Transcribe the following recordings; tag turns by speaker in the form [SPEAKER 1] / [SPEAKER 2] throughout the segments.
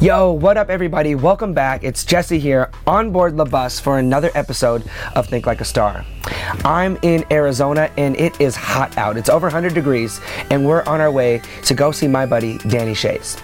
[SPEAKER 1] Yo, what up, everybody? Welcome back. It's Jesse here on board the bus for another episode of Think Like a Star. I'm in Arizona and it is hot out. It's over 100 degrees, and we're on our way to go see my buddy Danny Shays.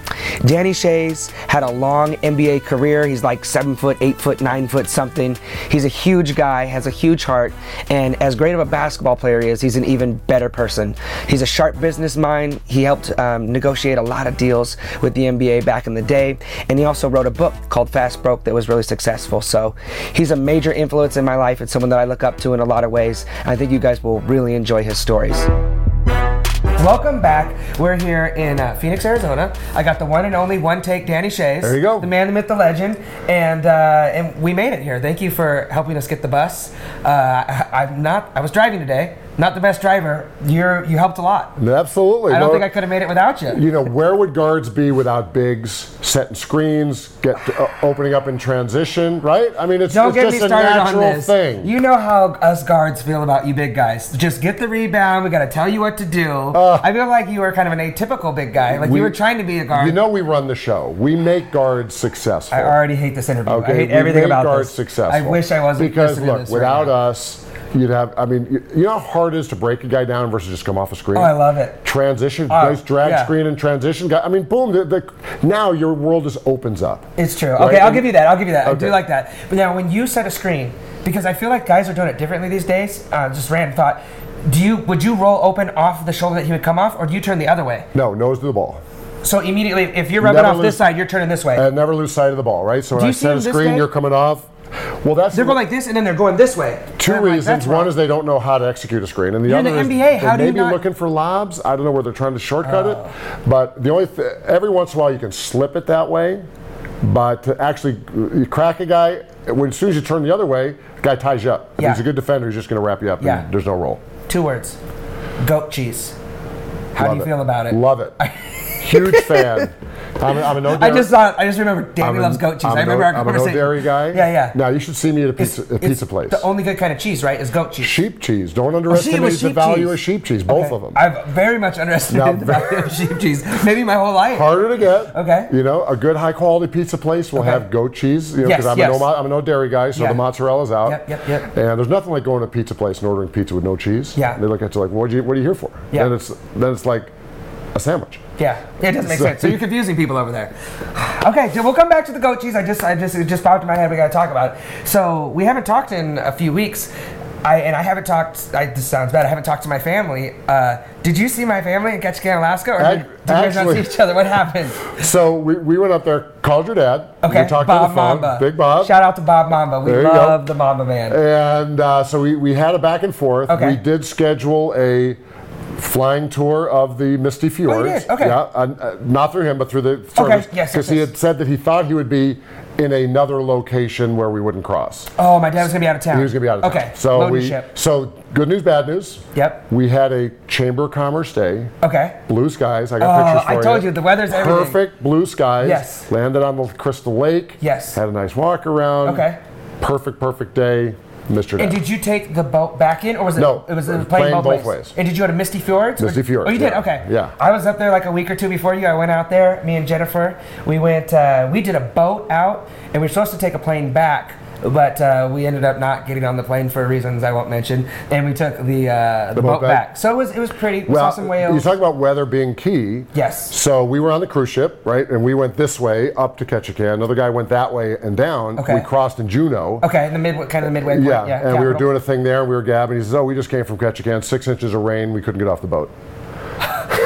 [SPEAKER 1] Danny Shays had a long NBA career. He's like seven foot, eight foot, nine foot something. He's a huge guy, has a huge heart, and as great of a basketball player he is, he's an even better person. He's a sharp business mind. He helped um, negotiate a lot of deals with the NBA back in the day, and he also wrote a book called Fast Broke that was really successful. So he's a major influence in my life and someone that I look up to in a lot of ways. I think you guys will really enjoy his stories. Welcome back. We're here in uh, Phoenix, Arizona. I got the one and only one take Danny Shays.
[SPEAKER 2] There you go.
[SPEAKER 1] The man, the myth, the legend. And uh, and we made it here. Thank you for helping us get the bus. Uh, I, I'm not. I was driving today. Not the best driver. You're you helped a lot.
[SPEAKER 2] Absolutely.
[SPEAKER 1] I don't
[SPEAKER 2] No,
[SPEAKER 1] think I could have made it without you.
[SPEAKER 2] You know, where would guards be without bigs setting screens, get to, uh, opening up in transition, right? I mean, it's,
[SPEAKER 1] Don't
[SPEAKER 2] it's
[SPEAKER 1] get
[SPEAKER 2] just
[SPEAKER 1] me
[SPEAKER 2] a
[SPEAKER 1] started on
[SPEAKER 2] natural
[SPEAKER 1] this.
[SPEAKER 2] thing.
[SPEAKER 1] You know how us guards feel about you big guys. Just get the rebound. We got to tell you what to do. I feel like you were kind of an atypical big guy. Like
[SPEAKER 2] Uh. We-
[SPEAKER 1] you were trying to be a guard.
[SPEAKER 2] You know, we run the show. We make guards successful.
[SPEAKER 1] I already hate this interview.
[SPEAKER 2] Okay,
[SPEAKER 1] I hate
[SPEAKER 2] we
[SPEAKER 1] everything
[SPEAKER 2] made
[SPEAKER 1] about
[SPEAKER 2] guards
[SPEAKER 1] this.
[SPEAKER 2] successful.
[SPEAKER 1] I wish I wasn't
[SPEAKER 2] because
[SPEAKER 1] listening
[SPEAKER 2] look,
[SPEAKER 1] to this right
[SPEAKER 2] without
[SPEAKER 1] now.
[SPEAKER 2] us, you'd have. I mean, you, you know how hard it is to break a guy down versus just come off a screen.
[SPEAKER 1] Oh, I love it.
[SPEAKER 2] Transition,
[SPEAKER 1] Oh,
[SPEAKER 2] nice drag
[SPEAKER 1] yeah.
[SPEAKER 2] screen and transition. Guy, I mean, boom. The, the, now your world just opens up.
[SPEAKER 1] It's true.
[SPEAKER 2] Right?
[SPEAKER 1] Okay, I'll
[SPEAKER 2] And-
[SPEAKER 1] give you that. I'll give you that. I do
[SPEAKER 2] Okay.
[SPEAKER 1] like that. But now, when you set a screen, because I feel like guys are doing it differently these days. Uh, just random thought. Do you would you roll open off the shoulder that he would come off, or do you turn the other way?
[SPEAKER 2] No, nose to the ball.
[SPEAKER 1] So immediately, if you're rubbing
[SPEAKER 2] Never
[SPEAKER 1] off
[SPEAKER 2] Uh,
[SPEAKER 1] this
[SPEAKER 2] lose-
[SPEAKER 1] side, you're turning this way.
[SPEAKER 2] and never lose sight of the ball, right? So when
[SPEAKER 1] you
[SPEAKER 2] I
[SPEAKER 1] see
[SPEAKER 2] set
[SPEAKER 1] him
[SPEAKER 2] a
[SPEAKER 1] this
[SPEAKER 2] screen,
[SPEAKER 1] day?
[SPEAKER 2] you're coming off. Well, that's
[SPEAKER 1] they're going like this, and then they're going this way.
[SPEAKER 2] two
[SPEAKER 1] And I'm like,
[SPEAKER 2] reasons.
[SPEAKER 1] that's
[SPEAKER 2] One
[SPEAKER 1] wrong.
[SPEAKER 2] is they don't know how to execute a screen, and the
[SPEAKER 1] You're in
[SPEAKER 2] other
[SPEAKER 1] the
[SPEAKER 2] is
[SPEAKER 1] NBA.
[SPEAKER 2] they
[SPEAKER 1] How do
[SPEAKER 2] may
[SPEAKER 1] you
[SPEAKER 2] be
[SPEAKER 1] not- Oh.
[SPEAKER 2] looking for lobs. I don't know where they're trying to shortcut it, but the only th- every once in a while you can slip it that way, but to actually uh, you crack a guy when as soon as you turn the other way, the guy ties you up. If
[SPEAKER 1] Yeah.
[SPEAKER 2] he's a good defender, he's just going to wrap you up.
[SPEAKER 1] Yeah.
[SPEAKER 2] and There's no roll.
[SPEAKER 1] two words. Goat cheese. How
[SPEAKER 2] Love
[SPEAKER 1] do you feel about it?
[SPEAKER 2] Love it. Huge fan. I'm a, I'm a no
[SPEAKER 1] I
[SPEAKER 2] doubt-
[SPEAKER 1] just thought. I just remember
[SPEAKER 2] I'm
[SPEAKER 1] Danny
[SPEAKER 2] a-
[SPEAKER 1] loves goat cheese.
[SPEAKER 2] I'm
[SPEAKER 1] I
[SPEAKER 2] a
[SPEAKER 1] remember
[SPEAKER 2] no,
[SPEAKER 1] our
[SPEAKER 2] I'm a
[SPEAKER 1] conversation.
[SPEAKER 2] no dairy guy.
[SPEAKER 1] Yeah, yeah.
[SPEAKER 2] Now you should see me at a pizza, a
[SPEAKER 1] It's
[SPEAKER 2] pizza place.
[SPEAKER 1] The only good kind of cheese, right, is goat cheese.
[SPEAKER 2] sheep cheese. Don't
[SPEAKER 1] was
[SPEAKER 2] underestimate the
[SPEAKER 1] sheep
[SPEAKER 2] value
[SPEAKER 1] cheese.
[SPEAKER 2] of sheep cheese. Both
[SPEAKER 1] Okay.
[SPEAKER 2] of them.
[SPEAKER 1] I've very much underestimated
[SPEAKER 2] Now,
[SPEAKER 1] the value of sheep cheese. Maybe my whole life.
[SPEAKER 2] Harder to get.
[SPEAKER 1] Okay.
[SPEAKER 2] You know, a good high quality pizza place will have goat cheese. You know,
[SPEAKER 1] Yes,
[SPEAKER 2] because I'm,
[SPEAKER 1] yes.
[SPEAKER 2] a no, I'm a no dairy guy, so
[SPEAKER 1] Yeah.
[SPEAKER 2] the mozzarella's out.
[SPEAKER 1] Yep, yep, yep.
[SPEAKER 2] And there's nothing like going to a pizza place and ordering pizza with no cheese.
[SPEAKER 1] Yeah.
[SPEAKER 2] They look at you like, what, you, what are you here for?
[SPEAKER 1] Yeah.
[SPEAKER 2] And it's then it's like a sandwich.
[SPEAKER 1] Yeah, it doesn't make
[SPEAKER 2] So-
[SPEAKER 1] sense. So you're confusing people over there. Okay, so we'll come back to the goat cheese. I just, I just, it just popped in my head. We gotta talk about it. So we haven't talked in a few weeks. I, and I haven't talked. I, this sounds bad. I haven't talked to my family. Uh, did you see my family in Ketchikan, Alaska, or
[SPEAKER 2] Ac-
[SPEAKER 1] did, did you guys not see
[SPEAKER 2] actually-
[SPEAKER 1] each other? What happened?
[SPEAKER 2] So we, we went up there, called your dad.
[SPEAKER 1] Okay,
[SPEAKER 2] We talked
[SPEAKER 1] Bob
[SPEAKER 2] on the phone.
[SPEAKER 1] Mamba.
[SPEAKER 2] Big Bob.
[SPEAKER 1] Shout out to Bob Mamba. We
[SPEAKER 2] There you go.
[SPEAKER 1] love the Mamba man.
[SPEAKER 2] And uh, so we, we had a back and forth.
[SPEAKER 1] Okay.
[SPEAKER 2] We did schedule a flying tour of the Misty Fjords.
[SPEAKER 1] Oh, did? Okay.
[SPEAKER 2] Yeah, uh, uh, not through him, but through the service.
[SPEAKER 1] yes, yes,
[SPEAKER 2] Because he
[SPEAKER 1] yes.
[SPEAKER 2] had said that he thought he would be in another location where we wouldn't cross.
[SPEAKER 1] oh, my dad was gonna be out of town.
[SPEAKER 2] He was going to be out of town.
[SPEAKER 1] Okay,
[SPEAKER 2] So
[SPEAKER 1] loading
[SPEAKER 2] we.
[SPEAKER 1] ship.
[SPEAKER 2] So good news, bad news.
[SPEAKER 1] Yep.
[SPEAKER 2] We had a chamber of commerce day.
[SPEAKER 1] Okay.
[SPEAKER 2] Blue skies. I got
[SPEAKER 1] Oh,
[SPEAKER 2] pictures
[SPEAKER 1] I
[SPEAKER 2] for
[SPEAKER 1] told you, the weather's everything.
[SPEAKER 2] Perfect blue skies.
[SPEAKER 1] Yes.
[SPEAKER 2] Landed on the Crystal Lake.
[SPEAKER 1] Yes.
[SPEAKER 2] Had a nice walk around.
[SPEAKER 1] Okay.
[SPEAKER 2] Perfect, perfect day. Mr.
[SPEAKER 1] And did you take the boat back in, or was it?
[SPEAKER 2] No,
[SPEAKER 1] it was, it
[SPEAKER 2] it
[SPEAKER 1] was
[SPEAKER 2] was
[SPEAKER 1] playing,
[SPEAKER 2] playing
[SPEAKER 1] both,
[SPEAKER 2] both
[SPEAKER 1] ways.
[SPEAKER 2] ways.
[SPEAKER 1] And did you go to Misty Fjords? or-
[SPEAKER 2] Misty Fjords,
[SPEAKER 1] Oh, you did.
[SPEAKER 2] yeah.
[SPEAKER 1] Okay.
[SPEAKER 2] Yeah.
[SPEAKER 1] I was up there like a week or two before you. I went out there. Me and Jennifer. We went. Uh, we did a boat out, and we were supposed to take a plane back. But uh, we ended up not getting on the plane for reasons I won't mention, and we took the uh, the, boat,
[SPEAKER 2] boat
[SPEAKER 1] back.
[SPEAKER 2] back.
[SPEAKER 1] So it was it was pretty. We saw some
[SPEAKER 2] You
[SPEAKER 1] whales.
[SPEAKER 2] talk about weather being key.
[SPEAKER 1] yes.
[SPEAKER 2] So we were on the cruise ship, right? And we went this way up to Ketchikan. Another guy went that way and down.
[SPEAKER 1] Okay.
[SPEAKER 2] We crossed in Juneau.
[SPEAKER 1] Okay. In the mid kind of the midway. Point.
[SPEAKER 2] Yeah, and we were
[SPEAKER 1] capital.
[SPEAKER 2] doing a thing there, and we were gabbing. He says, "Oh, we just came from Ketchikan. Six inches of rain. We couldn't get off the boat.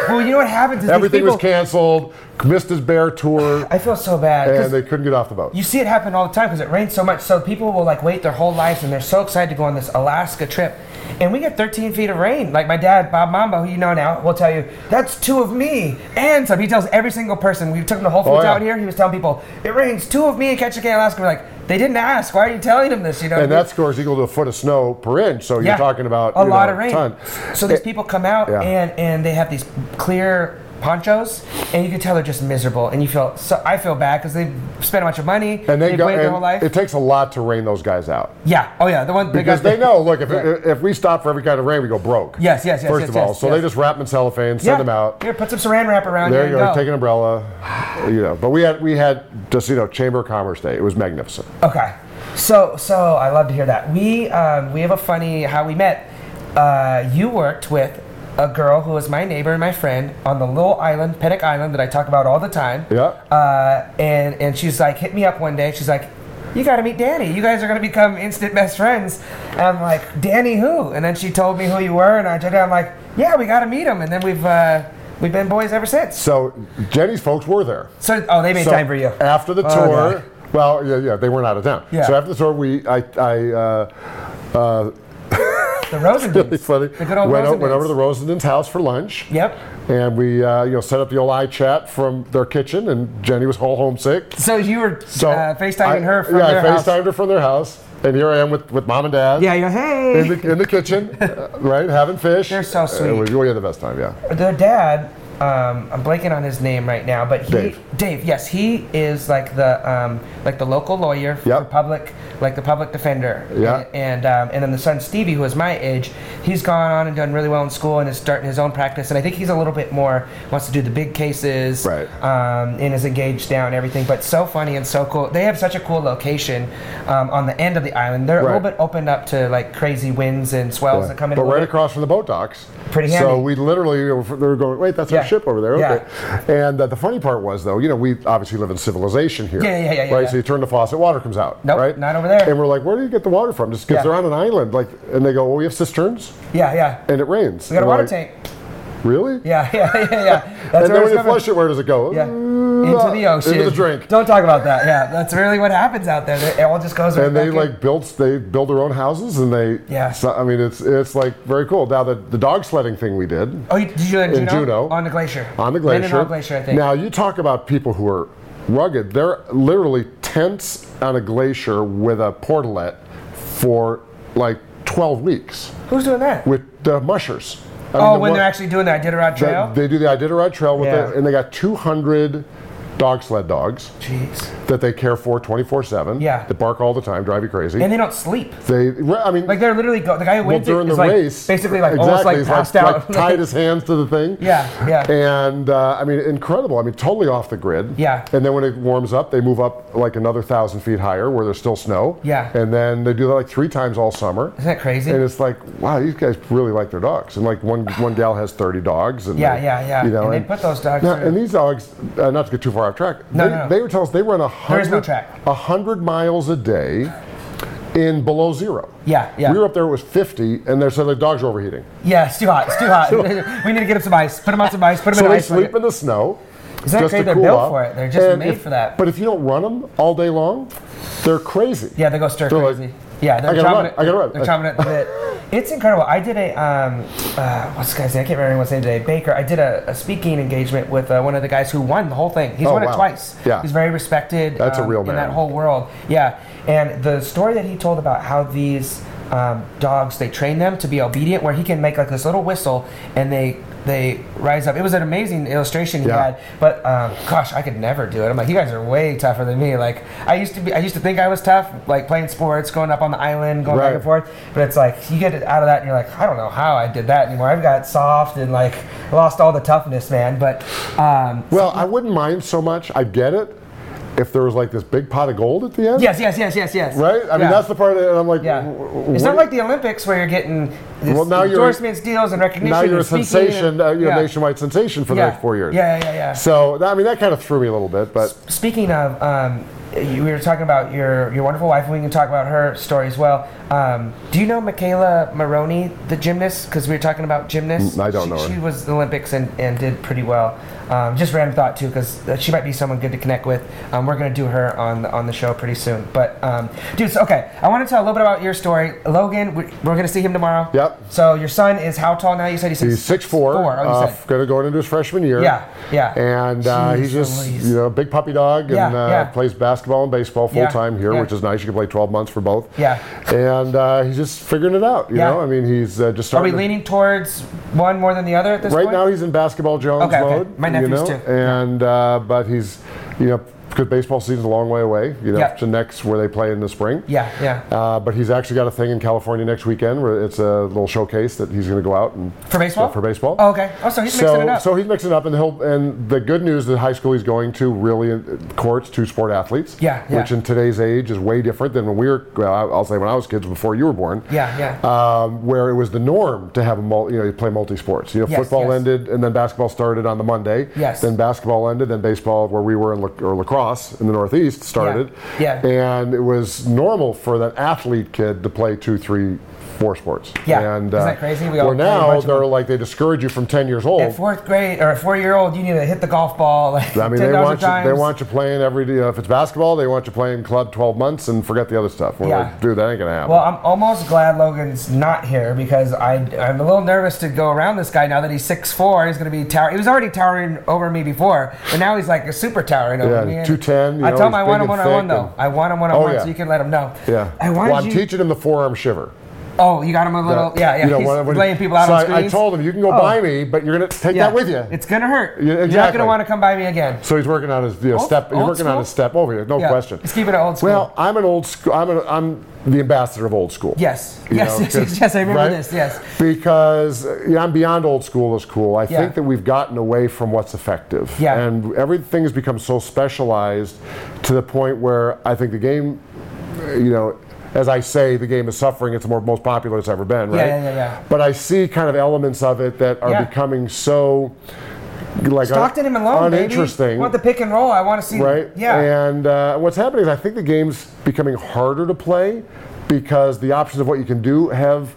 [SPEAKER 1] Well, you know what happens is these
[SPEAKER 2] Everything
[SPEAKER 1] people,
[SPEAKER 2] was canceled. Missed his bear tour,
[SPEAKER 1] I feel so bad. 'cause
[SPEAKER 2] and they couldn't get off the boat.
[SPEAKER 1] you see it happen all the time because it rains so much. So people will like wait their whole lives and they're so excited to go on this Alaska trip. And we get 13 feet of rain. Like my dad, Bob Mambo, who you know now, will tell you, that's two of me and some. He tells every single person. We took him to Whole Foods
[SPEAKER 2] Oh, yeah.
[SPEAKER 1] out here. He was telling people, it rains two of me in Ketchikan, Alaska. We're like, they didn't ask. Why are you telling them this? You know, what I mean?
[SPEAKER 2] and that scores equal to a foot of snow per inch. So
[SPEAKER 1] Yeah.
[SPEAKER 2] you're talking about
[SPEAKER 1] a
[SPEAKER 2] you
[SPEAKER 1] lot
[SPEAKER 2] know,
[SPEAKER 1] of rain.
[SPEAKER 2] Ton.
[SPEAKER 1] So these people come out
[SPEAKER 2] Yeah.
[SPEAKER 1] and and they have these clear ponchos, and you can tell they're just miserable. And you feel so I feel bad because they spent a bunch of money
[SPEAKER 2] And they
[SPEAKER 1] have
[SPEAKER 2] go.
[SPEAKER 1] waited
[SPEAKER 2] and
[SPEAKER 1] their whole life.
[SPEAKER 2] It takes a lot to rein those guys out
[SPEAKER 1] yeah. Oh yeah. The one
[SPEAKER 2] because
[SPEAKER 1] the guy-
[SPEAKER 2] they know. Look, if,
[SPEAKER 1] Yeah.
[SPEAKER 2] if we stop for every kind of rain, we go broke.
[SPEAKER 1] Yes, yes, yes,
[SPEAKER 2] First
[SPEAKER 1] yes,
[SPEAKER 2] of all,
[SPEAKER 1] yes,
[SPEAKER 2] so
[SPEAKER 1] yes.
[SPEAKER 2] they just wrap 'em in cellophane, send
[SPEAKER 1] yeah.
[SPEAKER 2] them out.
[SPEAKER 1] Here, put some saran wrap around.
[SPEAKER 2] There you
[SPEAKER 1] you
[SPEAKER 2] go. Take an umbrella. You know, but we had we had just you know Chamber of Commerce Day. It was magnificent.
[SPEAKER 1] Okay. So so I love to hear that. We um, we have a funny how we met. Uh, you worked with a girl who was my neighbor and my friend on the little island, Pennock Island, that I talk about all the time.
[SPEAKER 2] Yeah.
[SPEAKER 1] Uh, and and she's like, hit me up one day. She's like, you got to meet Danny. You guys are gonna become instant best friends. And I'm like, Danny who? And then she told me who you were, and I did. it. I'm like, yeah, we got to meet him. And then we've uh, we've been boys ever since.
[SPEAKER 2] So Jenny's folks were there.
[SPEAKER 1] So oh, they made
[SPEAKER 2] So
[SPEAKER 1] time for you.
[SPEAKER 2] After the
[SPEAKER 1] Oh,
[SPEAKER 2] tour,
[SPEAKER 1] God.
[SPEAKER 2] well, yeah, yeah, they weren't out of town.
[SPEAKER 1] Yeah.
[SPEAKER 2] So after the tour, we, I, I, uh, uh,
[SPEAKER 1] The Rosen.
[SPEAKER 2] it's funny,
[SPEAKER 1] The good old
[SPEAKER 2] went, o- went
[SPEAKER 1] Rosendanes.
[SPEAKER 2] over to the Rosenden's house for lunch.
[SPEAKER 1] Yep.
[SPEAKER 2] And we, uh, you know, set up the old iChat from their kitchen, and Jenny was all homesick.
[SPEAKER 1] So you were
[SPEAKER 2] So
[SPEAKER 1] uh, FaceTiming
[SPEAKER 2] I-
[SPEAKER 1] her from
[SPEAKER 2] yeah,
[SPEAKER 1] their
[SPEAKER 2] I
[SPEAKER 1] house.
[SPEAKER 2] FaceTimed her from their house, and here I am with, with mom and dad.
[SPEAKER 1] Yeah, you're hey.
[SPEAKER 2] In the, in the kitchen, uh, right, having fish.
[SPEAKER 1] They're so sweet.
[SPEAKER 2] Uh, we, we had the best time, yeah.
[SPEAKER 1] their dad um, i'm blanking on his name right now but he
[SPEAKER 2] Dave.
[SPEAKER 1] dave yes he is like the um, like the local lawyer for
[SPEAKER 2] Yep.
[SPEAKER 1] public like the public defender
[SPEAKER 2] Yeah.
[SPEAKER 1] and um, and then the son stevie who is my age he's gone on and done really well in school and is starting his own practice and i think he's a little bit more wants to do the big cases
[SPEAKER 2] Right.
[SPEAKER 1] um, and is engaged now and everything but so funny and so cool they have such a cool location um, on the end of the island they're a
[SPEAKER 2] Right.
[SPEAKER 1] little bit opened up to like crazy winds and swells that come in a
[SPEAKER 2] but
[SPEAKER 1] little
[SPEAKER 2] right
[SPEAKER 1] bit.
[SPEAKER 2] across from the boat docks.
[SPEAKER 1] Pretty
[SPEAKER 2] So
[SPEAKER 1] handy.
[SPEAKER 2] we literally were- they were going, wait, that's
[SPEAKER 1] Yeah.
[SPEAKER 2] our ship over there.
[SPEAKER 1] Yeah.
[SPEAKER 2] Okay. And uh, the funny part was though, you know, we obviously live in civilization here.
[SPEAKER 1] Yeah, yeah, yeah, yeah,
[SPEAKER 2] Right.
[SPEAKER 1] yeah.
[SPEAKER 2] So you turn the faucet, water comes out.
[SPEAKER 1] Nope,
[SPEAKER 2] right?
[SPEAKER 1] not over there.
[SPEAKER 2] And we're like, where do you get the water from? Just because
[SPEAKER 1] Yeah.
[SPEAKER 2] they're on an island, like, and they go, well, we have cisterns
[SPEAKER 1] yeah yeah
[SPEAKER 2] and it rains.
[SPEAKER 1] we got a
[SPEAKER 2] And we're
[SPEAKER 1] water
[SPEAKER 2] like,
[SPEAKER 1] tank
[SPEAKER 2] Really?
[SPEAKER 1] Yeah, yeah, yeah, yeah. That's
[SPEAKER 2] and then
[SPEAKER 1] where
[SPEAKER 2] when
[SPEAKER 1] it's
[SPEAKER 2] you
[SPEAKER 1] coming.
[SPEAKER 2] flush it, where does it go?
[SPEAKER 1] yeah. into the
[SPEAKER 2] Uh,
[SPEAKER 1] ocean.
[SPEAKER 2] Into the drink.
[SPEAKER 1] Don't talk about that. Yeah, that's really what happens out there. It all just goes. Right
[SPEAKER 2] and they
[SPEAKER 1] back in.
[SPEAKER 2] like built they build their own houses and they
[SPEAKER 1] Yeah.
[SPEAKER 2] so- I mean it's it's like very cool. Now the, the dog sledding thing we did.
[SPEAKER 1] Oh, you, did you do that in,
[SPEAKER 2] in
[SPEAKER 1] Juneau?
[SPEAKER 2] Juneau.
[SPEAKER 1] on the glacier?
[SPEAKER 2] on the
[SPEAKER 1] Mendenhall
[SPEAKER 2] glacier.
[SPEAKER 1] glacier, I think.
[SPEAKER 2] Now you talk about people who are rugged. They're literally tents on a glacier with a portalet for like 12 weeks
[SPEAKER 1] Who's doing that?
[SPEAKER 2] with the mushers. I mean,
[SPEAKER 1] oh,
[SPEAKER 2] the
[SPEAKER 1] when
[SPEAKER 2] one-
[SPEAKER 1] they're actually doing the Iditarod
[SPEAKER 2] they-
[SPEAKER 1] Trail.
[SPEAKER 2] They, do the Iditarod Trail with
[SPEAKER 1] Yeah.
[SPEAKER 2] it, and they got 200 dog sled dogs
[SPEAKER 1] Jeez.
[SPEAKER 2] that they care for 24/7.
[SPEAKER 1] Yeah.
[SPEAKER 2] That bark all the time, drive you crazy.
[SPEAKER 1] And they don't sleep.
[SPEAKER 2] they, I mean,
[SPEAKER 1] Like they're literally go. The guy who
[SPEAKER 2] well,
[SPEAKER 1] wins it
[SPEAKER 2] during the
[SPEAKER 1] is like
[SPEAKER 2] race,
[SPEAKER 1] basically like
[SPEAKER 2] exactly,
[SPEAKER 1] almost like
[SPEAKER 2] he's
[SPEAKER 1] passed
[SPEAKER 2] like,
[SPEAKER 1] out.
[SPEAKER 2] like tied his hands to the thing.
[SPEAKER 1] Yeah, yeah.
[SPEAKER 2] And uh, I mean, incredible. I mean, totally off the grid.
[SPEAKER 1] Yeah.
[SPEAKER 2] And then when it warms up, they move up like another thousand feet higher, where there's still snow.
[SPEAKER 1] Yeah.
[SPEAKER 2] And then they do that like three times all summer.
[SPEAKER 1] Isn't that crazy?
[SPEAKER 2] And it's like, wow, these guys really like their dogs. And like one one gal has 30 dogs. And
[SPEAKER 1] Yeah,
[SPEAKER 2] they-
[SPEAKER 1] yeah, yeah.
[SPEAKER 2] You know,
[SPEAKER 1] And they put those dogs
[SPEAKER 2] Now,
[SPEAKER 1] through-
[SPEAKER 2] and these dogs, uh, not to get too far off track.
[SPEAKER 1] No,
[SPEAKER 2] they,
[SPEAKER 1] no, no.
[SPEAKER 2] They were telling us they run a
[SPEAKER 1] There is
[SPEAKER 2] hundred.
[SPEAKER 1] no track.
[SPEAKER 2] A hundred miles a day. In below zero.
[SPEAKER 1] Yeah, yeah.
[SPEAKER 2] We were up there, it was 50, and they said the dogs were overheating.
[SPEAKER 1] yeah, it's too hot. It's too hot. we need to get him some ice. Put him on some ice. Put him
[SPEAKER 2] So
[SPEAKER 1] in
[SPEAKER 2] they
[SPEAKER 1] ice. bucket.
[SPEAKER 2] sleep in the snow.
[SPEAKER 1] Is that
[SPEAKER 2] just to
[SPEAKER 1] great? They're
[SPEAKER 2] cool
[SPEAKER 1] built
[SPEAKER 2] off.
[SPEAKER 1] for it. They're just
[SPEAKER 2] And
[SPEAKER 1] made
[SPEAKER 2] if-
[SPEAKER 1] for that.
[SPEAKER 2] But if you don't run them all day long, they're crazy.
[SPEAKER 1] Yeah, they go stir
[SPEAKER 2] They're like,
[SPEAKER 1] crazy. yeah, they're
[SPEAKER 2] "I gotta
[SPEAKER 1] chomping
[SPEAKER 2] run,
[SPEAKER 1] It,
[SPEAKER 2] I gotta run."
[SPEAKER 1] They're chomping at the bit. It's incredible. I did a um, uh, what's the guy's name? I can't remember anyone's name today. Baker. I did a, a speaking engagement with uh, one of the guys who won the whole thing. He's
[SPEAKER 2] Oh,
[SPEAKER 1] won it
[SPEAKER 2] wow.
[SPEAKER 1] twice.
[SPEAKER 2] Yeah.
[SPEAKER 1] he's very respected.
[SPEAKER 2] That's a
[SPEAKER 1] um,
[SPEAKER 2] real
[SPEAKER 1] in that
[SPEAKER 2] man.
[SPEAKER 1] whole world. Yeah, and the story that he told about how these um, dogs they train them to be obedient, where he can make like this little whistle and they. They rise up. It was an amazing illustration he
[SPEAKER 2] Yeah.
[SPEAKER 1] had, but um, gosh, I could never do it. I'm like, you guys are way tougher than me. Like, I used to be, I used to think I was tough, like playing sports, going up on the island, going back
[SPEAKER 2] Right.
[SPEAKER 1] and forth. But it's like you get it out of that, and you're like, I don't know how I did that anymore. I've got soft and like lost all the toughness, man. But um,
[SPEAKER 2] Well, I wouldn't mind so much. I get it. If there was like this big pot of gold at the end.
[SPEAKER 1] yes, yes, yes, yes, yes.
[SPEAKER 2] Right? I mean,
[SPEAKER 1] Yeah.
[SPEAKER 2] that's the part, and I'm like,
[SPEAKER 1] Yeah,
[SPEAKER 2] w- w-
[SPEAKER 1] it's
[SPEAKER 2] what
[SPEAKER 1] not
[SPEAKER 2] do
[SPEAKER 1] like the Olympics where you're getting this
[SPEAKER 2] Well, now you're-
[SPEAKER 1] endorsements, deals, and recognition.
[SPEAKER 2] now you're a
[SPEAKER 1] and speaking
[SPEAKER 2] sensation,
[SPEAKER 1] and-
[SPEAKER 2] uh, you're
[SPEAKER 1] yeah.
[SPEAKER 2] a nationwide sensation for
[SPEAKER 1] Yeah.
[SPEAKER 2] the next four years.
[SPEAKER 1] Yeah, yeah, yeah, yeah.
[SPEAKER 2] So, that- I mean, that kind of threw me a little bit, but
[SPEAKER 1] Speaking of, um, you, we were talking about your, your wonderful wife, and we can talk about her story as well. Um, do you know Michaela Maroney, the gymnast? Because we were talking about gymnasts.
[SPEAKER 2] Mm, I don't
[SPEAKER 1] she,
[SPEAKER 2] know her.
[SPEAKER 1] She was in the Olympics and, and did pretty well. Um, just random thought too, because she might be someone good to connect with. Um, we're gonna do her on the, on the show pretty soon. But um, dude, so, okay, I want to tell a little bit about your story, Logan. We, we're gonna see him tomorrow.
[SPEAKER 2] Yep.
[SPEAKER 1] So your son is how tall now? You said he's six.
[SPEAKER 2] He's six four.
[SPEAKER 1] Four. Oh, you
[SPEAKER 2] uh,
[SPEAKER 1] said.
[SPEAKER 2] going to go into his freshman year.
[SPEAKER 1] Yeah, yeah.
[SPEAKER 2] And uh,
[SPEAKER 1] Jeez
[SPEAKER 2] he's just
[SPEAKER 1] Louise.
[SPEAKER 2] you know a big puppy dog
[SPEAKER 1] Yeah,
[SPEAKER 2] and uh,
[SPEAKER 1] yeah.
[SPEAKER 2] plays basketball and baseball full
[SPEAKER 1] Yeah,
[SPEAKER 2] time here,
[SPEAKER 1] yeah.
[SPEAKER 2] which is nice. You can play 12 months for both.
[SPEAKER 1] Yeah.
[SPEAKER 2] And uh, he's just figuring it out. You
[SPEAKER 1] Yeah.
[SPEAKER 2] know, I mean, he's uh, just
[SPEAKER 1] Are we
[SPEAKER 2] starting. to-
[SPEAKER 1] leaning towards one more than the other at this
[SPEAKER 2] right
[SPEAKER 1] point?
[SPEAKER 2] now, he's in basketball Jones
[SPEAKER 1] Okay, okay.
[SPEAKER 2] mode.
[SPEAKER 1] My
[SPEAKER 2] you
[SPEAKER 1] nephews
[SPEAKER 2] know,
[SPEAKER 1] too.
[SPEAKER 2] And uh, but he's, you know, because baseball season's a long way away. You know,
[SPEAKER 1] Yeah.
[SPEAKER 2] to next where they play in the spring.
[SPEAKER 1] Yeah, yeah.
[SPEAKER 2] Uh, but he's actually got a thing in California next weekend where it's a little showcase that he's going to go out and
[SPEAKER 1] For baseball?
[SPEAKER 2] for baseball.
[SPEAKER 1] Oh, okay. Oh, so he's
[SPEAKER 2] so,
[SPEAKER 1] mixing it up.
[SPEAKER 2] so he's mixing up, and he'll, and the good news, the high school he's going to really uh, courts two sport athletes.
[SPEAKER 1] Yeah, yeah.
[SPEAKER 2] Which in today's age is way different than when we were. Well, I- I'll say when I was kids before you were born.
[SPEAKER 1] Yeah, yeah.
[SPEAKER 2] Um, where it was the norm to have a multi, you know, you play multi sports. You know,
[SPEAKER 1] Yes,
[SPEAKER 2] football
[SPEAKER 1] yes.
[SPEAKER 2] ended, and then basketball started on the Monday.
[SPEAKER 1] Yes.
[SPEAKER 2] Then basketball ended, then baseball where we were in lac- or lacrosse in the Northeast started.
[SPEAKER 1] Yeah.
[SPEAKER 2] And it was normal for that athlete kid to play two, three, four sports.
[SPEAKER 1] Yeah.
[SPEAKER 2] And,
[SPEAKER 1] Isn't that crazy? We
[SPEAKER 2] We
[SPEAKER 1] all
[SPEAKER 2] where
[SPEAKER 1] play a bunch
[SPEAKER 2] now
[SPEAKER 1] of
[SPEAKER 2] they're like they discourage you from ten years old.
[SPEAKER 1] at fourth grade or a four-year-old, you need to hit the golf ball like
[SPEAKER 2] oh. I mean,
[SPEAKER 1] ten
[SPEAKER 2] they
[SPEAKER 1] thousand
[SPEAKER 2] want you,
[SPEAKER 1] times.
[SPEAKER 2] they want you playing every day. If it's basketball, they want you playing club 12 months and forget the other stuff. We're
[SPEAKER 1] Yeah.
[SPEAKER 2] like, dude, that ain't gonna happen.
[SPEAKER 1] well, I'm almost glad Logan's not here because I, I'm a little nervous to go around this guy now that he's 6'4". He's going to be tower. He was already towering over me before, but now he's like a super towering over
[SPEAKER 2] Yeah,
[SPEAKER 1] me. and
[SPEAKER 2] 210, you
[SPEAKER 1] I
[SPEAKER 2] know,
[SPEAKER 1] told him
[SPEAKER 2] he's
[SPEAKER 1] I
[SPEAKER 2] big
[SPEAKER 1] want him
[SPEAKER 2] and
[SPEAKER 1] one-on-one,
[SPEAKER 2] thick
[SPEAKER 1] though.
[SPEAKER 2] and-
[SPEAKER 1] I want him one-on-one,
[SPEAKER 2] Oh, yeah.
[SPEAKER 1] so you can let him know.
[SPEAKER 2] yeah.
[SPEAKER 1] I wanted
[SPEAKER 2] well, I'm
[SPEAKER 1] you-
[SPEAKER 2] teaching him the forearm shiver.
[SPEAKER 1] Oh, you got him a little.
[SPEAKER 2] That-
[SPEAKER 1] yeah, yeah.
[SPEAKER 2] you know,
[SPEAKER 1] he's
[SPEAKER 2] when- when-
[SPEAKER 1] laying people out
[SPEAKER 2] so
[SPEAKER 1] on
[SPEAKER 2] I-
[SPEAKER 1] screens.
[SPEAKER 2] I told him, you can go
[SPEAKER 1] Oh.
[SPEAKER 2] by me, but you're gonna take that with you.
[SPEAKER 1] It's gonna hurt.
[SPEAKER 2] Yeah,
[SPEAKER 1] You're not
[SPEAKER 2] exactly.
[SPEAKER 1] gonna want to come by me again.
[SPEAKER 2] so he's working on his you know,
[SPEAKER 1] Old-
[SPEAKER 2] step. He's
[SPEAKER 1] old
[SPEAKER 2] working on
[SPEAKER 1] school?
[SPEAKER 2] his step over here. No
[SPEAKER 1] Yeah.
[SPEAKER 2] question.
[SPEAKER 1] Let's keep it old school.
[SPEAKER 2] Well, I'm an old school. I'm, an, I'm the ambassador of old school.
[SPEAKER 1] yes,
[SPEAKER 2] You
[SPEAKER 1] yes,
[SPEAKER 2] know,
[SPEAKER 1] yes, yes,
[SPEAKER 2] 'cause-
[SPEAKER 1] yes. I remember
[SPEAKER 2] right?
[SPEAKER 1] this. Yes.
[SPEAKER 2] Because uh, yeah, I'm beyond old school is cool. I
[SPEAKER 1] Yeah.
[SPEAKER 2] think that we've gotten away from what's effective.
[SPEAKER 1] Yeah.
[SPEAKER 2] And everything has become so specialized to the point where I think the game, uh, you know, as I say, the game is suffering. It's the more, most popular it's ever been,
[SPEAKER 1] Yeah,
[SPEAKER 2] right?
[SPEAKER 1] yeah, yeah, yeah.
[SPEAKER 2] But I see kind of elements of it that are
[SPEAKER 1] Yeah.
[SPEAKER 2] becoming so like un-
[SPEAKER 1] Stockton and Malone,
[SPEAKER 2] uninteresting
[SPEAKER 1] baby. I want the pick and roll. I want to see.
[SPEAKER 2] right?
[SPEAKER 1] Yeah.
[SPEAKER 2] And uh, what's happening is I think the game's becoming harder to play because the options of what you can do have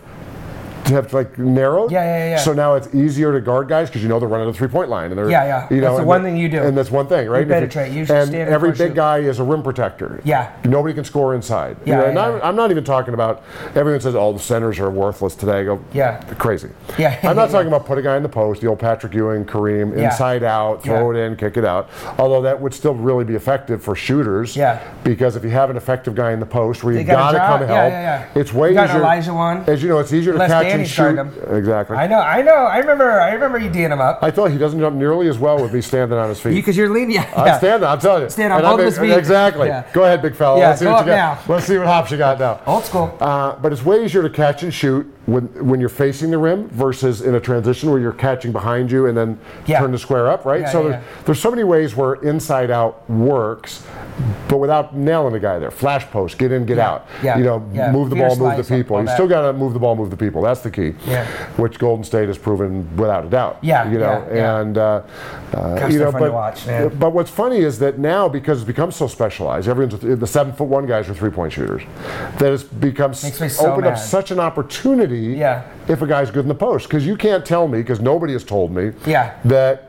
[SPEAKER 2] have like narrowed.
[SPEAKER 1] Yeah, yeah, yeah.
[SPEAKER 2] So now it's easier to guard guys because you know they're running the three point line and they're
[SPEAKER 1] Yeah, yeah.
[SPEAKER 2] You know,
[SPEAKER 1] That's the
[SPEAKER 2] and
[SPEAKER 1] one
[SPEAKER 2] they-
[SPEAKER 1] thing you do.
[SPEAKER 2] and that's one thing, right? If
[SPEAKER 1] penetrate. You should
[SPEAKER 2] and
[SPEAKER 1] stand
[SPEAKER 2] every
[SPEAKER 1] before
[SPEAKER 2] big
[SPEAKER 1] shoot.
[SPEAKER 2] guy is a rim protector.
[SPEAKER 1] Yeah.
[SPEAKER 2] Nobody can score inside. You
[SPEAKER 1] Yeah,
[SPEAKER 2] know,
[SPEAKER 1] yeah,
[SPEAKER 2] and I'm,
[SPEAKER 1] yeah.
[SPEAKER 2] I'm not even talking about everyone says all the centers are worthless today. I go
[SPEAKER 1] Yeah.
[SPEAKER 2] crazy.
[SPEAKER 1] Yeah,
[SPEAKER 2] I'm not
[SPEAKER 1] yeah.
[SPEAKER 2] talking about put a guy in the post. The old Patrick Ewing, Kareem,
[SPEAKER 1] Yeah.
[SPEAKER 2] inside out, throw
[SPEAKER 1] Yeah.
[SPEAKER 2] it in, kick it out. Although that would still really be effective for shooters.
[SPEAKER 1] Yeah.
[SPEAKER 2] Because if you have an effective guy in the post where you
[SPEAKER 1] They got a
[SPEAKER 2] got to
[SPEAKER 1] job.
[SPEAKER 2] come
[SPEAKER 1] Yeah,
[SPEAKER 2] help,
[SPEAKER 1] yeah, yeah.
[SPEAKER 2] it's way
[SPEAKER 1] You got an
[SPEAKER 2] easier.
[SPEAKER 1] Elijah one.
[SPEAKER 2] As you know, it's easier
[SPEAKER 1] Unless
[SPEAKER 2] to catch
[SPEAKER 1] Danny
[SPEAKER 2] and shoot.
[SPEAKER 1] started him.
[SPEAKER 2] Exactly.
[SPEAKER 1] I
[SPEAKER 2] I,
[SPEAKER 1] know. I know. I remember. I remember you D'ing him up.
[SPEAKER 2] thought he doesn't jump nearly as well with me standing on his feet.
[SPEAKER 1] Because you're leaning. Yeah.
[SPEAKER 2] I'm
[SPEAKER 1] yeah.
[SPEAKER 2] standing. I'm telling you.
[SPEAKER 1] Stand on
[SPEAKER 2] And I'm
[SPEAKER 1] both
[SPEAKER 2] in-
[SPEAKER 1] his feet.
[SPEAKER 2] Exactly.
[SPEAKER 1] Yeah.
[SPEAKER 2] Go ahead, big fella.
[SPEAKER 1] Yeah,
[SPEAKER 2] Let's see
[SPEAKER 1] go
[SPEAKER 2] what
[SPEAKER 1] up
[SPEAKER 2] you got.
[SPEAKER 1] now.
[SPEAKER 2] Let's see what hops you got now.
[SPEAKER 1] Old school.
[SPEAKER 2] Uh, but it's way easier to catch and shoot when when you're facing the rim versus in a transition where you're catching behind you and then
[SPEAKER 1] Yeah.
[SPEAKER 2] turn the square up, right?
[SPEAKER 1] Yeah,
[SPEAKER 2] so
[SPEAKER 1] yeah,
[SPEAKER 2] there's,
[SPEAKER 1] yeah.
[SPEAKER 2] there's so many ways where inside out works, but without nailing the guy there. Flash post, get in, get out.
[SPEAKER 1] yeah,
[SPEAKER 2] You know,
[SPEAKER 1] yeah.
[SPEAKER 2] move the
[SPEAKER 1] Fear
[SPEAKER 2] ball, move
[SPEAKER 1] slice,
[SPEAKER 2] the people.
[SPEAKER 1] all
[SPEAKER 2] You
[SPEAKER 1] that.
[SPEAKER 2] still got to move the ball, move the people. That's the key.
[SPEAKER 1] Yeah.
[SPEAKER 2] Which Golden State has proven without a doubt.
[SPEAKER 1] Yeah,
[SPEAKER 2] You know,
[SPEAKER 1] yeah, yeah.
[SPEAKER 2] and uh, uh,
[SPEAKER 1] Gosh,
[SPEAKER 2] you
[SPEAKER 1] they're
[SPEAKER 2] know,
[SPEAKER 1] fun
[SPEAKER 2] but
[SPEAKER 1] to watch, man.
[SPEAKER 2] but what's funny is that now because it's become so specialized, everyone's a th- the seven foot one guys are three point shooters. That it's become s-
[SPEAKER 1] Makes me so
[SPEAKER 2] opened up
[SPEAKER 1] mad.
[SPEAKER 2] such an opportunity.
[SPEAKER 1] Yeah.
[SPEAKER 2] If a guy's good in the post, because you can't tell me, because nobody has told me.
[SPEAKER 1] Yeah.
[SPEAKER 2] That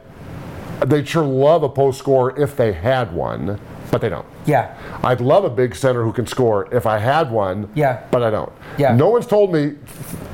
[SPEAKER 2] they sure love a post scorer if they had one, but they don't.
[SPEAKER 1] Yeah.
[SPEAKER 2] I'd love a big center who can score if I had one.
[SPEAKER 1] Yeah.
[SPEAKER 2] But I don't.
[SPEAKER 1] Yeah.
[SPEAKER 2] No one's told me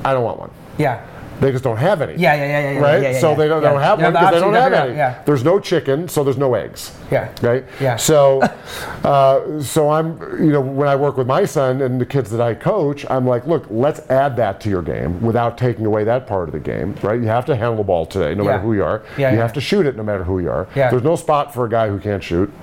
[SPEAKER 2] I don't want one.
[SPEAKER 1] Yeah.
[SPEAKER 2] They just don't have any.
[SPEAKER 1] Yeah. Yeah. Yeah. Yeah.
[SPEAKER 2] Right?
[SPEAKER 1] Yeah, yeah,
[SPEAKER 2] so
[SPEAKER 1] yeah,
[SPEAKER 2] they don't,
[SPEAKER 1] yeah.
[SPEAKER 2] they don't have
[SPEAKER 1] Yeah,
[SPEAKER 2] one
[SPEAKER 1] the
[SPEAKER 2] because they
[SPEAKER 1] option
[SPEAKER 2] don't have
[SPEAKER 1] doesn't-
[SPEAKER 2] any.
[SPEAKER 1] Yeah.
[SPEAKER 2] There's no chicken, so there's no eggs.
[SPEAKER 1] Yeah.
[SPEAKER 2] Right?
[SPEAKER 1] Yeah.
[SPEAKER 2] So, uh, so I'm, you know, when I work with my son and the kids that I coach, I'm like, look, let's add that to your game without taking away that part of the game, right? You have to handle the ball today, no
[SPEAKER 1] Yeah.
[SPEAKER 2] matter who you are.
[SPEAKER 1] Yeah,
[SPEAKER 2] you
[SPEAKER 1] yeah.
[SPEAKER 2] have to shoot it, no matter who you are.
[SPEAKER 1] Yeah.
[SPEAKER 2] There's no spot for a guy who can't shoot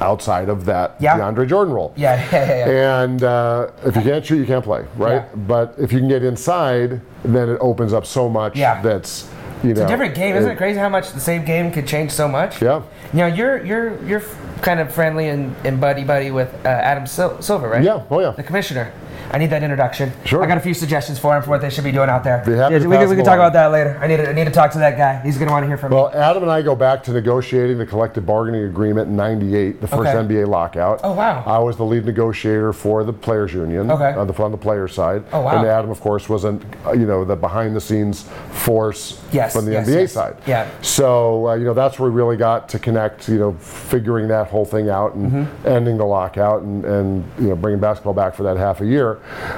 [SPEAKER 2] outside of that
[SPEAKER 1] Yeah.
[SPEAKER 2] DeAndre Jordan role.
[SPEAKER 1] Yeah. Yeah. Yeah. yeah.
[SPEAKER 2] And uh, if you can't shoot, you can't play, right?
[SPEAKER 1] Yeah.
[SPEAKER 2] But if you can get inside, then it opens up so much
[SPEAKER 1] Yeah.
[SPEAKER 2] that's, you
[SPEAKER 1] It's
[SPEAKER 2] know.
[SPEAKER 1] a different game, isn't it? Crazy how much the same game could change so much.
[SPEAKER 2] Yeah.
[SPEAKER 1] Now you're you're you're kind of friendly and, and buddy buddy with uh, Adam Sil- Silver, right?
[SPEAKER 2] Yeah, oh yeah.
[SPEAKER 1] The commissioner. I need that introduction.
[SPEAKER 2] Sure.
[SPEAKER 1] I got a few suggestions for him for what they should be doing out there.
[SPEAKER 2] Be happy
[SPEAKER 1] yeah,
[SPEAKER 2] to
[SPEAKER 1] we, can,
[SPEAKER 2] pass
[SPEAKER 1] we can
[SPEAKER 2] them
[SPEAKER 1] talk
[SPEAKER 2] along.
[SPEAKER 1] about that later. I need to, I need to talk to that guy. He's gonna want to hear from me.
[SPEAKER 2] Well, Adam and I go back to negotiating the collective bargaining agreement in 98, the first
[SPEAKER 1] Okay.
[SPEAKER 2] NBA lockout.
[SPEAKER 1] Oh, wow.
[SPEAKER 2] I was the lead negotiator for the players union
[SPEAKER 1] Okay.
[SPEAKER 2] on, the, on the player side.
[SPEAKER 1] Oh, wow.
[SPEAKER 2] And Adam, of course, was an, uh, you know, the behind the scenes force
[SPEAKER 1] Yes,
[SPEAKER 2] from the
[SPEAKER 1] yes,
[SPEAKER 2] NBA
[SPEAKER 1] yes.
[SPEAKER 2] side.
[SPEAKER 1] Yeah.
[SPEAKER 2] So, uh, you know, that's where we really got to connect, you know, figuring that whole thing out and
[SPEAKER 1] Mm-hmm.
[SPEAKER 2] ending the lockout and, and, you know, bringing basketball back for that half a year.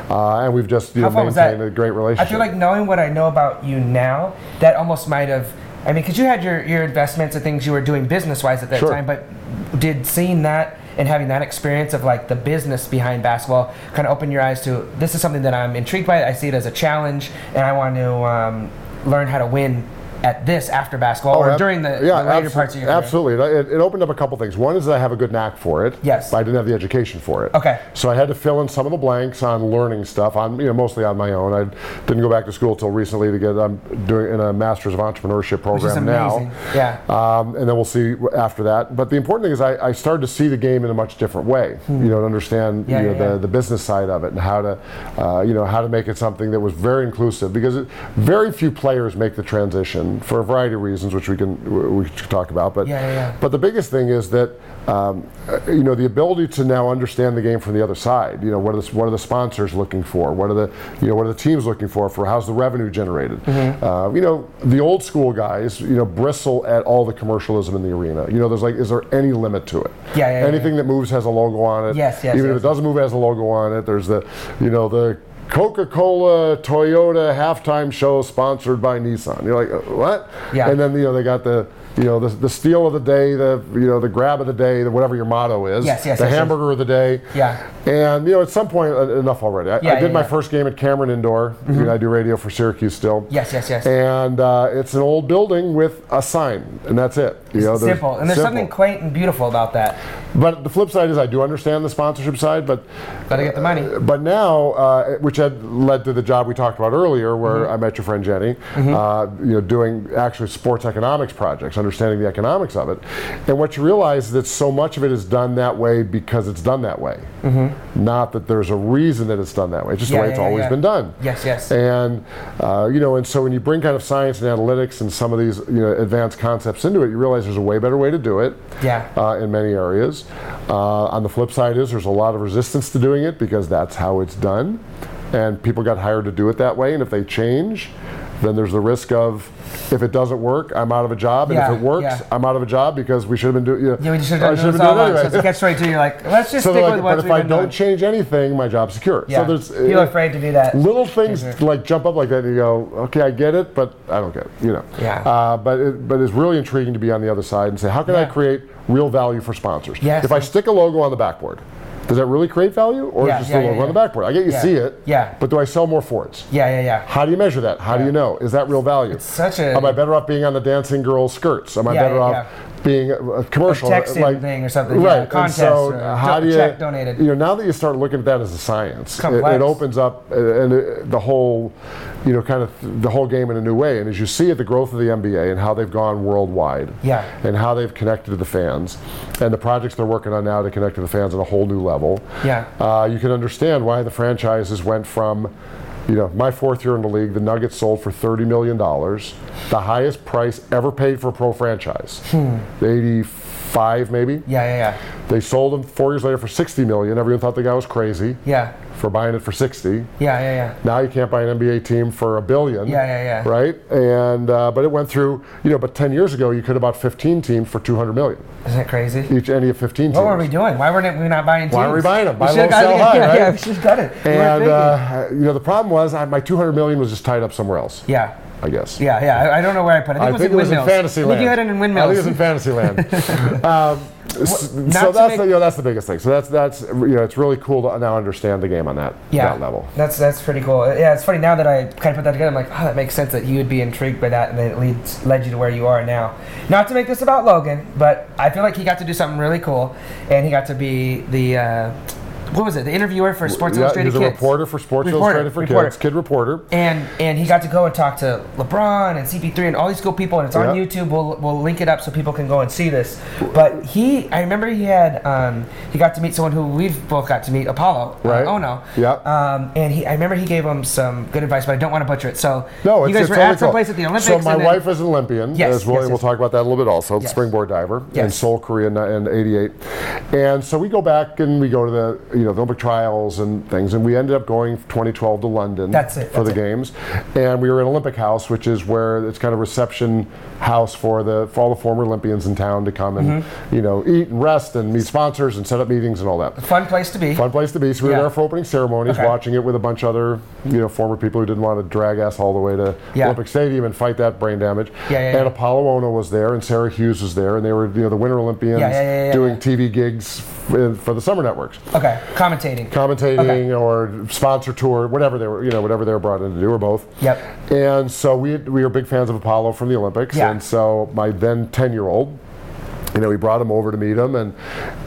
[SPEAKER 2] Uh, and we've just, you
[SPEAKER 1] How
[SPEAKER 2] know,
[SPEAKER 1] fun was that?
[SPEAKER 2] maintained a great
[SPEAKER 1] I
[SPEAKER 2] relationship.
[SPEAKER 1] feel like knowing what I know about you now, that almost might have. I mean, because you had your your investments and things you were doing business wise at that
[SPEAKER 2] Sure.
[SPEAKER 1] time, but did seeing that and having that experience of like the business behind basketball kind of opened your eyes to this is something that I'm intrigued by. I see it as a challenge, and I want to um, learn how to win at this after basketball or
[SPEAKER 2] Oh, ab-
[SPEAKER 1] during the,
[SPEAKER 2] yeah,
[SPEAKER 1] the later
[SPEAKER 2] abso-
[SPEAKER 1] parts of your career.
[SPEAKER 2] Absolutely. It, it opened up a couple things. One is that I have a good knack for it.
[SPEAKER 1] Yes.
[SPEAKER 2] But I didn't have the education for it.
[SPEAKER 1] Okay.
[SPEAKER 2] So I had to fill in some of the blanks on learning stuff, on you know, mostly on my own. I didn't go back to school until recently to get, I'm doing in a master's of entrepreneurship program
[SPEAKER 1] Which is amazing.
[SPEAKER 2] now.
[SPEAKER 1] Yeah.
[SPEAKER 2] Um, and then we'll see w- after that. But the important thing is I, I started to see the game in a much different way. You know, to understand
[SPEAKER 1] Hmm. Yeah,
[SPEAKER 2] you know,
[SPEAKER 1] yeah, yeah.
[SPEAKER 2] the, the business side of it and how to, uh, you know, how to make it something that was very inclusive because it, very few players make the transition for a variety of reasons, which we can w- we can talk about. But
[SPEAKER 1] Yeah, yeah, yeah.
[SPEAKER 2] but the biggest thing is that. Um, uh, you know the ability to now understand the game from the other side. You know what are the, what are the sponsors looking for? What are the you know what are the teams looking for? For how's the revenue generated?
[SPEAKER 1] Mm-hmm.
[SPEAKER 2] Uh, you know the old school guys. You know bristle at all the commercialism in the arena. You know there's like is there any limit to it?
[SPEAKER 1] Yeah, yeah, yeah,
[SPEAKER 2] Anything that moves has a logo on it.
[SPEAKER 1] Yes, yes,
[SPEAKER 2] Even
[SPEAKER 1] yes.
[SPEAKER 2] if it doesn't move has a logo on it. There's the you know the. Coca-Cola Toyota halftime show sponsored by Nissan. You're like, "Uh, what?
[SPEAKER 1] Yeah.
[SPEAKER 2] And then you know they got the you know the, the steal of the day, the you know the grab of the day, the whatever your motto is.
[SPEAKER 1] Yes, yes,
[SPEAKER 2] The
[SPEAKER 1] yes, yes.
[SPEAKER 2] hamburger of the day.
[SPEAKER 1] Yeah.
[SPEAKER 2] And you know at some point uh, enough already. I,
[SPEAKER 1] Yeah,
[SPEAKER 2] I did
[SPEAKER 1] yeah,
[SPEAKER 2] my
[SPEAKER 1] yeah.
[SPEAKER 2] first game at Cameron Indoor. You know, I do radio for Syracuse still.
[SPEAKER 1] Yes, yes, yes.
[SPEAKER 2] And uh, it's an old building with a sign, and that's it. You know, there's-
[SPEAKER 1] simple. And there's
[SPEAKER 2] simple.
[SPEAKER 1] something quaint and beautiful about that.
[SPEAKER 2] But the flip side is I do understand the sponsorship side, but
[SPEAKER 1] Gotta get the money.
[SPEAKER 2] but now, uh, which had led to the job we talked about earlier, where
[SPEAKER 1] Mm-hmm.
[SPEAKER 2] I met your friend Jenny, uh, you know, doing actually sports economics projects, understanding the economics of it, and what you realize is that so much of it is done that way because it's done that way, not that there's a reason that it's done that way. It's just
[SPEAKER 1] Mm-hmm. Yeah,
[SPEAKER 2] the way
[SPEAKER 1] yeah, yeah,
[SPEAKER 2] it's always
[SPEAKER 1] yeah.
[SPEAKER 2] been done.
[SPEAKER 1] Yes, yes.
[SPEAKER 2] And uh, you know, and so when you bring kind of science and analytics and some of these you know advanced concepts into it, you realize there's a way better way to do it
[SPEAKER 1] Yeah.
[SPEAKER 2] uh, in many areas. Uh, on the flip side is there's a lot of resistance to doing it because that's how it's done, and people got hired to do it that way. And if they change, then there's the risk of if it doesn't work, I'm out of a job, and
[SPEAKER 1] Yeah,
[SPEAKER 2] if it works,
[SPEAKER 1] yeah.
[SPEAKER 2] I'm out of a job because we should have been doing. You know,
[SPEAKER 1] Yeah, we just should
[SPEAKER 2] I
[SPEAKER 1] have done
[SPEAKER 2] should've
[SPEAKER 1] this
[SPEAKER 2] been
[SPEAKER 1] all
[SPEAKER 2] doing it
[SPEAKER 1] along. So it's a
[SPEAKER 2] anyway.
[SPEAKER 1] catch 22. You're like, let's just
[SPEAKER 2] So
[SPEAKER 1] stick
[SPEAKER 2] they're
[SPEAKER 1] with
[SPEAKER 2] like,
[SPEAKER 1] what
[SPEAKER 2] but
[SPEAKER 1] we've
[SPEAKER 2] if I
[SPEAKER 1] been
[SPEAKER 2] don't
[SPEAKER 1] doing.
[SPEAKER 2] change anything, my job's secure.
[SPEAKER 1] yeah.
[SPEAKER 2] So there's uh,
[SPEAKER 1] People are afraid to do that.
[SPEAKER 2] little things
[SPEAKER 1] Mhm.
[SPEAKER 2] like jump up like that and you go okay i get it but i don't get it you know
[SPEAKER 1] Yeah.
[SPEAKER 2] uh, but it, but it's really intriguing to be on the other side and say how can i
[SPEAKER 1] Yeah.
[SPEAKER 2] create real value for sponsors
[SPEAKER 1] Yes.
[SPEAKER 2] if i stick a logo on the backboard does that really create value or
[SPEAKER 1] Yeah,
[SPEAKER 2] is just
[SPEAKER 1] yeah,
[SPEAKER 2] the
[SPEAKER 1] yeah,
[SPEAKER 2] logo on
[SPEAKER 1] yeah.
[SPEAKER 2] the backboard i get you
[SPEAKER 1] Yeah.
[SPEAKER 2] see it
[SPEAKER 1] Yeah.
[SPEAKER 2] but do i sell more for it
[SPEAKER 1] Yeah, yeah, yeah.
[SPEAKER 2] how do you measure that how do you know is that real value
[SPEAKER 1] Such a
[SPEAKER 2] am i better off being on the dancing girl skirts am i
[SPEAKER 1] Yeah,
[SPEAKER 2] better
[SPEAKER 1] yeah,
[SPEAKER 2] off
[SPEAKER 1] yeah.
[SPEAKER 2] being a- a commercial
[SPEAKER 1] texting
[SPEAKER 2] like-
[SPEAKER 1] thing or something, yeah,
[SPEAKER 2] right
[SPEAKER 1] contest
[SPEAKER 2] and so
[SPEAKER 1] or
[SPEAKER 2] uh, how
[SPEAKER 1] do-
[SPEAKER 2] do you
[SPEAKER 1] check donated.
[SPEAKER 2] you know now that you start looking at that as a science it,
[SPEAKER 1] Complex.
[SPEAKER 2] it opens up uh, and uh, the whole you know kind of th- the whole game in a new way and as you see it the growth of the nba and how they've gone worldwide
[SPEAKER 1] Yeah.
[SPEAKER 2] and how they've connected to the fans and the projects they're working on now to connect to the fans on a whole new level
[SPEAKER 1] Yeah.
[SPEAKER 2] uh, you can understand why the franchises went from you know my fourth year in the league the nuggets sold for 30 million dollars the highest price ever paid for a pro franchise
[SPEAKER 1] Hmm.
[SPEAKER 2] 85 maybe
[SPEAKER 1] yeah, yeah, yeah.
[SPEAKER 2] they sold him four years later for 60 million. Everyone thought the guy was crazy
[SPEAKER 1] Yeah,
[SPEAKER 2] for buying it for 60.
[SPEAKER 1] yeah, yeah, yeah.
[SPEAKER 2] Now you can't buy an NBA team for a billion.
[SPEAKER 1] Yeah, yeah, yeah.
[SPEAKER 2] Right, and uh, but it went through. You know, but 10 years ago you could have bought 15 teams for 200 million
[SPEAKER 1] Isn't it crazy?
[SPEAKER 2] each. Any of 15 teams.
[SPEAKER 1] What were we doing? Why weren't we not buying teams?
[SPEAKER 2] Why were we buying 'em?
[SPEAKER 1] We
[SPEAKER 2] Buy
[SPEAKER 1] should've
[SPEAKER 2] low,
[SPEAKER 1] gotten-
[SPEAKER 2] sell high,
[SPEAKER 1] yeah,
[SPEAKER 2] right?
[SPEAKER 1] Yeah, we should have done it. We weren't
[SPEAKER 2] And
[SPEAKER 1] thinking.
[SPEAKER 2] uh, you know, the problem was I, my 200 million was just tied up somewhere else.
[SPEAKER 1] yeah,
[SPEAKER 2] I guess.
[SPEAKER 1] yeah, yeah. I- I don't know where I put it. I
[SPEAKER 2] I
[SPEAKER 1] think,
[SPEAKER 2] think
[SPEAKER 1] it was in windmills.
[SPEAKER 2] Fantasyland.
[SPEAKER 1] I think you had it in
[SPEAKER 2] I think it
[SPEAKER 1] windmills.
[SPEAKER 2] was in Fantasyland. um, s-
[SPEAKER 1] Not
[SPEAKER 2] so
[SPEAKER 1] to
[SPEAKER 2] that's
[SPEAKER 1] make-
[SPEAKER 2] the, you know that's the biggest thing. So that's that's you know it's really cool to now understand the game on that
[SPEAKER 1] yeah,
[SPEAKER 2] that level.
[SPEAKER 1] That's that's pretty cool. Yeah, it's funny now that I kind of put that together. I'm like, oh, that makes sense that you would be intrigued by that, and then it leads led you to where you are now. Not to make this about Logan, but I feel like he got to do something really cool, and he got to be the uh, what was it? The interviewer for Sports
[SPEAKER 2] yeah,
[SPEAKER 1] Illustrated
[SPEAKER 2] he's a
[SPEAKER 1] Kids.
[SPEAKER 2] reporter for Sports
[SPEAKER 1] Reporter,
[SPEAKER 2] Illustrated for
[SPEAKER 1] reporter.
[SPEAKER 2] Kids, kid reporter.
[SPEAKER 1] and and he got to go and talk to LeBron and CP3 and all these cool people, and it's on
[SPEAKER 2] Yeah.
[SPEAKER 1] YouTube. We'll, we'll link it up so people can go and see this. But he, I remember he had um, he got to meet someone who we've both got to meet, Apollo.
[SPEAKER 2] Right.
[SPEAKER 1] Uh, Ono.
[SPEAKER 2] Yeah.
[SPEAKER 1] Um, and he, I remember he gave him some good advice, but I don't want to butcher it. So
[SPEAKER 2] No, it's,
[SPEAKER 1] you guys
[SPEAKER 2] it's
[SPEAKER 1] were
[SPEAKER 2] totally
[SPEAKER 1] at some place at the
[SPEAKER 2] cool.
[SPEAKER 1] Olympics.
[SPEAKER 2] So my
[SPEAKER 1] and then-
[SPEAKER 2] wife is an Olympian,
[SPEAKER 1] Yes,
[SPEAKER 2] as well,
[SPEAKER 1] yes,
[SPEAKER 2] and we'll
[SPEAKER 1] yes.
[SPEAKER 2] talk about that a little bit also.
[SPEAKER 1] Yes.
[SPEAKER 2] Springboard diver
[SPEAKER 1] Yes.
[SPEAKER 2] in Seoul, Korea, in '88, and so we go back and we go to the you know the Olympic trials and things, and we ended up going 2012 to London.
[SPEAKER 3] That's it,
[SPEAKER 2] for
[SPEAKER 3] that's
[SPEAKER 2] the
[SPEAKER 3] it.
[SPEAKER 2] games, and we were in Olympic House, which is where it's kind of reception house for the for all the former Olympians in town to come and
[SPEAKER 1] Mm-hmm.
[SPEAKER 2] you know eat and rest and meet sponsors and set up meetings and all that.
[SPEAKER 1] Fun place to be.
[SPEAKER 2] Fun place to be. So we
[SPEAKER 1] Yeah.
[SPEAKER 2] were there for opening ceremonies,
[SPEAKER 1] Okay.
[SPEAKER 2] watching it with a bunch of other, you know, former people who didn't want to drag us all the way to
[SPEAKER 1] Yeah.
[SPEAKER 2] Olympic Stadium and fight that brain damage.
[SPEAKER 1] Yeah, yeah,
[SPEAKER 2] and
[SPEAKER 1] yeah.
[SPEAKER 2] Apollo Ono was there, and Sarah Hughes was there, and they were, you know, the Winter Olympians
[SPEAKER 1] Yeah, yeah, yeah, yeah,
[SPEAKER 2] doing
[SPEAKER 1] yeah.
[SPEAKER 2] TV gigs f- for the summer networks,
[SPEAKER 1] Okay, commentating.
[SPEAKER 2] commentating
[SPEAKER 1] Okay.
[SPEAKER 2] or sponsor tour, whatever they were, you know, whatever they were brought in to do, or both.
[SPEAKER 1] Yep.
[SPEAKER 2] And so we we were big fans of Apollo from the Olympics,
[SPEAKER 1] Yeah.
[SPEAKER 2] and so my then ten year old you know, we brought him over to meet him, and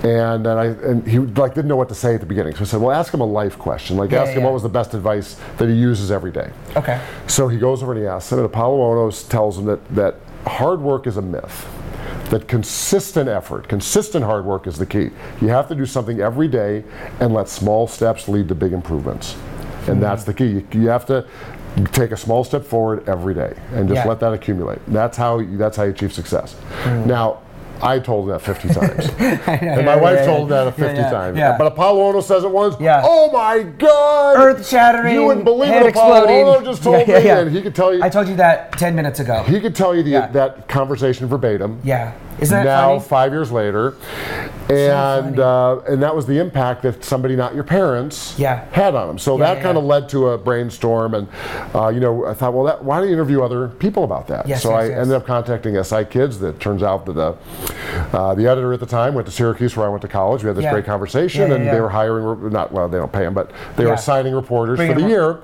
[SPEAKER 2] and then I and he like didn't know what to say at the beginning. So I said, "Well, ask him a life question. Like,
[SPEAKER 1] Yeah,
[SPEAKER 2] ask
[SPEAKER 1] yeah,
[SPEAKER 2] him
[SPEAKER 1] yeah.
[SPEAKER 2] what was the best advice that he uses every day."
[SPEAKER 1] Okay.
[SPEAKER 2] So he goes over and he asks him, and Apollo Ono tells him that that hard work is a myth. That consistent effort, consistent hard work is the key. You have to do something every day and let small steps lead to big improvements.
[SPEAKER 1] Mm-hmm.
[SPEAKER 2] And that's the key. You, you have to take a small step forward every day and just
[SPEAKER 1] Yeah. Mm.
[SPEAKER 2] let that accumulate. That's how that's how you achieve success. Now, I told him that 50 times. and
[SPEAKER 1] yeah,
[SPEAKER 2] my wife
[SPEAKER 1] yeah,
[SPEAKER 2] told him
[SPEAKER 1] yeah.
[SPEAKER 2] that 50
[SPEAKER 1] Yeah, yeah,
[SPEAKER 2] times.
[SPEAKER 1] yeah.
[SPEAKER 2] But Apollo Ono says it once.
[SPEAKER 1] Yeah.
[SPEAKER 2] Oh my God!
[SPEAKER 1] Earth shattering.
[SPEAKER 2] You wouldn't believe
[SPEAKER 1] head
[SPEAKER 2] it. Apollo
[SPEAKER 1] exploding.
[SPEAKER 2] Ono just told me, and he could tell you.
[SPEAKER 1] I told you that ten minutes ago.
[SPEAKER 2] he could tell you the,
[SPEAKER 1] Yeah.
[SPEAKER 2] that conversation verbatim.
[SPEAKER 1] yeah. Isn't that
[SPEAKER 2] now,
[SPEAKER 1] funny?
[SPEAKER 2] five years later, and uh, and that was the impact that somebody not your parents
[SPEAKER 1] Yeah.
[SPEAKER 2] had on them. So
[SPEAKER 1] Yeah,
[SPEAKER 2] that
[SPEAKER 1] yeah,
[SPEAKER 2] kind of
[SPEAKER 1] yeah.
[SPEAKER 2] led to a brainstorm, and uh, you know I thought, well, that, why don't you interview other people about that?
[SPEAKER 1] Yes,
[SPEAKER 2] so
[SPEAKER 1] yes,
[SPEAKER 2] I
[SPEAKER 1] yes.
[SPEAKER 2] ended up contacting SI Kids. That turns out that uh, uh, the editor at the time went to Syracuse, where I went to college. We had this
[SPEAKER 1] Yeah.
[SPEAKER 2] great conversation,
[SPEAKER 1] Yeah, yeah,
[SPEAKER 2] and
[SPEAKER 1] yeah.
[SPEAKER 2] they were hiring re- not well, they don't pay them, but they
[SPEAKER 1] Yeah.
[SPEAKER 2] were assigning reporters
[SPEAKER 1] Bring
[SPEAKER 2] for the
[SPEAKER 1] them
[SPEAKER 2] year,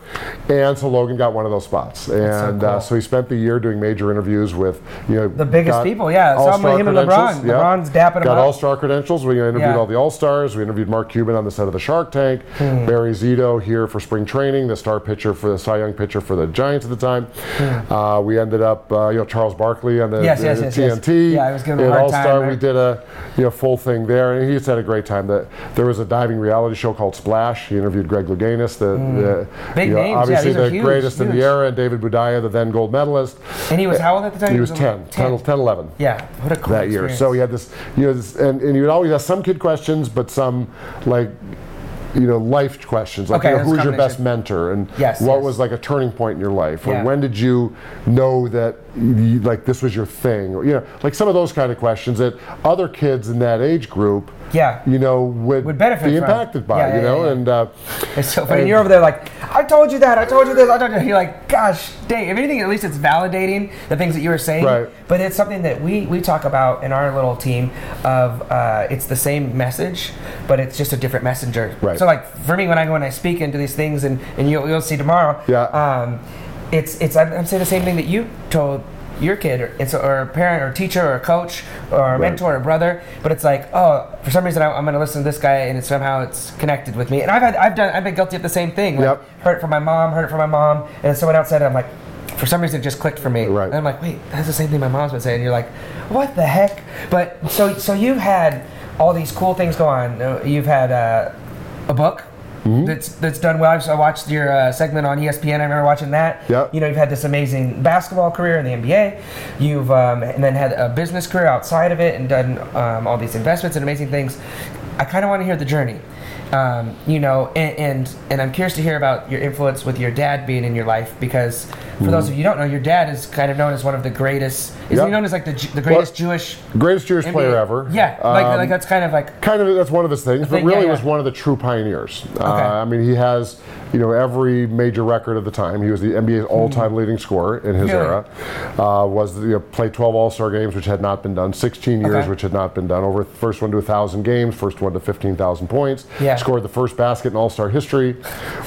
[SPEAKER 2] and so Logan got one of those spots, and
[SPEAKER 1] cool.
[SPEAKER 2] uh, so he spent the year doing major interviews with you know
[SPEAKER 1] The biggest
[SPEAKER 2] got
[SPEAKER 1] people, yeah. Saw him with him
[SPEAKER 2] all-star
[SPEAKER 1] and LeBron.
[SPEAKER 2] credentials, yeah.
[SPEAKER 1] LeBron's dapping him
[SPEAKER 2] Got
[SPEAKER 1] up.
[SPEAKER 2] all-star credentials. We interviewed
[SPEAKER 1] Yeah.
[SPEAKER 2] all the all-stars. We interviewed Mark Cuban on the set of the Shark Tank.
[SPEAKER 1] Hmm.
[SPEAKER 2] Barry Zito here for spring training, the star pitcher for the Cy Young pitcher for the Giants at the time. Uh, we ended up, uh, you know, Charles Barkley on the
[SPEAKER 1] Hmm. Yes,
[SPEAKER 2] the
[SPEAKER 1] yes, yes, yes.
[SPEAKER 2] TNT.
[SPEAKER 1] Yeah, I was giving him
[SPEAKER 2] And
[SPEAKER 1] a hard time
[SPEAKER 2] all-star,
[SPEAKER 1] there.
[SPEAKER 2] we did a you know full thing there, and he's had a great time. That there was a diving reality show called Splash. He interviewed Greg Louganis, the, the
[SPEAKER 1] Hmm. Big
[SPEAKER 2] you know,
[SPEAKER 1] names, yeah,
[SPEAKER 2] obviously
[SPEAKER 1] these are
[SPEAKER 2] the
[SPEAKER 1] huge,
[SPEAKER 2] greatest in the
[SPEAKER 1] huge.
[SPEAKER 2] era, and David Budaya, the then gold medalist.
[SPEAKER 1] and he was how old at the time?
[SPEAKER 2] He was 10, 10, 10 11
[SPEAKER 1] Yeah. What a cool
[SPEAKER 2] that year.
[SPEAKER 1] experience.
[SPEAKER 2] So he had this, you know, this, and, and he would always ask some kid questions, but some like, you know, life questions like
[SPEAKER 1] Okay,
[SPEAKER 2] you know,
[SPEAKER 1] that's
[SPEAKER 2] who's your best
[SPEAKER 1] combination.
[SPEAKER 2] mentor and
[SPEAKER 1] Yes,
[SPEAKER 2] what
[SPEAKER 1] yes.
[SPEAKER 2] was like a turning point in your life, or
[SPEAKER 1] Yeah.
[SPEAKER 2] when did you know that you, like this was your thing, or you know, like some of those kind of questions that other kids in that age group,
[SPEAKER 1] Yeah.
[SPEAKER 2] you know, would,
[SPEAKER 1] Would benefit
[SPEAKER 2] be
[SPEAKER 1] from.
[SPEAKER 2] impacted by,
[SPEAKER 1] Yeah,
[SPEAKER 2] you
[SPEAKER 1] yeah,
[SPEAKER 2] know,
[SPEAKER 1] yeah.
[SPEAKER 2] and. Uh,
[SPEAKER 1] It's so funny. You're over there like, I told you that. I told you this. I told you. You're like, gosh, dang. If anything, at least it's validating the things that you were saying.
[SPEAKER 2] Right.
[SPEAKER 1] But it's something that we we talk about in our little team. Of uh, it's the same message, but it's just a different messenger.
[SPEAKER 2] Right.
[SPEAKER 1] So like for me, when I go and I speak into these things, and and you'll you'll see tomorrow.
[SPEAKER 2] Yeah.
[SPEAKER 1] Um, it's it's I'm, I'm saying the same thing that you told. Your kid, or, it's, or a parent, or a teacher, or a coach, or a
[SPEAKER 2] Right.
[SPEAKER 1] mentor, or a brother, but it's like, oh, for some reason I, I'm going to listen to this guy, and it, somehow it's connected with me. And I've had, I've done, I've been guilty of the same thing. Like,
[SPEAKER 2] Yep.
[SPEAKER 1] Heard it from my mom, heard it from my mom, and then someone else said it. I'm like, for some reason, it just clicked for me.
[SPEAKER 2] Right.
[SPEAKER 1] And I'm like, wait, that's the same thing my mom's been saying. You're like, what the heck? But so, so you've had all these cool things go on. Uh, You've had uh, a book.
[SPEAKER 2] Mm-hmm.
[SPEAKER 1] That's that's done well. I've- I watched your uh, segment on ESPN. I remember watching that.
[SPEAKER 2] Yep.
[SPEAKER 1] You know, you've had this amazing basketball career in the NBA. You've um, and then had a business career outside of it and done um, all these investments and amazing things. I kind of want to hear the journey. Um, you know, and, and and I'm curious to hear about your influence with your dad being in your life because for those of you who don't know, your dad is kind of known as one of the greatest. Is
[SPEAKER 2] Mm-hmm. Yep.
[SPEAKER 1] he known as like the Ju- the greatest Jewish
[SPEAKER 2] Greatest Jewish player
[SPEAKER 1] NBA?
[SPEAKER 2] ever.
[SPEAKER 1] Yeah, like,
[SPEAKER 2] Um,
[SPEAKER 1] like that's kind of like
[SPEAKER 2] kind of that's one of his things, but
[SPEAKER 1] think- yeah,
[SPEAKER 2] really
[SPEAKER 1] yeah.
[SPEAKER 2] was one of the true pioneers. Uh, I mean, he has you know every major record of the time. He was the NBA's all-time leading scorer in his
[SPEAKER 1] Hmm. Really?
[SPEAKER 2] era. Uh, was you know, played 12 All-Star games, which had not been done, 16 years,
[SPEAKER 1] Okay.
[SPEAKER 2] which had not been done. Over first one to thousand games, first one to 15,000 points.
[SPEAKER 1] Yeah.
[SPEAKER 2] Scored the first basket in All-Star history,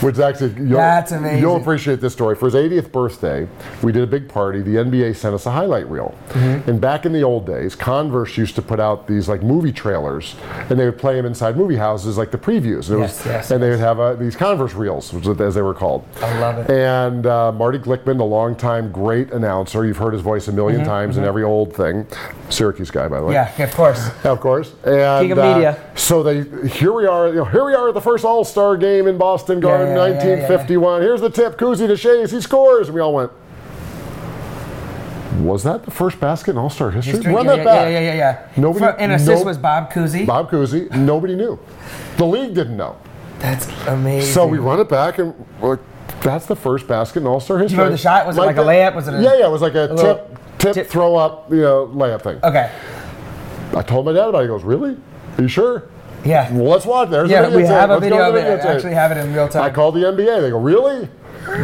[SPEAKER 2] which actually you'll,
[SPEAKER 1] That's amazing.
[SPEAKER 2] You'll appreciate this story. For his 80th birthday, we did a big party. The NBA sent us a highlight reel.
[SPEAKER 1] Mm-hmm.
[SPEAKER 2] And back in the old days, Converse used to put out these like movie trailers, and they would play them inside movie houses, like the previews. And, it
[SPEAKER 1] Yes, yes,
[SPEAKER 2] and they would have uh, these Converse reels, which is- as they were called.
[SPEAKER 1] I love it.
[SPEAKER 2] And uh, Marty Glickman, the longtime great announcer, you've heard his voice a 1000000 times in every old thing. Syracuse guy, by the way.
[SPEAKER 1] Mm-hmm, yeah, of course.
[SPEAKER 2] Of course, and uh,
[SPEAKER 1] King of media.
[SPEAKER 2] so they here we are, you know, here we are at the first All Star game in Boston, Garden,
[SPEAKER 1] yeah, yeah, yeah,
[SPEAKER 2] 1951. Here's the tip, Kuzi to Shays, he scores, and we all went. Was that the first basket in All Star history?
[SPEAKER 1] History,
[SPEAKER 2] Run
[SPEAKER 1] yeah,
[SPEAKER 2] that
[SPEAKER 1] yeah,
[SPEAKER 2] back.
[SPEAKER 1] Yeah, yeah, yeah. yeah.
[SPEAKER 2] Nobody-
[SPEAKER 1] For- and assist
[SPEAKER 2] no-
[SPEAKER 1] was Bob Cousy.
[SPEAKER 2] Bob Kuzi, nobody knew. The league didn't know.
[SPEAKER 1] That's amazing.
[SPEAKER 2] So we run it back, and we're like, that's the first basket in All Star history.
[SPEAKER 1] remember the shot? Was it like a
[SPEAKER 2] that-
[SPEAKER 1] layup? Was it a-
[SPEAKER 2] yeah, yeah. It was like a,
[SPEAKER 1] little
[SPEAKER 2] tip, tip,
[SPEAKER 1] tip?
[SPEAKER 2] throw up, you know, layup thing.
[SPEAKER 1] Okay.
[SPEAKER 2] I told my dad about it. He goes, "Really? Are you sure?"
[SPEAKER 1] Yeah.
[SPEAKER 2] Well, let's watch. There's
[SPEAKER 1] Yeah,
[SPEAKER 2] the
[SPEAKER 1] we have a
[SPEAKER 2] Let's go
[SPEAKER 1] video
[SPEAKER 2] to
[SPEAKER 1] of
[SPEAKER 2] the
[SPEAKER 1] it. I
[SPEAKER 2] videotape.
[SPEAKER 1] actually have it in real
[SPEAKER 2] I
[SPEAKER 1] time.
[SPEAKER 2] called the NBA. They go, "Really?"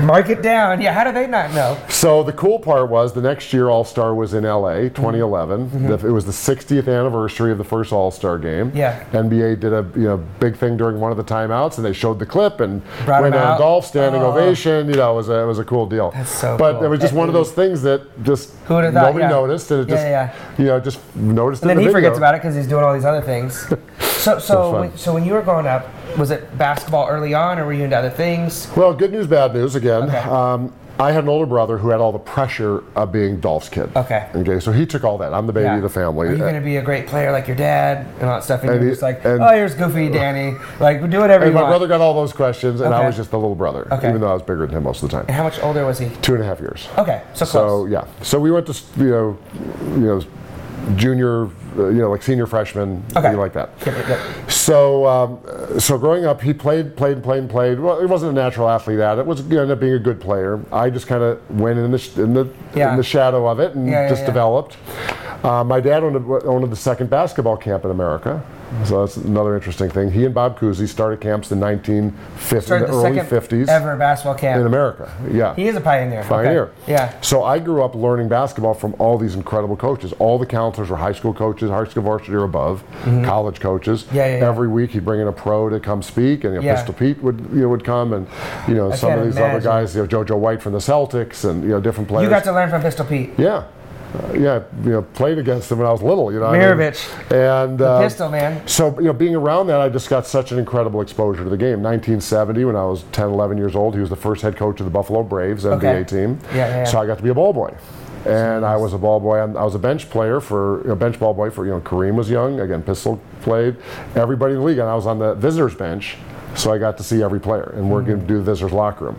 [SPEAKER 1] Mark it down. Yeah, how do they not know?
[SPEAKER 2] So the cool part was the next year All Star was in
[SPEAKER 1] Mm-hmm.
[SPEAKER 2] LA, 2011. The- It was the 60th anniversary of the first All Star game.
[SPEAKER 1] Yeah.
[SPEAKER 2] NBA did a you know big thing during one of the timeouts, and they showed the clip and
[SPEAKER 1] Brought
[SPEAKER 2] went
[SPEAKER 1] him
[SPEAKER 2] on
[SPEAKER 1] out. Oh.
[SPEAKER 2] golf standing ovation. You know, it was a, it was a cool deal. That's
[SPEAKER 1] so
[SPEAKER 2] But
[SPEAKER 1] cool.
[SPEAKER 2] it was just one of those things that just
[SPEAKER 1] Who would've thought,
[SPEAKER 2] nobody
[SPEAKER 1] yeah.
[SPEAKER 2] noticed, and it
[SPEAKER 1] Yeah,
[SPEAKER 2] just
[SPEAKER 1] yeah,
[SPEAKER 2] you know just noticed.
[SPEAKER 1] And
[SPEAKER 2] in
[SPEAKER 1] then
[SPEAKER 2] the
[SPEAKER 1] he
[SPEAKER 2] video.
[SPEAKER 1] forgets about it because he's doing all these other things. So, so,
[SPEAKER 2] fun.
[SPEAKER 1] when, so when you were growing up, was it basketball early on, or were you into other things?
[SPEAKER 2] Well, good news, bad news again.
[SPEAKER 1] Okay.
[SPEAKER 2] Um, I had an older brother who had all the pressure of being Dolph's kid.
[SPEAKER 1] Okay.
[SPEAKER 2] Okay, so he took all that. I'm the baby of the family.
[SPEAKER 1] Are you going to be a great player like your dad and all that stuff? And,
[SPEAKER 2] And
[SPEAKER 1] you're
[SPEAKER 2] he-
[SPEAKER 1] just like,
[SPEAKER 2] and-
[SPEAKER 1] oh, here's Goofy, Danny. Like, do whatever
[SPEAKER 2] And
[SPEAKER 1] you
[SPEAKER 2] my
[SPEAKER 1] want.
[SPEAKER 2] brother got all those questions, and
[SPEAKER 1] Okay.
[SPEAKER 2] I was just the little brother,
[SPEAKER 1] Okay.
[SPEAKER 2] even though I was bigger than him most of the
[SPEAKER 1] and
[SPEAKER 2] time.
[SPEAKER 1] how much older was he?
[SPEAKER 2] Two and a half years.
[SPEAKER 1] Okay, so
[SPEAKER 2] So
[SPEAKER 1] close.
[SPEAKER 2] yeah, so we went to you know, you know, junior, uh, you know, like senior freshman,
[SPEAKER 1] Okay.
[SPEAKER 2] something like that.
[SPEAKER 1] Yep, yep, yep.
[SPEAKER 2] So, um, so growing up, he played, played, played, played. Well, he wasn't a natural athlete at it. Was he ended up being a good player. I just kind of went in the sh- in the
[SPEAKER 1] Yeah.
[SPEAKER 2] in the shadow of it and
[SPEAKER 1] Yeah, yeah,
[SPEAKER 2] just
[SPEAKER 1] yeah.
[SPEAKER 2] developed. Uh, my dad owned, a- owned the second basketball camp in America. So that's another interesting thing. He and Bob Cousy started camps in 1950,
[SPEAKER 1] Started
[SPEAKER 2] the
[SPEAKER 1] the
[SPEAKER 2] early
[SPEAKER 1] second
[SPEAKER 2] 50s
[SPEAKER 1] ever basketball camp.
[SPEAKER 2] in America. Yeah.
[SPEAKER 1] He is a pioneer. Okay.
[SPEAKER 2] Pioneer.
[SPEAKER 1] Yeah.
[SPEAKER 2] So I grew up learning basketball from all these incredible coaches. All the counselors were high school coaches, high school varsity or above, college coaches.
[SPEAKER 1] Mm-hmm. Yeah, yeah, yeah.
[SPEAKER 2] Every week he'd bring in a pro to come speak, and you know,
[SPEAKER 1] Yeah.
[SPEAKER 2] Pistol Pete would you know, would come, and you know some
[SPEAKER 1] can't
[SPEAKER 2] of these other
[SPEAKER 1] imagine.
[SPEAKER 2] guys, you know JoJo White from the Celtics, and you know different players.
[SPEAKER 1] You got to learn from Pistol Pete.
[SPEAKER 2] yeah. Uh, yeah, you know, played against him when I was little. You know, I mean,
[SPEAKER 1] Mirovich.
[SPEAKER 2] and uh,
[SPEAKER 1] Pistol, man.
[SPEAKER 2] so, you know, being around that, I just got such an incredible exposure to the game. 1970, when I was 10, 11 years old, he was the first head coach of the Buffalo Braves NBA
[SPEAKER 1] Okay.
[SPEAKER 2] team.
[SPEAKER 1] Yeah, yeah, yeah.
[SPEAKER 2] So I got to be a ball boy. And I was a ball boy. and I was a bench player for, you know, bench ball boy for, you know, Kareem was young. Again, Pistol played. Everybody in the league. And I was on the visitors bench. So I got to see every player and
[SPEAKER 1] Mm-hmm.
[SPEAKER 2] we're going to do the visitors locker room.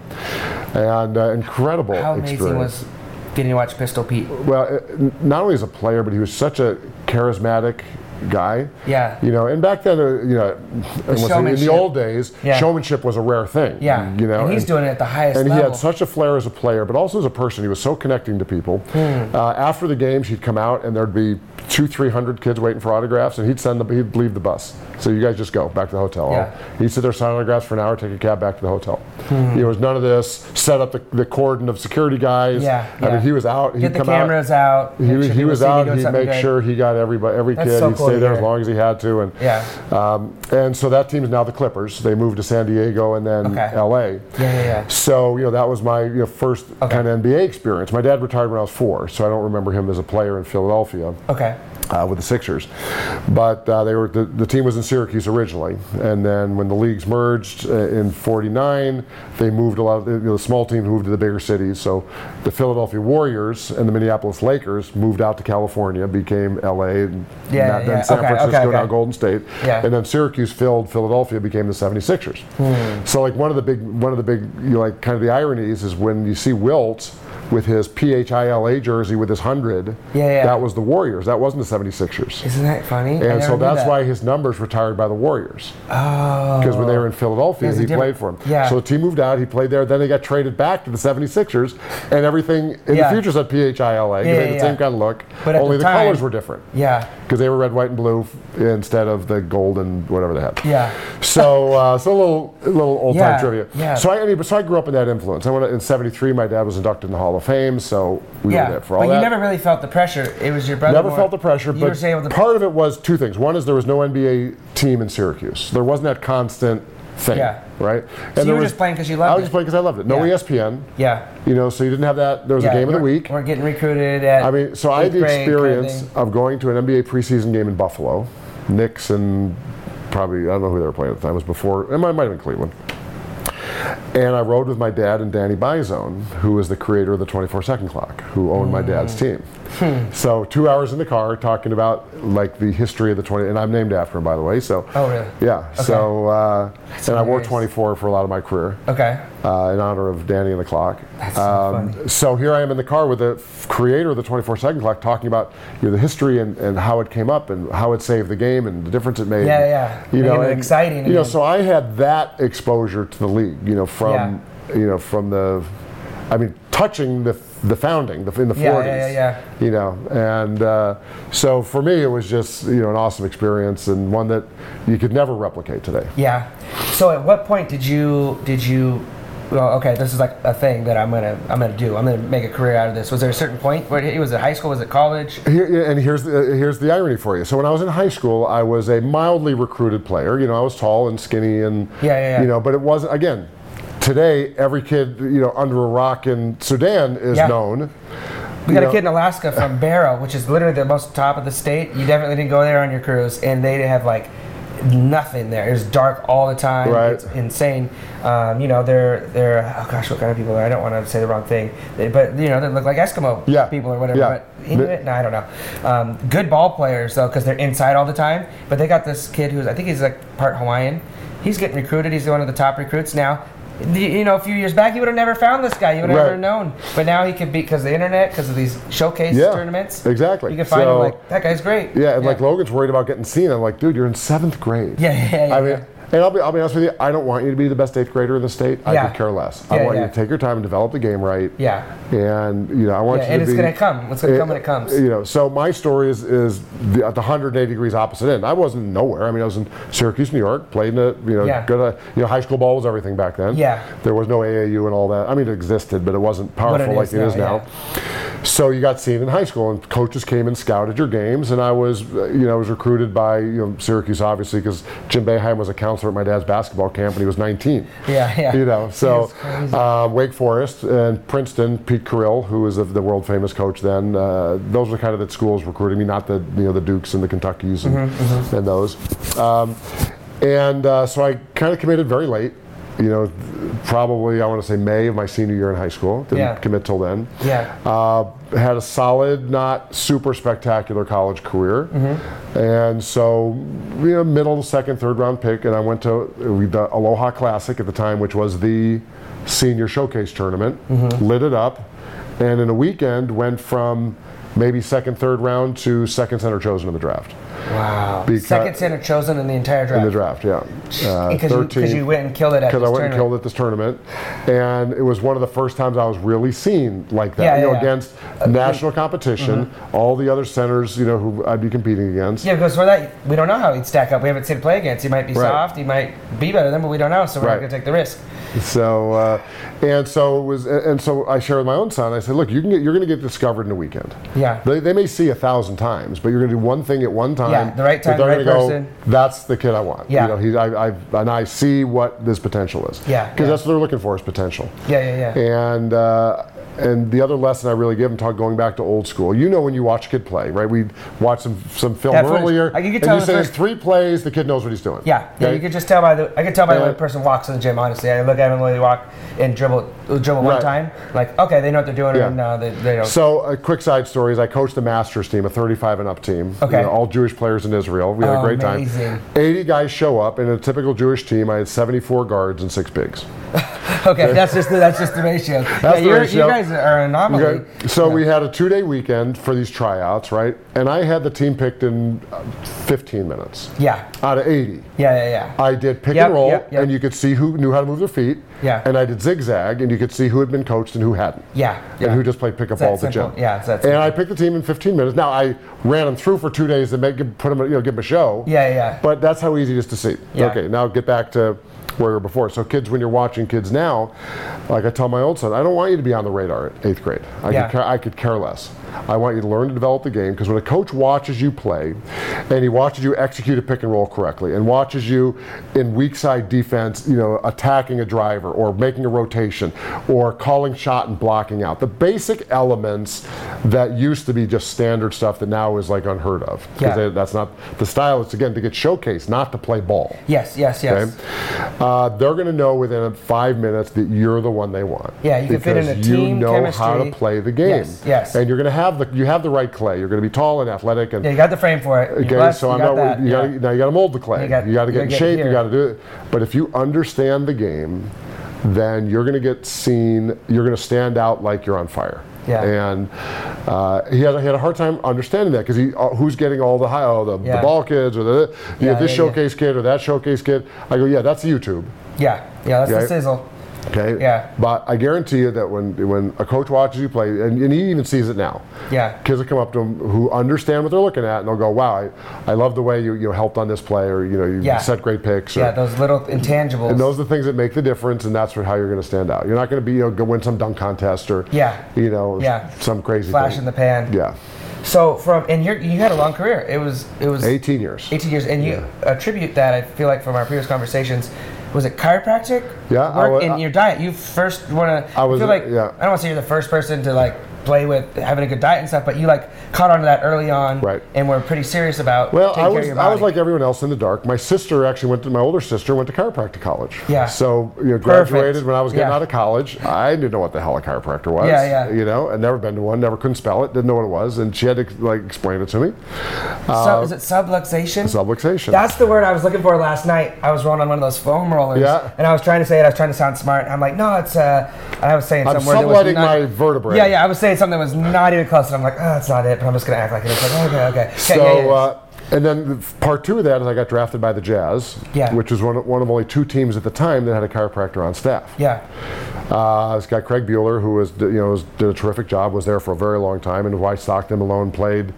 [SPEAKER 2] And uh, incredible
[SPEAKER 1] How amazing
[SPEAKER 2] experience.
[SPEAKER 1] was getting to watch Pistol Pete?
[SPEAKER 2] Well, uh, n- not only as a player, but he was such a charismatic guy.
[SPEAKER 1] Yeah.
[SPEAKER 2] You know, and back then, uh, you know, and was- in
[SPEAKER 1] showmanship.
[SPEAKER 2] the old days,
[SPEAKER 1] Yeah.
[SPEAKER 2] showmanship was a rare thing.
[SPEAKER 1] Yeah.
[SPEAKER 2] You know,
[SPEAKER 1] and he's doing it at the highest
[SPEAKER 2] and he
[SPEAKER 1] level.
[SPEAKER 2] had such a flair as a player, but also as a person. He was so connecting to people.
[SPEAKER 1] Hmm.
[SPEAKER 2] Uh, after the games, he'd come out, and there'd be two, three hundred kids waiting for autographs, and he'd send them. He'd leave the bus. So you guys just go back to the hotel.
[SPEAKER 1] Yeah. Hmm.
[SPEAKER 2] He'd sit there sign autographs for an hour, take a cab back to the hotel. There was none of this set up the, the cordon of security guys.
[SPEAKER 1] Yeah,
[SPEAKER 2] I
[SPEAKER 1] yeah.
[SPEAKER 2] mean, he was out.
[SPEAKER 1] Get
[SPEAKER 2] he'd
[SPEAKER 1] the
[SPEAKER 2] come out.
[SPEAKER 1] cameras out.
[SPEAKER 2] He,
[SPEAKER 1] make sure
[SPEAKER 2] was- he
[SPEAKER 1] people
[SPEAKER 2] was
[SPEAKER 1] see me
[SPEAKER 2] out.
[SPEAKER 1] doing
[SPEAKER 2] He'd
[SPEAKER 1] something
[SPEAKER 2] make
[SPEAKER 1] good.
[SPEAKER 2] sure he got everybody, every
[SPEAKER 1] That's
[SPEAKER 2] kid.
[SPEAKER 1] so
[SPEAKER 2] he'd
[SPEAKER 1] cool
[SPEAKER 2] stay
[SPEAKER 1] to
[SPEAKER 2] there as
[SPEAKER 1] hear.
[SPEAKER 2] long as he had to. And
[SPEAKER 1] Yeah.
[SPEAKER 2] um, and so that team is now the Clippers. They moved to San Diego and then
[SPEAKER 1] Okay.
[SPEAKER 2] L.A.
[SPEAKER 1] Yeah, yeah, yeah.
[SPEAKER 2] So you know that was my you know, first
[SPEAKER 1] Okay.
[SPEAKER 2] kind of NBA experience. My dad retired when I was four, so I don't remember him as a player in Philadelphia
[SPEAKER 1] Okay.
[SPEAKER 2] uh, with the Sixers. But uh, they were the, the team was in Syracuse originally, and then when the leagues merged uh, in '49, they moved a lot. Of, the- you know, the small team moved to the bigger cities. So the Philadelphia Warriors and the Minneapolis Lakers moved out to California, became LA, and
[SPEAKER 1] Yeah,
[SPEAKER 2] now-
[SPEAKER 1] yeah,
[SPEAKER 2] then
[SPEAKER 1] yeah.
[SPEAKER 2] San
[SPEAKER 1] Okay, okay,
[SPEAKER 2] Francisco, now
[SPEAKER 1] okay.
[SPEAKER 2] Golden State,
[SPEAKER 1] Yeah.
[SPEAKER 2] and then Syracuse filled Philadelphia, became the 76ers.
[SPEAKER 1] Hmm.
[SPEAKER 2] So like one of the big one of the big you know, like kind of the ironies is when you see Wilt with his PHILA jersey with his hundred.
[SPEAKER 1] Yeah, yeah.
[SPEAKER 2] That was the Warriors. That wasn't the 76ers.
[SPEAKER 1] Isn't that funny? I
[SPEAKER 2] And
[SPEAKER 1] never
[SPEAKER 2] so
[SPEAKER 1] knew
[SPEAKER 2] that's
[SPEAKER 1] that.
[SPEAKER 2] why his numbers retired by the Warriors.
[SPEAKER 1] Oh.
[SPEAKER 2] Because when they were in Philadelphia,
[SPEAKER 1] There's a
[SPEAKER 2] he
[SPEAKER 1] different-
[SPEAKER 2] played for them.
[SPEAKER 1] yeah.
[SPEAKER 2] So the team moved out, he played there, then they got traded back to the 76ers, and everything in
[SPEAKER 1] Yeah.
[SPEAKER 2] the future said PHILA. 'cause
[SPEAKER 1] Yeah,
[SPEAKER 2] they had
[SPEAKER 1] yeah,
[SPEAKER 2] the same
[SPEAKER 1] yeah.
[SPEAKER 2] kind of look,
[SPEAKER 1] But at
[SPEAKER 2] only
[SPEAKER 1] the
[SPEAKER 2] the,
[SPEAKER 1] time-
[SPEAKER 2] colors were different.
[SPEAKER 1] Yeah.
[SPEAKER 2] Because they were red, white, and blue f- instead of the gold and whatever they had.
[SPEAKER 1] Yeah.
[SPEAKER 2] So, uh, so a little, a little old time
[SPEAKER 1] Yeah,
[SPEAKER 2] trivia.
[SPEAKER 1] yeah.
[SPEAKER 2] So I, anyway, so I grew up in that influence. I went in '73. My dad was inducted in the Hall of Fame, so we
[SPEAKER 1] yeah.
[SPEAKER 2] were there for all
[SPEAKER 1] but
[SPEAKER 2] that.
[SPEAKER 1] you never really felt the pressure. It was your brother.
[SPEAKER 2] Never
[SPEAKER 1] more-
[SPEAKER 2] felt the pressure,
[SPEAKER 1] You
[SPEAKER 2] but
[SPEAKER 1] were just able to.
[SPEAKER 2] part of it was two things. One is there was no NBA team in Syracuse. There wasn't that constant thing,
[SPEAKER 1] Yeah.
[SPEAKER 2] right? And
[SPEAKER 1] so you
[SPEAKER 2] there
[SPEAKER 1] were
[SPEAKER 2] was-
[SPEAKER 1] just playing because you
[SPEAKER 2] I
[SPEAKER 1] loved
[SPEAKER 2] was
[SPEAKER 1] it.
[SPEAKER 2] just playing because I loved it. No E
[SPEAKER 1] Yeah.
[SPEAKER 2] ESPN,
[SPEAKER 1] yeah.
[SPEAKER 2] you know, so you didn't have that. There was
[SPEAKER 1] yeah.
[SPEAKER 2] a game of the
[SPEAKER 1] You
[SPEAKER 2] week.
[SPEAKER 1] Weren't getting recruited at.
[SPEAKER 2] I mean, so I had
[SPEAKER 1] eighth
[SPEAKER 2] the
[SPEAKER 1] grade kind of
[SPEAKER 2] experience
[SPEAKER 1] thing.
[SPEAKER 2] of going to an NBA preseason game in Buffalo, Knicks, and probably I don't know who they were playing at the time. It was before it might, might have been Cleveland. And I
[SPEAKER 1] Hmm.
[SPEAKER 2] rode with my dad and Danny Bizone, who was the creator of the 24-second clock, who owned my dad's team. So two hours in the car talking about like the history of the 20, and I'm named after him, by the way. So.
[SPEAKER 1] Oh, really?
[SPEAKER 2] Yeah. So. Uh, and I wore
[SPEAKER 1] hilarious.
[SPEAKER 2] 24 for a lot of my career
[SPEAKER 1] Okay.
[SPEAKER 2] uh, in honor of Danny and the clock. Um,
[SPEAKER 1] so
[SPEAKER 2] so here I am in the car with the f- creator of the 24 second clock talking about you know, the history and, and how it came up and how it saved the game and the difference it made.
[SPEAKER 1] Yeah, yeah.
[SPEAKER 2] You know,
[SPEAKER 1] Making it
[SPEAKER 2] and,
[SPEAKER 1] exciting
[SPEAKER 2] You know,
[SPEAKER 1] again.
[SPEAKER 2] so I had that exposure to the league, you know, from, you know, from the, I mean, touching the, the founding the, in the
[SPEAKER 1] Yeah, yeah,
[SPEAKER 2] 40s.
[SPEAKER 1] yeah, yeah.
[SPEAKER 2] You know, and uh, so for me, it was just, you know, an awesome experience and one that you could never replicate today.
[SPEAKER 1] Yeah. So at what point did you did you well, okay, this is like a thing that I'm gonna I'm gonna do. I'm gonna make a career out of this. Was there a certain point where it was it high school? Was it college?
[SPEAKER 2] Here, yeah, and here's the, uh, here's the irony for you. So when I was in high school, I was a mildly recruited player. You know, I was tall and skinny, and
[SPEAKER 1] Yeah, yeah, yeah.
[SPEAKER 2] you know, but it wasn't. Again, today every kid you know under a rock in Sudan is
[SPEAKER 1] Yeah.
[SPEAKER 2] known.
[SPEAKER 1] We got
[SPEAKER 2] know-
[SPEAKER 1] a kid in Alaska from Barrow, which is literally the most top of the state. You definitely didn't go there on your cruise, and they have like nothing there. It's dark all the time.
[SPEAKER 2] Right.
[SPEAKER 1] It's insane. Um, you know, they're they're oh gosh, what kind of people are? I don't want to say the wrong thing, They- but you know, they look like Eskimo
[SPEAKER 2] Yeah.
[SPEAKER 1] people or whatever.
[SPEAKER 2] Yeah.
[SPEAKER 1] But Inuit, no, I don't know. Um, good ball players though, because they're inside all the time. But they got this kid who's I think he's like part Hawaiian. He's getting recruited. He's one of the top recruits now. You you know, a few years back, you would have never found this guy. You would have never
[SPEAKER 2] Right.
[SPEAKER 1] known known. But now he could be because of the internet, because of these showcase
[SPEAKER 2] Yeah,
[SPEAKER 1] tournaments.
[SPEAKER 2] exactly.
[SPEAKER 1] You can find him
[SPEAKER 2] So-
[SPEAKER 1] like that guy's great.
[SPEAKER 2] Yeah, and like Logan's worried about getting seen. I'm like, dude, you're in seventh grade.
[SPEAKER 1] Yeah, yeah, yeah,
[SPEAKER 2] I
[SPEAKER 1] yeah.
[SPEAKER 2] mean, and I'll be, I'll be honest with you. I don't want you to be the best eighth grader in the state. I
[SPEAKER 1] Yeah.
[SPEAKER 2] could care less.
[SPEAKER 1] Yeah,
[SPEAKER 2] I want
[SPEAKER 1] yeah.
[SPEAKER 2] you to take your time and develop the game right.
[SPEAKER 1] Yeah.
[SPEAKER 2] And you know, I want
[SPEAKER 1] Yeah,
[SPEAKER 2] you
[SPEAKER 1] and
[SPEAKER 2] to
[SPEAKER 1] it's
[SPEAKER 2] be.
[SPEAKER 1] gonna come. It's gonna come when it comes.
[SPEAKER 2] Eh, You know, so my story is is the, at the 180 degrees opposite end. I wasn't nowhere. I mean, I was in Syracuse, New York, played in a you know
[SPEAKER 1] Yeah.
[SPEAKER 2] good. Uh, you know, high school ball was everything back then.
[SPEAKER 1] Yeah.
[SPEAKER 2] There was no AAU and all that. I mean, it existed, but it wasn't powerful like
[SPEAKER 1] is
[SPEAKER 2] it is
[SPEAKER 1] now,
[SPEAKER 2] now. So you got seen in high school, and coaches came and scouted your games, and I was, uh, you know, I was recruited by you know, Syracuse, obviously, because Jim Boeheim was a counselor at my dad's basketball camp, and he was 19.
[SPEAKER 1] Yeah, yeah.
[SPEAKER 2] You know, so
[SPEAKER 1] That's crazy.
[SPEAKER 2] uh, Wake Forest and Princeton, Pete Carrill, who was the world famous coach then, uh, those were kind of the schools recruiting me, not the you know the Dukes and the Kentuckys and,
[SPEAKER 1] Mm-hmm,
[SPEAKER 2] and those. Um, and uh, so I kind of committed very late. You know, probably I want to say May of my senior year in high school. Didn't
[SPEAKER 1] Yeah.
[SPEAKER 2] commit till then.
[SPEAKER 1] Yeah.
[SPEAKER 2] Uh, had a solid, not super spectacular college career, and so you know, middle, second, third round pick, and I went to we the Aloha Classic at the time, which was the senior showcase tournament, lit it up, and in a weekend went from maybe second, third round to second center chosen in the draft,
[SPEAKER 1] Wow.
[SPEAKER 2] Because-
[SPEAKER 1] Second center chosen in the entire draft.
[SPEAKER 2] in the draft, yeah, Uh,
[SPEAKER 1] Because you, 'cause
[SPEAKER 2] 13th.
[SPEAKER 1] you went and killed it at
[SPEAKER 2] because
[SPEAKER 1] this
[SPEAKER 2] I went and
[SPEAKER 1] tournament.
[SPEAKER 2] killed at this tournament, and it was one of the first times I was really seen like that.
[SPEAKER 1] Yeah,
[SPEAKER 2] you know,
[SPEAKER 1] yeah, Uh, yeah.
[SPEAKER 2] against national competition, all the other centers, you know, who I'd be competing against.
[SPEAKER 1] Yeah, because for that we don't know how he'd stack up. We haven't seen him play against. He might be
[SPEAKER 2] Right.
[SPEAKER 1] soft. He might be better than, but we don't know. So we're
[SPEAKER 2] Right.
[SPEAKER 1] not gonna take the risk.
[SPEAKER 2] So, uh, and so it was, and so I shared with my own son. I said, "Look, you can get, you're going to get discovered in a weekend.
[SPEAKER 1] Yeah.
[SPEAKER 2] They, they may see a thousand times, but you're going to do one thing at one time.
[SPEAKER 1] Yeah, the right time,
[SPEAKER 2] that they're
[SPEAKER 1] the
[SPEAKER 2] gonna
[SPEAKER 1] right
[SPEAKER 2] go,
[SPEAKER 1] person.
[SPEAKER 2] That's the kid I want.
[SPEAKER 1] Yeah.
[SPEAKER 2] You know, he, I, I, and I see what this potential is.
[SPEAKER 1] Yeah,
[SPEAKER 2] Because
[SPEAKER 1] yeah.
[SPEAKER 2] that's what they're looking for is potential.
[SPEAKER 1] Yeah, yeah, yeah.
[SPEAKER 2] And uh, and the other lesson I really give them, talk going back to old school. You know when you watch a kid play, right? We watch some some film
[SPEAKER 1] That first-
[SPEAKER 2] earlier,
[SPEAKER 1] I- you could
[SPEAKER 2] and
[SPEAKER 1] tell
[SPEAKER 2] you
[SPEAKER 1] the
[SPEAKER 2] say there's
[SPEAKER 1] first-
[SPEAKER 2] three plays, the kid knows what he's doing.
[SPEAKER 1] Yeah, yeah.
[SPEAKER 2] Okay?
[SPEAKER 1] You could just tell by the. I could tell by the
[SPEAKER 2] Yeah.
[SPEAKER 1] way a person walks in the gym. Honestly, I look at him when they walk and dribble, dribble one
[SPEAKER 2] Right.
[SPEAKER 1] time. Like, okay, they know what they're doing,
[SPEAKER 2] Yeah.
[SPEAKER 1] or no, they, they don't.
[SPEAKER 2] So, a quick side story is I coached the Masters team, a 35 and up team.
[SPEAKER 1] Okay.
[SPEAKER 2] all Jewish players in Israel. We had a great
[SPEAKER 1] Amazing.
[SPEAKER 2] time. 80 guys show up, and in a typical Jewish team, I had 74 guards and six bigs.
[SPEAKER 1] Okay, that's just the, that's just the ratio. yeah,
[SPEAKER 2] the
[SPEAKER 1] you're,
[SPEAKER 2] ratio.
[SPEAKER 1] you guys are an anomaly.
[SPEAKER 2] Okay. So, we had a two day weekend for these tryouts, right? And I had the team picked in uh, 15 minutes
[SPEAKER 1] Yeah,
[SPEAKER 2] out of 80.
[SPEAKER 1] yeah, yeah, yeah.
[SPEAKER 2] I did pick
[SPEAKER 1] Yep,
[SPEAKER 2] and roll,
[SPEAKER 1] yep, yep.
[SPEAKER 2] and you could see who knew how to move their feet.
[SPEAKER 1] Yeah.
[SPEAKER 2] And I did zigzag, and you could see who had been coached and who hadn't.
[SPEAKER 1] Yeah, yeah.
[SPEAKER 2] And who just played pickup
[SPEAKER 1] that
[SPEAKER 2] ball at the
[SPEAKER 1] simple.
[SPEAKER 2] gym.
[SPEAKER 1] Yeah, it's that
[SPEAKER 2] And
[SPEAKER 1] simple.
[SPEAKER 2] I picked the team in 15 minutes. Now I ran them through for two days to make give- put them, you know, give them a show.
[SPEAKER 1] Yeah, yeah.
[SPEAKER 2] But that's how easy it is to see.
[SPEAKER 1] Yeah.
[SPEAKER 2] Okay, now get back to where we were before. So kids, when you're watching kids now, like I tell my old son, I don't want you to be on the radar at eighth grade. I,
[SPEAKER 1] Yeah.
[SPEAKER 2] could, care, I could care less. I want you to learn to develop the game because when a coach watches you play and he watches you execute a pick and roll correctly and watches you in weak side defense, you know, attacking a driver or making a rotation or calling shot and blocking out, the basic elements that used to be just standard stuff that now is like unheard of. 'Cause
[SPEAKER 1] Yeah.
[SPEAKER 2] they- that's not the style. It's again to get showcased, not to play ball.
[SPEAKER 1] Yes, yes, yes.
[SPEAKER 2] Okay. Uh, they're going to know within five minutes that you're the one they want.
[SPEAKER 1] Yeah, you can fit in a
[SPEAKER 2] because You
[SPEAKER 1] team
[SPEAKER 2] know how
[SPEAKER 1] chemistry.
[SPEAKER 2] to play the game.
[SPEAKER 1] Yes, yes.
[SPEAKER 2] And you're going to have the you have the right clay. You're going to be tall and athletic and
[SPEAKER 1] Yeah, you got the frame for it. You
[SPEAKER 2] Okay,
[SPEAKER 1] blessed,
[SPEAKER 2] so
[SPEAKER 1] you
[SPEAKER 2] I'm
[SPEAKER 1] got
[SPEAKER 2] not.
[SPEAKER 1] that.
[SPEAKER 2] You gotta,
[SPEAKER 1] yeah.
[SPEAKER 2] Now you got to mold the clay.
[SPEAKER 1] You got-
[SPEAKER 2] You got to
[SPEAKER 1] you
[SPEAKER 2] get in
[SPEAKER 1] gotta get
[SPEAKER 2] shape.
[SPEAKER 1] here.
[SPEAKER 2] You got to do it. But if you understand the game, then you're going to get seen. You're going to stand out like you're on fire.
[SPEAKER 1] Yeah.
[SPEAKER 2] And uh, he, had, he had a hard time understanding that because he uh, who's getting all the high, oh, the,
[SPEAKER 1] Yeah.
[SPEAKER 2] the ball kids or the you
[SPEAKER 1] Yeah,
[SPEAKER 2] know, this
[SPEAKER 1] yeah, yeah.
[SPEAKER 2] showcase kid or that showcase kid. I go, yeah, that's YouTube.
[SPEAKER 1] yeah, yeah, that's the
[SPEAKER 2] Yeah.
[SPEAKER 1] sizzle.
[SPEAKER 2] Okay.
[SPEAKER 1] Yeah.
[SPEAKER 2] But I guarantee you that when when a coach watches you play, and, and he even sees it now.
[SPEAKER 1] Yeah.
[SPEAKER 2] Kids will come up to them who understand what they're looking at, and they'll go, "Wow, I, I love the way you, you helped on this play, or you know, you
[SPEAKER 1] Yeah.
[SPEAKER 2] set great picks." Or,
[SPEAKER 1] Yeah, those little intangibles.
[SPEAKER 2] and those are the things that make the difference, and that's where- how you're going to stand out. You're not going to be you know go win some dunk contest or
[SPEAKER 1] Yeah.
[SPEAKER 2] you know
[SPEAKER 1] Yeah.
[SPEAKER 2] some crazy
[SPEAKER 1] flash
[SPEAKER 2] thing.
[SPEAKER 1] in the pan.
[SPEAKER 2] yeah,
[SPEAKER 1] So from and you you had a long career. It was it was
[SPEAKER 2] 18 years.
[SPEAKER 1] 18 years, and you attribute that I feel like from our previous conversations. Was it chiropractic?
[SPEAKER 2] Yeah, I
[SPEAKER 1] work
[SPEAKER 2] wa-
[SPEAKER 1] in
[SPEAKER 2] I-
[SPEAKER 1] your diet. You first want to.
[SPEAKER 2] I was,
[SPEAKER 1] feel like
[SPEAKER 2] yeah.
[SPEAKER 1] I don't want to say you're the first person to like play with having a good diet and stuff, but you like caught on to that early on,
[SPEAKER 2] Right.
[SPEAKER 1] And were pretty serious about.
[SPEAKER 2] Well,
[SPEAKER 1] taking
[SPEAKER 2] I
[SPEAKER 1] care of
[SPEAKER 2] was,
[SPEAKER 1] your
[SPEAKER 2] I was
[SPEAKER 1] body.
[SPEAKER 2] like everyone else in the dark. My sister actually went to my older sister went to chiropractic college.
[SPEAKER 1] Yeah.
[SPEAKER 2] So you know, graduated
[SPEAKER 1] Perfect.
[SPEAKER 2] when I was getting
[SPEAKER 1] Yeah.
[SPEAKER 2] out of college. I didn't know what the hell a chiropractor was.
[SPEAKER 1] Yeah, yeah.
[SPEAKER 2] You know, and never been to one. Never couldn't spell it. Didn't know what it was, and she had to like explain it to me. uh,
[SPEAKER 1] Sub- is it subluxation?
[SPEAKER 2] Subluxation.
[SPEAKER 1] That's the word I was looking for last night. I was rolling on one of those foam rollers,
[SPEAKER 2] Yeah.
[SPEAKER 1] and I was trying to say it. I was trying to sound smart. and I'm like, no, it's. Uh, and I was saying
[SPEAKER 2] I'm
[SPEAKER 1] some word that was
[SPEAKER 2] subletting
[SPEAKER 1] not-
[SPEAKER 2] my vertebrae.
[SPEAKER 1] Yeah, yeah. I was saying something that was not even close, and I'm like, oh, that's not it. But I'm just gonna act like it. It's like, okay, okay. Yeah,
[SPEAKER 2] So,
[SPEAKER 1] yeah, yeah.
[SPEAKER 2] Uh, and then the- part two of that is I got drafted by the Jazz,
[SPEAKER 1] Yeah.
[SPEAKER 2] which was one of, one of only two teams at the time that had a chiropractor on staff.
[SPEAKER 1] yeah,
[SPEAKER 2] Uh, it's got Craig Bueller, who was you know was, did a terrific job, was there for a very long time, and why Stockton Malone played,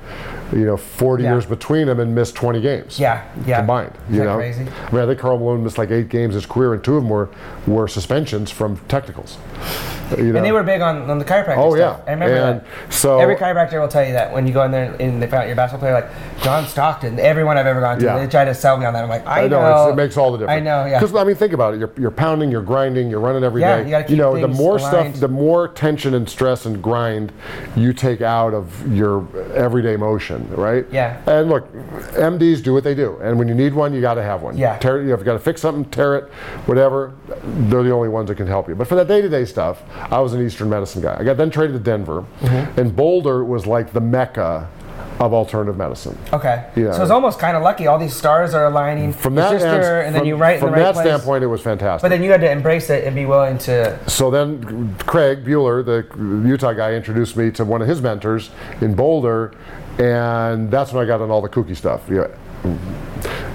[SPEAKER 2] you know, 40
[SPEAKER 1] Yeah.
[SPEAKER 2] years between them and missed 20 games.
[SPEAKER 1] Yeah, yeah.
[SPEAKER 2] Combined,
[SPEAKER 1] Is
[SPEAKER 2] you
[SPEAKER 1] that
[SPEAKER 2] know.
[SPEAKER 1] crazy?
[SPEAKER 2] I mean, I think Carl Malone missed like eight games his career, and two of them were were suspensions from technicals. You know?
[SPEAKER 1] and they were big on, on the chiropractic.
[SPEAKER 2] Oh
[SPEAKER 1] stuff. I
[SPEAKER 2] yeah,
[SPEAKER 1] remember
[SPEAKER 2] and
[SPEAKER 1] that.
[SPEAKER 2] So
[SPEAKER 1] Every chiropractor will tell you that when you go in there and they found out you're a basketball player, like John Stockton, everyone I've ever gone to,
[SPEAKER 2] Yeah.
[SPEAKER 1] they try to sell me on that. I'm like, I,
[SPEAKER 2] I know, it's, it makes all the difference.
[SPEAKER 1] I know, yeah.
[SPEAKER 2] Because I mean, think about it. You're, you're pounding, you're grinding, you're running every day.
[SPEAKER 1] Yeah, you gotta keep
[SPEAKER 2] know, the
[SPEAKER 1] things
[SPEAKER 2] more
[SPEAKER 1] aligned.
[SPEAKER 2] stuff, the more tension and stress and grind you take out of your everyday motion, right?
[SPEAKER 1] Yeah.
[SPEAKER 2] And look, MDs do what they do, and when you need one, you got to have one.
[SPEAKER 1] Yeah.
[SPEAKER 2] Tear, you have got to fix something, tear it, whatever. They're the only ones that can help you. But for that day-to-day stuff, I was an Eastern medicine guy. I got then traded to Denver,
[SPEAKER 1] Mm-hmm.
[SPEAKER 2] and Boulder was like the mecca of alternative medicine.
[SPEAKER 1] Okay.
[SPEAKER 2] Yeah.
[SPEAKER 1] So it's almost kind of lucky. All these stars are aligning.
[SPEAKER 2] From that,
[SPEAKER 1] your sister,
[SPEAKER 2] ans-
[SPEAKER 1] and then
[SPEAKER 2] from-
[SPEAKER 1] you write in
[SPEAKER 2] from
[SPEAKER 1] the right
[SPEAKER 2] that
[SPEAKER 1] place.
[SPEAKER 2] standpoint, it was fantastic.
[SPEAKER 1] But then you had to embrace it and be willing to.
[SPEAKER 2] So then Craig Bueller, the Utah guy, introduced me to one of his mentors in Boulder, and that's when I got on all the kooky stuff. You know,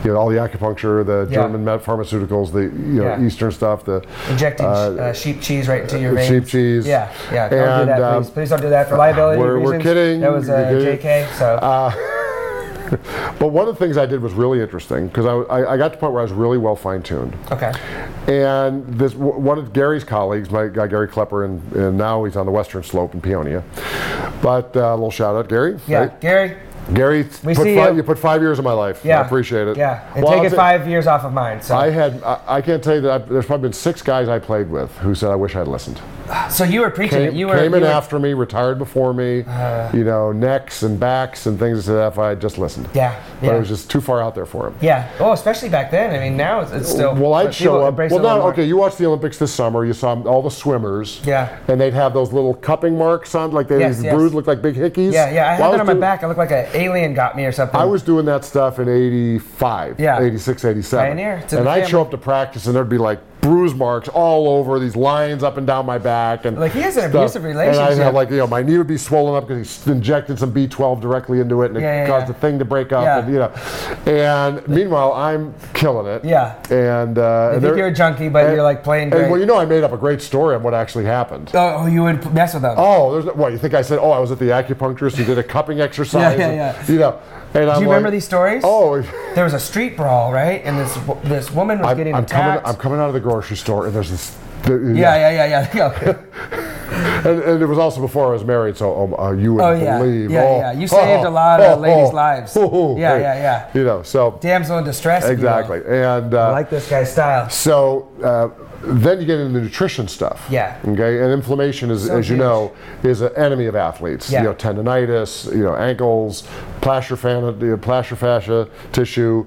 [SPEAKER 2] you know, all the acupuncture, the
[SPEAKER 1] Yeah.
[SPEAKER 2] German med- pharmaceuticals, the you know,
[SPEAKER 1] Yeah.
[SPEAKER 2] Eastern stuff, the
[SPEAKER 1] Injecting
[SPEAKER 2] uh,
[SPEAKER 1] uh, sheep cheese right into your
[SPEAKER 2] sheep
[SPEAKER 1] veins.
[SPEAKER 2] cheese.
[SPEAKER 1] Yeah, yeah. Don't do
[SPEAKER 2] And,
[SPEAKER 1] that,
[SPEAKER 2] uh,
[SPEAKER 1] please. Please don't do that for liability
[SPEAKER 2] we're- we're
[SPEAKER 1] reasons.
[SPEAKER 2] kidding.
[SPEAKER 1] That was uh,
[SPEAKER 2] We're kidding. Uh,
[SPEAKER 1] JK. So
[SPEAKER 2] but one of the things I did was really interesting because I, I, I got to the point where I was really well fine tuned.
[SPEAKER 1] okay,
[SPEAKER 2] And this w- one of Gary's colleagues, my guy Gary Klepper, and, and now he's on the Western Slope in Peonia. But uh, a little shout out, Gary.
[SPEAKER 1] yeah,
[SPEAKER 2] right?
[SPEAKER 1] Gary.
[SPEAKER 2] Gary,
[SPEAKER 1] We
[SPEAKER 2] put
[SPEAKER 1] see
[SPEAKER 2] five,
[SPEAKER 1] you.
[SPEAKER 2] you. put five years of my life.
[SPEAKER 1] Yeah,
[SPEAKER 2] I appreciate it.
[SPEAKER 1] Yeah, and
[SPEAKER 2] Well, I'll
[SPEAKER 1] take it
[SPEAKER 2] say-
[SPEAKER 1] five years off of mine. So,
[SPEAKER 2] I had. I, I can't tell you that. I, there's probably been six guys I played with who said I wish I'd listened.
[SPEAKER 1] so you were preaching
[SPEAKER 2] Came,
[SPEAKER 1] it. You were
[SPEAKER 2] came
[SPEAKER 1] you
[SPEAKER 2] in
[SPEAKER 1] were- Uh.
[SPEAKER 2] after me, retired before me. you know, necks and backs and things like that. If I had just listened,
[SPEAKER 1] Yeah,
[SPEAKER 2] but
[SPEAKER 1] yeah.
[SPEAKER 2] it was just too far out there for him.
[SPEAKER 1] yeah. Oh, especially back then. I mean, now it's, it's still.
[SPEAKER 2] Uh, Well,
[SPEAKER 1] but
[SPEAKER 2] I'd
[SPEAKER 1] people
[SPEAKER 2] show up.
[SPEAKER 1] embrace
[SPEAKER 2] Well,
[SPEAKER 1] it a lot
[SPEAKER 2] now,
[SPEAKER 1] more.
[SPEAKER 2] okay, you watched the Olympics this summer. You saw all the swimmers.
[SPEAKER 1] Yeah.
[SPEAKER 2] And they'd have those little cupping marks on, like they
[SPEAKER 1] Yes,
[SPEAKER 2] these
[SPEAKER 1] yes.
[SPEAKER 2] bruised, look like big hickeys.
[SPEAKER 1] Yeah, yeah. I had that
[SPEAKER 2] Well, was
[SPEAKER 1] on my
[SPEAKER 2] doing-
[SPEAKER 1] back. I looked like an alien got me or something.
[SPEAKER 2] I was doing that stuff in 85,
[SPEAKER 1] Yeah.
[SPEAKER 2] 86, 87.
[SPEAKER 1] Pioneer, it's in
[SPEAKER 2] and
[SPEAKER 1] the
[SPEAKER 2] I'd show
[SPEAKER 1] family.
[SPEAKER 2] up to practice and there'd be like bruise marks all over, these lines up and down my back. and
[SPEAKER 1] Like, he has an
[SPEAKER 2] stuff.
[SPEAKER 1] abusive
[SPEAKER 2] And I'd
[SPEAKER 1] relationship.
[SPEAKER 2] have like, you know, my knee would be swollen up because he injected some B12 directly into it and
[SPEAKER 1] Yeah,
[SPEAKER 2] it
[SPEAKER 1] yeah,
[SPEAKER 2] caused
[SPEAKER 1] yeah.
[SPEAKER 2] the thing to break up.
[SPEAKER 1] Yeah.
[SPEAKER 2] And, you know, and meanwhile, I'm killing it.
[SPEAKER 1] Yeah.
[SPEAKER 2] And, uh,
[SPEAKER 1] I
[SPEAKER 2] and
[SPEAKER 1] think
[SPEAKER 2] there-
[SPEAKER 1] you're a junkie, but
[SPEAKER 2] and-
[SPEAKER 1] you're like playing
[SPEAKER 2] And,
[SPEAKER 1] great.
[SPEAKER 2] well, you know, I made up a great story on what actually happened.
[SPEAKER 1] oh, oh, you would mess with them.
[SPEAKER 2] Oh, there's no, what you think I said? Oh, I was at the acupuncturist. He did a cupping exercise.
[SPEAKER 1] yeah,
[SPEAKER 2] and,
[SPEAKER 1] yeah.
[SPEAKER 2] You know, and I'm
[SPEAKER 1] Do you
[SPEAKER 2] like,
[SPEAKER 1] remember these stories?
[SPEAKER 2] Oh,
[SPEAKER 1] There was a street brawl, right? And this this woman was
[SPEAKER 2] I'm,
[SPEAKER 1] getting
[SPEAKER 2] I'm coming.
[SPEAKER 1] attacked.
[SPEAKER 2] I'm coming out of the grocery store, and there's this. the-
[SPEAKER 1] yeah, yeah, yeah, yeah. yeah.
[SPEAKER 2] And, and it was also before I was married, so um, uh, you would
[SPEAKER 1] Oh, yeah.
[SPEAKER 2] believe.
[SPEAKER 1] Yeah,
[SPEAKER 2] oh,
[SPEAKER 1] yeah. You saved a lot of ladies' lives. Yeah,
[SPEAKER 2] hey.
[SPEAKER 1] yeah, yeah.
[SPEAKER 2] You know, so
[SPEAKER 1] Damsel in distress. if you will.
[SPEAKER 2] exactly, and uh,
[SPEAKER 1] I like this guy's style.
[SPEAKER 2] so uh, then you get into the nutrition stuff.
[SPEAKER 1] Yeah.
[SPEAKER 2] Okay, and inflammation is,
[SPEAKER 1] So
[SPEAKER 2] as you
[SPEAKER 1] huge.
[SPEAKER 2] know, is an enemy of athletes.
[SPEAKER 1] Yeah.
[SPEAKER 2] You know, tendonitis, you know, ankles, plaster fan, the plaster fascia tissue,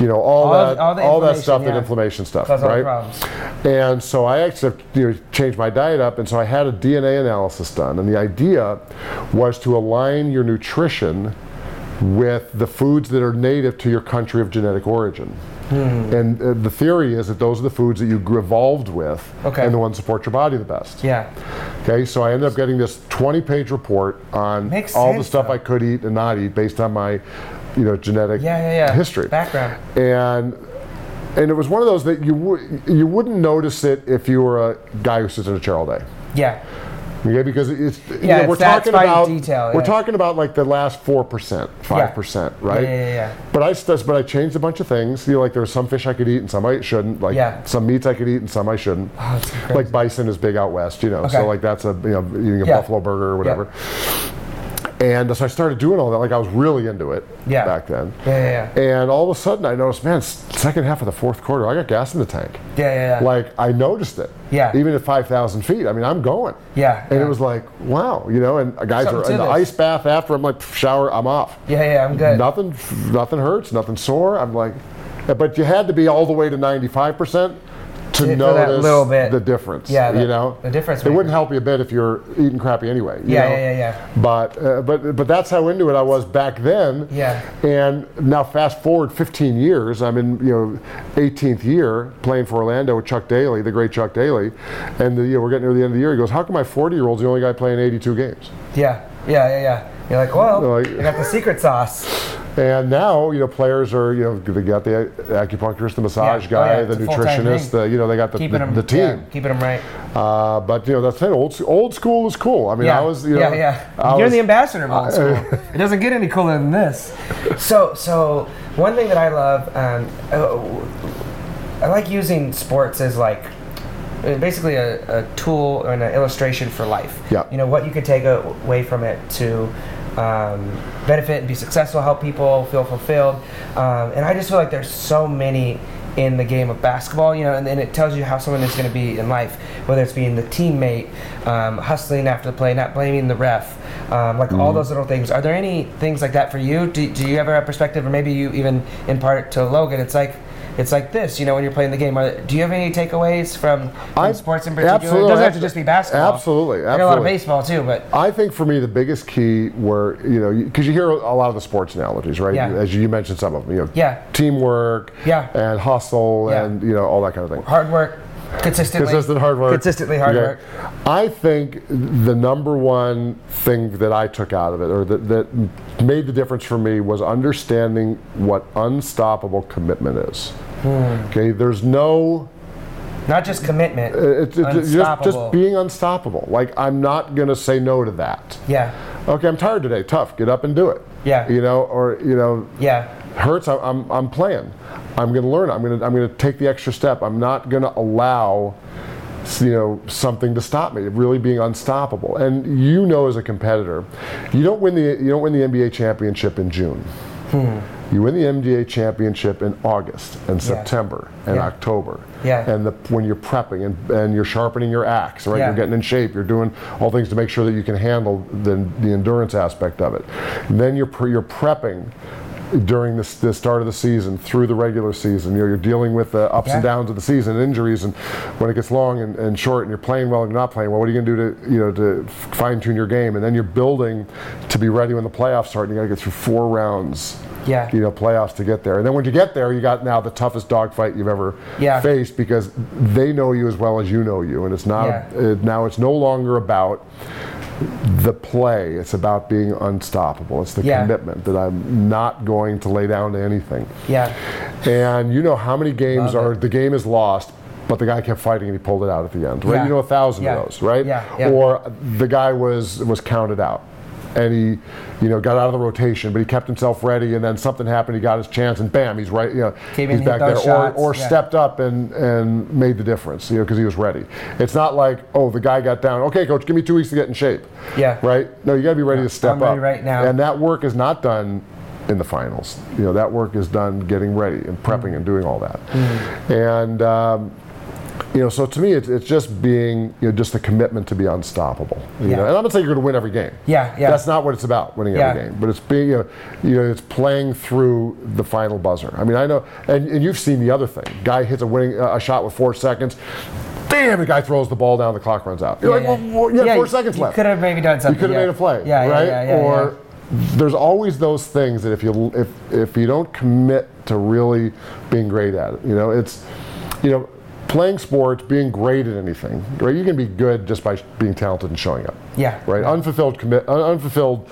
[SPEAKER 2] you know, all,
[SPEAKER 1] All
[SPEAKER 2] that,
[SPEAKER 1] the- all the
[SPEAKER 2] all that
[SPEAKER 1] inflammation,
[SPEAKER 2] stuff,
[SPEAKER 1] yeah.
[SPEAKER 2] that inflammation stuff,
[SPEAKER 1] Cause all the
[SPEAKER 2] right?
[SPEAKER 1] problems.
[SPEAKER 2] And so I actually you know, changed my diet up, and so I had a DNA analysis done, and the idea was to align your nutrition with the foods that are native to your country of genetic origin.
[SPEAKER 1] Hmm.
[SPEAKER 2] And uh, the theory is that those are the foods that you grew- evolved with,
[SPEAKER 1] Okay.
[SPEAKER 2] and the ones that support your body the best.
[SPEAKER 1] Yeah.
[SPEAKER 2] Okay, so I ended up getting this 20-page report on
[SPEAKER 1] Makes
[SPEAKER 2] all the
[SPEAKER 1] sense,
[SPEAKER 2] stuff
[SPEAKER 1] though.
[SPEAKER 2] I could eat and not eat based on my, you know, genetic
[SPEAKER 1] Yeah, yeah, yeah.
[SPEAKER 2] history
[SPEAKER 1] Background.
[SPEAKER 2] and and it was one of those that you wou- you wouldn't notice it if you were a guy who sits in a chair all day.
[SPEAKER 1] Yeah.
[SPEAKER 2] Okay, because it's you
[SPEAKER 1] Yeah,
[SPEAKER 2] know, we're
[SPEAKER 1] it's that
[SPEAKER 2] talking
[SPEAKER 1] fine
[SPEAKER 2] about
[SPEAKER 1] detail,
[SPEAKER 2] we're
[SPEAKER 1] yeah.
[SPEAKER 2] talking about like the last four percent, five percent, right?
[SPEAKER 1] Yeah, yeah, yeah.
[SPEAKER 2] But I st- but I changed a bunch of things. You know, like there was some fish I could eat and some I shouldn't. Like
[SPEAKER 1] Yeah.
[SPEAKER 2] some meats I could eat and some I shouldn't.
[SPEAKER 1] that's crazy.
[SPEAKER 2] like bison is big out west, you know.
[SPEAKER 1] Okay.
[SPEAKER 2] So like that's a you know eating a
[SPEAKER 1] Yeah.
[SPEAKER 2] buffalo burger or whatever. And uh, so I started doing all that. Like I was really into it
[SPEAKER 1] Yeah.
[SPEAKER 2] back then.
[SPEAKER 1] Yeah, yeah, yeah.
[SPEAKER 2] And all of a sudden, I noticed, man, s- second half of the fourth quarter, I got gas in the tank.
[SPEAKER 1] Yeah, yeah, yeah.
[SPEAKER 2] Like I noticed it.
[SPEAKER 1] Yeah.
[SPEAKER 2] Even at five thousand feet, I mean, I'm going.
[SPEAKER 1] Yeah,
[SPEAKER 2] And
[SPEAKER 1] yeah.
[SPEAKER 2] it was like, wow, you know. And guys
[SPEAKER 1] Something
[SPEAKER 2] are
[SPEAKER 1] to
[SPEAKER 2] in the
[SPEAKER 1] this.
[SPEAKER 2] ice bath after. I'm like, "Pff, shower, I'm off.
[SPEAKER 1] yeah, yeah, I'm good.
[SPEAKER 2] Nothing, nothing hurts, nothing sore. I'm like, but you had to be all the way to ninety five percent. To
[SPEAKER 1] For that
[SPEAKER 2] notice
[SPEAKER 1] little bit.
[SPEAKER 2] the difference,
[SPEAKER 1] Yeah, the-
[SPEAKER 2] you know,
[SPEAKER 1] the difference
[SPEAKER 2] It wouldn't
[SPEAKER 1] maker.
[SPEAKER 2] help you a bit if you're eating crappy anyway. you
[SPEAKER 1] Yeah,
[SPEAKER 2] know?
[SPEAKER 1] yeah, yeah, yeah.
[SPEAKER 2] But uh, but but that's how into it I was back then.
[SPEAKER 1] Yeah.
[SPEAKER 2] And now fast forward 15 years, I'm in you know 18th year playing for Orlando with Chuck Daly, the great Chuck Daly, and the, you know, we're getting near the end of the year. He goes, "How come my 40 year old's the only guy playing 82 games?"
[SPEAKER 1] Yeah, yeah, yeah, yeah. You're like, well,
[SPEAKER 2] Like-
[SPEAKER 1] I got the secret sauce.
[SPEAKER 2] And now you know players are you know they got the acupuncturist, the massage
[SPEAKER 1] Yeah. Oh,
[SPEAKER 2] guy,
[SPEAKER 1] yeah,
[SPEAKER 2] the
[SPEAKER 1] it's a full-time
[SPEAKER 2] nutritionist,
[SPEAKER 1] thing.
[SPEAKER 2] the, you know they got the,
[SPEAKER 1] Keeping
[SPEAKER 2] the,
[SPEAKER 1] them
[SPEAKER 2] the team.
[SPEAKER 1] yeah, keeping them right.
[SPEAKER 2] Uh, but you know that's it. Old old school is cool. I mean,
[SPEAKER 1] Yeah,
[SPEAKER 2] I was you know
[SPEAKER 1] yeah, yeah.
[SPEAKER 2] I
[SPEAKER 1] You're
[SPEAKER 2] was-
[SPEAKER 1] the ambassador of old school. it doesn't get any cooler than this. So, so one thing that I love, um, uh, I like using sports as like uh, basically a, a tool and an illustration for life.
[SPEAKER 2] Yeah.
[SPEAKER 1] You know what you could take a- away from it to um, benefit and be successful, help people feel fulfilled, um, and I just feel like there's so many. In the game of basketball, you know, and, and it tells you how someone is going to be in life, whether it's being the teammate, um, hustling after the play, not blaming the ref, um, like
[SPEAKER 2] Mm-hmm.
[SPEAKER 1] all those little things. Are there any things like that for you? Do, do you ever have perspective, or maybe you even impart to Logan? It's like, it's like this, you know, when you're playing the game. Are, do you have any takeaways from, from
[SPEAKER 2] I-
[SPEAKER 1] sports in particular?
[SPEAKER 2] absolutely,
[SPEAKER 1] it doesn't have to
[SPEAKER 2] abso-
[SPEAKER 1] just be basketball.
[SPEAKER 2] absolutely,
[SPEAKER 1] I know a lot of
[SPEAKER 2] absolutely.
[SPEAKER 1] baseball too, but
[SPEAKER 2] I think for me the biggest key were you know because you hear a lot of the sports analogies, right?
[SPEAKER 1] Yeah.
[SPEAKER 2] As you mentioned some of them, you know,
[SPEAKER 1] Yeah.
[SPEAKER 2] teamwork,
[SPEAKER 1] Yeah.
[SPEAKER 2] and hustle,
[SPEAKER 1] Yeah.
[SPEAKER 2] and you know all that kind of thing.
[SPEAKER 1] hard work, consistently.
[SPEAKER 2] Consistent hard work.
[SPEAKER 1] Consistently hard
[SPEAKER 2] Okay.
[SPEAKER 1] work.
[SPEAKER 2] I think the number one thing that I took out of it, or that, that made the difference for me, was understanding what unstoppable commitment is.
[SPEAKER 1] Hmm.
[SPEAKER 2] Okay, there's no
[SPEAKER 1] Not just commitment.
[SPEAKER 2] it's, it's just,
[SPEAKER 1] Unstoppable.
[SPEAKER 2] just being unstoppable. Like I'm not gonna say no to that.
[SPEAKER 1] yeah,
[SPEAKER 2] Okay, I'm tired today. Tough. Get up and do it.
[SPEAKER 1] Yeah.
[SPEAKER 2] You know, or you know,
[SPEAKER 1] yeah,
[SPEAKER 2] hurts. I, I'm I'm playing. I'm gonna learn. I'm gonna I'm gonna take the extra step. I'm not gonna allow, s- you know, something to stop me. Really being unstoppable. And you know, as a competitor, you don't win the you don't win the NBA championship in June.
[SPEAKER 1] Hmm.
[SPEAKER 2] You win the NBA championship in August and September and
[SPEAKER 1] Yeah.
[SPEAKER 2] October.
[SPEAKER 1] Yeah.
[SPEAKER 2] And the, when you're prepping and, and you're sharpening your axe, right?
[SPEAKER 1] Yeah.
[SPEAKER 2] You're getting in shape. You're doing all things to make sure that you can handle the, the endurance aspect of it. Then you're, pre- you're prepping during the, s- the start of the season through the regular season. You're, you're dealing with the ups and
[SPEAKER 1] Yeah.
[SPEAKER 2] downs of the season, injuries, and when it gets long and, and short, and you're playing well and you're not playing well. What are you going to do to you know to fine tune your game? And then you're building to be ready when the playoffs start. And you got to get through four rounds
[SPEAKER 1] yeah,
[SPEAKER 2] you know playoffs to get there. And then when you get there, you got now the toughest dogfight you've ever
[SPEAKER 1] Yeah.
[SPEAKER 2] faced because they know you as well as you know you, and it's not
[SPEAKER 1] Yeah.
[SPEAKER 2] uh, now it's no longer about the play. It's about being unstoppable. It's the
[SPEAKER 1] Yeah.
[SPEAKER 2] commitment that I'm not going to lay down to anything.
[SPEAKER 1] yeah,
[SPEAKER 2] And you know how many games
[SPEAKER 1] Love
[SPEAKER 2] are
[SPEAKER 1] it.
[SPEAKER 2] the game is lost, but the guy kept fighting and he pulled it out at the end, right?
[SPEAKER 1] Yeah.
[SPEAKER 2] You know a thousand
[SPEAKER 1] Yeah.
[SPEAKER 2] of those, right?
[SPEAKER 1] Yeah, yeah.
[SPEAKER 2] Or the guy was was counted out, and he, you know, got out of the rotation, but he kept himself ready, and then something happened. He got his chance, and bam, he's right. You know,
[SPEAKER 1] Came in,
[SPEAKER 2] he's
[SPEAKER 1] hit
[SPEAKER 2] back there,
[SPEAKER 1] those
[SPEAKER 2] or,
[SPEAKER 1] shots,
[SPEAKER 2] or
[SPEAKER 1] yeah.
[SPEAKER 2] stepped up and and made the difference, you know, because he was ready. It's not like oh the guy got down. Okay, coach, give me two weeks to get in shape.
[SPEAKER 1] Yeah.
[SPEAKER 2] Right. No, you got to be ready to step
[SPEAKER 1] I'm ready
[SPEAKER 2] up
[SPEAKER 1] right now.
[SPEAKER 2] And and that work is not done in the finals. You
[SPEAKER 1] Mm.
[SPEAKER 2] know, that work is done getting ready and prepping and doing all that. And um, you know, so to me, it's, it's just being, you know, just the commitment to be unstoppable. You
[SPEAKER 1] Yeah.
[SPEAKER 2] know? And I'm not saying you're going to win every game.
[SPEAKER 1] Yeah, yeah.
[SPEAKER 2] That's not what it's about, winning every
[SPEAKER 1] Yeah.
[SPEAKER 2] game. But it's being, you know, you know, it's playing through the final buzzer. I mean, I know, and, and you've seen the other thing. Guy hits a winning uh, a shot with four seconds. Damn, the guy throws the ball down, the clock runs out. You're
[SPEAKER 1] Yeah,
[SPEAKER 2] like,
[SPEAKER 1] yeah.
[SPEAKER 2] well, well, you have
[SPEAKER 1] Yeah,
[SPEAKER 2] four
[SPEAKER 1] you-
[SPEAKER 2] seconds
[SPEAKER 1] you
[SPEAKER 2] left.
[SPEAKER 1] could have maybe done something,
[SPEAKER 2] You could have
[SPEAKER 1] yeah.
[SPEAKER 2] made a play.
[SPEAKER 1] Yeah, yeah,
[SPEAKER 2] right?
[SPEAKER 1] yeah, yeah,
[SPEAKER 2] or
[SPEAKER 1] yeah.
[SPEAKER 2] there's always those things that if you if if you don't commit to really being great at it, you know, it's you know, playing sports, being great at anything, right? You can be good just by being talented and showing up.
[SPEAKER 1] Yeah.
[SPEAKER 2] Right. Unfulfilled commit, un- unfulfilled,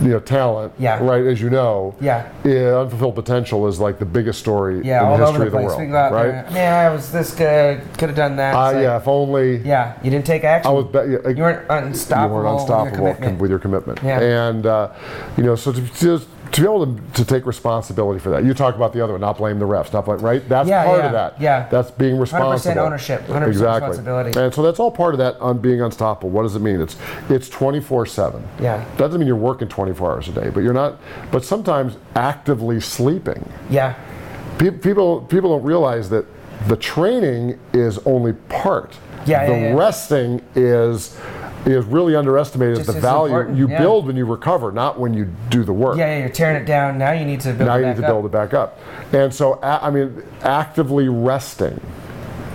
[SPEAKER 2] you know, talent.
[SPEAKER 1] Yeah.
[SPEAKER 2] Right. As you know.
[SPEAKER 1] Yeah.
[SPEAKER 2] yeah, unfulfilled potential is like the biggest story
[SPEAKER 1] Yeah,
[SPEAKER 2] in
[SPEAKER 1] all
[SPEAKER 2] the
[SPEAKER 1] over
[SPEAKER 2] history
[SPEAKER 1] the place.
[SPEAKER 2] of the
[SPEAKER 1] We
[SPEAKER 2] world.
[SPEAKER 1] go out
[SPEAKER 2] right.
[SPEAKER 1] there, man, I was this good. Could have done that.
[SPEAKER 2] Ah,
[SPEAKER 1] It's like,
[SPEAKER 2] yeah. If only.
[SPEAKER 1] Yeah, you didn't take action.
[SPEAKER 2] I was. Be- yeah,
[SPEAKER 1] you weren't unstoppable.
[SPEAKER 2] you weren't unstoppable
[SPEAKER 1] With your commitment.
[SPEAKER 2] with your commitment.
[SPEAKER 1] Yeah.
[SPEAKER 2] And uh, you know, so to, to, to be able to, to take responsibility for that. You talk about the other one, not blame the refs, not blame right. That's
[SPEAKER 1] Yeah,
[SPEAKER 2] part
[SPEAKER 1] yeah,
[SPEAKER 2] of that.
[SPEAKER 1] yeah.
[SPEAKER 2] That's being responsible.
[SPEAKER 1] ownership, 100%
[SPEAKER 2] exactly.
[SPEAKER 1] responsibility.
[SPEAKER 2] And so that's all part of that on being unstoppable. What does it mean? It's it's twenty four seven.
[SPEAKER 1] Yeah.
[SPEAKER 2] That doesn't mean you're working twenty four hours a day, but you're not. But sometimes actively sleeping.
[SPEAKER 1] yeah,
[SPEAKER 2] Pe- people people don't realize that the training is only part.
[SPEAKER 1] Yeah,
[SPEAKER 2] the
[SPEAKER 1] yeah, yeah.
[SPEAKER 2] resting is is really underestimated
[SPEAKER 1] Just
[SPEAKER 2] as the
[SPEAKER 1] as
[SPEAKER 2] value
[SPEAKER 1] important,
[SPEAKER 2] you
[SPEAKER 1] yeah.
[SPEAKER 2] build when you recover, not when you do the work.
[SPEAKER 1] yeah, yeah. You're tearing it down. Now you need to build.
[SPEAKER 2] now
[SPEAKER 1] it
[SPEAKER 2] you
[SPEAKER 1] back
[SPEAKER 2] need to
[SPEAKER 1] up.
[SPEAKER 2] build it back up. And so a- I mean actively resting.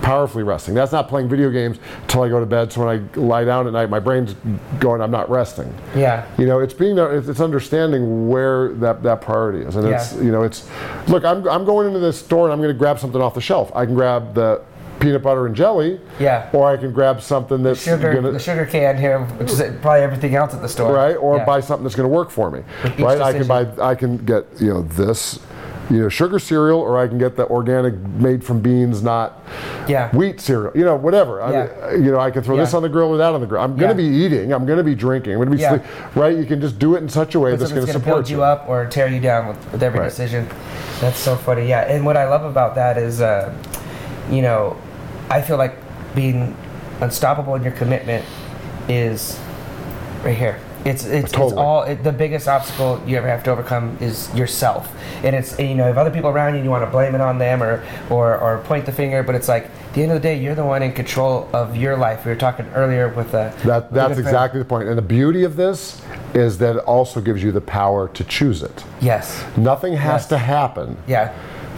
[SPEAKER 2] Powerfully resting. That's not playing video games till I go to bed. So when I lie down at night, my brain's going. I'm not resting.
[SPEAKER 1] Yeah,
[SPEAKER 2] You know, it's being there. It's, it's understanding where that, that priority is, and it's
[SPEAKER 1] Yeah.
[SPEAKER 2] you know, it's look. I'm, I'm going into this store and I'm going to grab something off the shelf. I can grab the peanut butter and jelly,
[SPEAKER 1] Yeah.
[SPEAKER 2] or I can grab something that's
[SPEAKER 1] sugar,
[SPEAKER 2] gonna-
[SPEAKER 1] the sugar can here, which is probably everything else at the store.
[SPEAKER 2] right, or
[SPEAKER 1] Yeah.
[SPEAKER 2] buy something that's going to work for me.
[SPEAKER 1] each
[SPEAKER 2] Right, I can
[SPEAKER 1] decision.
[SPEAKER 2] buy. I can get you know this. You know, sugar cereal, or I can get the organic made from beans, not
[SPEAKER 1] Yeah.
[SPEAKER 2] wheat cereal. You know, whatever.
[SPEAKER 1] Yeah.
[SPEAKER 2] I, you know, I can throw this
[SPEAKER 1] Yeah.
[SPEAKER 2] on the grill or that on the grill. I'm going to
[SPEAKER 1] Yeah.
[SPEAKER 2] be eating. I'm going to be drinking. I'm going to be
[SPEAKER 1] Yeah.
[SPEAKER 2] sleep. Right? You can just do it in such a way that's
[SPEAKER 1] something
[SPEAKER 2] going to
[SPEAKER 1] that's
[SPEAKER 2] support
[SPEAKER 1] going to build you up or tear you down with, with every
[SPEAKER 2] Right.
[SPEAKER 1] decision. That's so funny. Yeah, and what I love about that is, uh, you know, I feel like being unstoppable in your commitment is right here. It's it's, it's
[SPEAKER 2] Totally.
[SPEAKER 1] all it, the biggest obstacle you ever have to overcome is yourself, and it's and, you know if other people around you you want to blame it on them or or or point the finger, but it's like at the end of the day you're the one in control of your life. We were talking earlier with the
[SPEAKER 2] That,
[SPEAKER 1] with a
[SPEAKER 2] that's
[SPEAKER 1] friend.
[SPEAKER 2] exactly the point. And the beauty of this is that it also gives you the power to choose it.
[SPEAKER 1] yes
[SPEAKER 2] Nothing has to happen.
[SPEAKER 1] yeah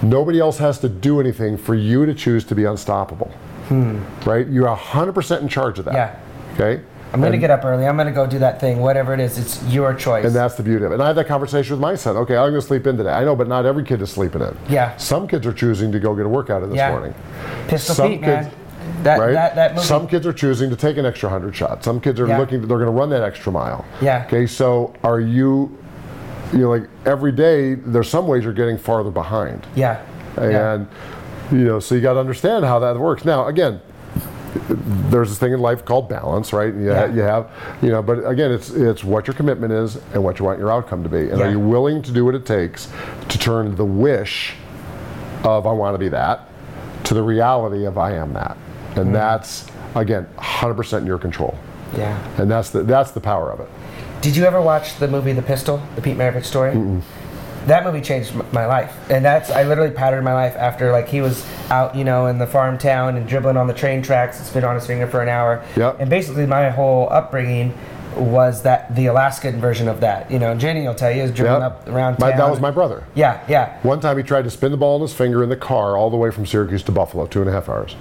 [SPEAKER 2] Nobody else has to do anything for you to choose to be unstoppable. Right? You're 100% in charge of that.
[SPEAKER 1] Hmm. Yeah.
[SPEAKER 2] Okay?
[SPEAKER 1] I'm gonna get up early. I'm gonna go do that thing, whatever it is. It's your choice.
[SPEAKER 2] And that's the beauty of it. And I had that conversation with my son. Okay, I'm going to sleep in today. I know, but not every kid is sleeping in.
[SPEAKER 1] Yeah.
[SPEAKER 2] Some kids are choosing to go get a workout in this
[SPEAKER 1] Yeah.
[SPEAKER 2] morning.
[SPEAKER 1] Pistol
[SPEAKER 2] some
[SPEAKER 1] Pete, man.
[SPEAKER 2] kids-
[SPEAKER 1] That,
[SPEAKER 2] right?
[SPEAKER 1] that that movie.
[SPEAKER 2] Some kids are choosing to take an extra hundred shots. Some kids are
[SPEAKER 1] Yeah.
[SPEAKER 2] looking; they're going to run that extra mile.
[SPEAKER 1] Yeah.
[SPEAKER 2] Okay, so are you? You know, like every day, there's some ways you're getting farther behind,
[SPEAKER 1] yeah. yeah.
[SPEAKER 2] and you know, so you got to understand how that works. Now, again, there's this thing in life called balance, right? You,
[SPEAKER 1] Yeah.
[SPEAKER 2] ha- you have, you know, but again, it's it's what your commitment is and what you want your outcome to be, and
[SPEAKER 1] Yeah.
[SPEAKER 2] are you willing to do what it takes to turn the wish of I want to be that to the reality of I am that,
[SPEAKER 1] Mm-hmm.
[SPEAKER 2] and that's again 100% in your control,
[SPEAKER 1] Yeah.
[SPEAKER 2] and that's the that's the power of it.
[SPEAKER 1] Did you ever watch the movie The Pistol, the Pete Maverick story? That movie changed m- my life, and that's I literally patterned my life after like he was out, you know, in the farm town and dribbling on the train tracks. It's been on his finger for an hour.
[SPEAKER 2] Yep.
[SPEAKER 1] And basically, my whole upbringing was that the Alaskan version of that. You know, Jenny will tell you is dribbling
[SPEAKER 2] Yep.
[SPEAKER 1] up around
[SPEAKER 2] My-
[SPEAKER 1] town.
[SPEAKER 2] that was my brother.
[SPEAKER 1] Yeah, yeah.
[SPEAKER 2] One time he tried to spin the ball on his finger in the car all the way from Syracuse to Buffalo, two and a half hours.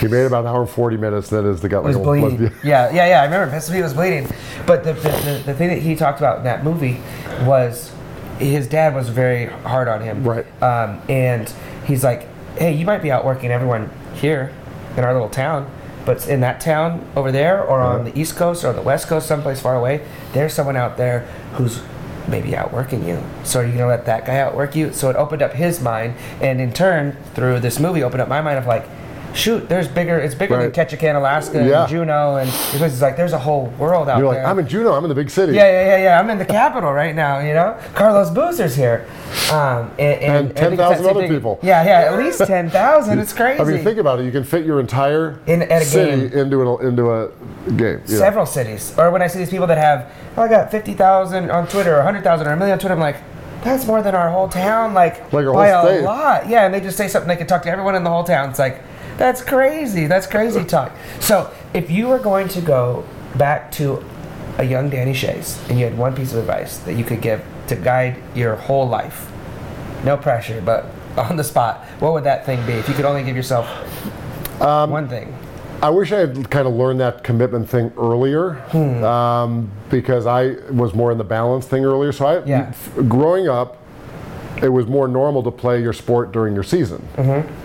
[SPEAKER 2] He made about an hour and 40 minutes, then as the gut
[SPEAKER 1] was bleeding. Yeah, yeah, yeah. I remember Pistol Pete was bleeding. But the, the, the, the thing that he talked about in that movie was his dad was very hard on him.
[SPEAKER 2] Right.
[SPEAKER 1] Um, and he's like, hey, you might be outworking everyone here in our little town, but in that town over there or
[SPEAKER 2] Uh-huh.
[SPEAKER 1] on the East Coast or the West Coast, someplace far away, there's someone out there who's maybe outworking you. So are you going to let that guy outwork you? So it opened up his mind. And in turn, through this movie, opened up my mind of like, shoot, there's bigger, it's bigger than
[SPEAKER 2] Right.
[SPEAKER 1] Ketchikan, Alaska,
[SPEAKER 2] Yeah.
[SPEAKER 1] and Juneau, and these places like there's a whole world out
[SPEAKER 2] You're like,
[SPEAKER 1] there.
[SPEAKER 2] I'm in Juneau, I'm in the big city.
[SPEAKER 1] yeah, yeah, yeah, yeah. I'm in the capital right now. You know, Carlos Boozer's here, um, and, and,
[SPEAKER 2] And
[SPEAKER 1] I think it's
[SPEAKER 2] 10,000
[SPEAKER 1] that same
[SPEAKER 2] other
[SPEAKER 1] thing.
[SPEAKER 2] people.
[SPEAKER 1] Yeah, yeah, at least ten thousand. It's crazy.
[SPEAKER 2] I mean, think about it. You can fit your entire
[SPEAKER 1] In- at a
[SPEAKER 2] city
[SPEAKER 1] game.
[SPEAKER 2] into an into a game. you know.
[SPEAKER 1] Several cities, or when I see these people that have, oh, I got fifty thousand on Twitter, or hundred thousand, or a million on Twitter, I'm like. That's more than our whole town, like,
[SPEAKER 2] Like our
[SPEAKER 1] by
[SPEAKER 2] whole
[SPEAKER 1] a
[SPEAKER 2] state.
[SPEAKER 1] lot. Yeah, and they just say something. They can talk to everyone in the whole town. It's like, That's crazy. That's crazy talk. So, if you were going to go back to a young Danny Shays and you had one piece of advice that you could give to guide your whole life, no pressure, but on the spot, what would that thing be? If you could only give yourself
[SPEAKER 2] Um,
[SPEAKER 1] one thing.
[SPEAKER 2] I wish I had kind of learned that commitment thing earlier,
[SPEAKER 1] Hmm.
[SPEAKER 2] um, because I was more in the balance thing earlier. So I,
[SPEAKER 1] Yeah.
[SPEAKER 2] growing up, it was more normal to play your sport during your season.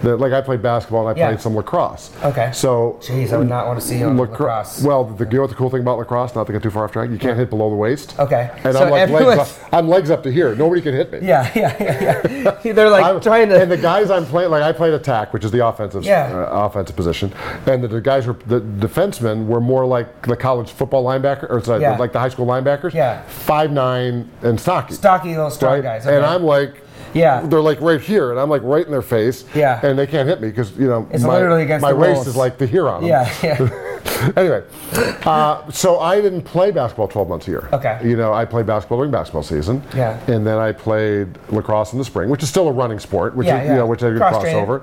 [SPEAKER 2] That- like I played basketball and I
[SPEAKER 1] Mm-hmm. Yeah.
[SPEAKER 2] played some lacrosse.
[SPEAKER 1] Okay.
[SPEAKER 2] So
[SPEAKER 1] Jeez, I would not want to see you on
[SPEAKER 2] lacro-
[SPEAKER 1] lacrosse.
[SPEAKER 2] Well, the, you know what the cool thing about lacrosse? Not to get too far off track, you can't hit below the waist.
[SPEAKER 1] Okay.
[SPEAKER 2] And
[SPEAKER 1] So
[SPEAKER 2] I'm like legs
[SPEAKER 1] everyone's-
[SPEAKER 2] up, I'm legs up to here. Nobody can hit me.
[SPEAKER 1] yeah, yeah, yeah, yeah. They're like
[SPEAKER 2] I'm-
[SPEAKER 1] trying to.
[SPEAKER 2] And the guys I'm playing, like I played attack, which is the offensive,
[SPEAKER 1] Yeah.
[SPEAKER 2] uh, offensive position, and the, the guys were the defensemen were more like the college football linebacker, or sorry,
[SPEAKER 1] Yeah.
[SPEAKER 2] like the high school linebackers.
[SPEAKER 1] Yeah.
[SPEAKER 2] Five nine and stocky.
[SPEAKER 1] stocky little strong
[SPEAKER 2] right?
[SPEAKER 1] guys.
[SPEAKER 2] And
[SPEAKER 1] okay.
[SPEAKER 2] I'm like.
[SPEAKER 1] Yeah.
[SPEAKER 2] They're like right here, and I'm like right in their face.
[SPEAKER 1] Yeah.
[SPEAKER 2] And they can't hit me because you know
[SPEAKER 1] It's
[SPEAKER 2] my,
[SPEAKER 1] literally against
[SPEAKER 2] my
[SPEAKER 1] the
[SPEAKER 2] waist
[SPEAKER 1] rules.
[SPEAKER 2] is like the here on 'em.
[SPEAKER 1] yeah, yeah.
[SPEAKER 2] anyway, uh, so I didn't play basketball 12 months a year.
[SPEAKER 1] Okay.
[SPEAKER 2] You know, I played basketball during basketball season.
[SPEAKER 1] Yeah.
[SPEAKER 2] And then I played lacrosse in the spring, which is still a running sport, which
[SPEAKER 1] Yeah,
[SPEAKER 2] is,
[SPEAKER 1] yeah.
[SPEAKER 2] you know, which I did
[SPEAKER 1] Cross-training.
[SPEAKER 2] crossover.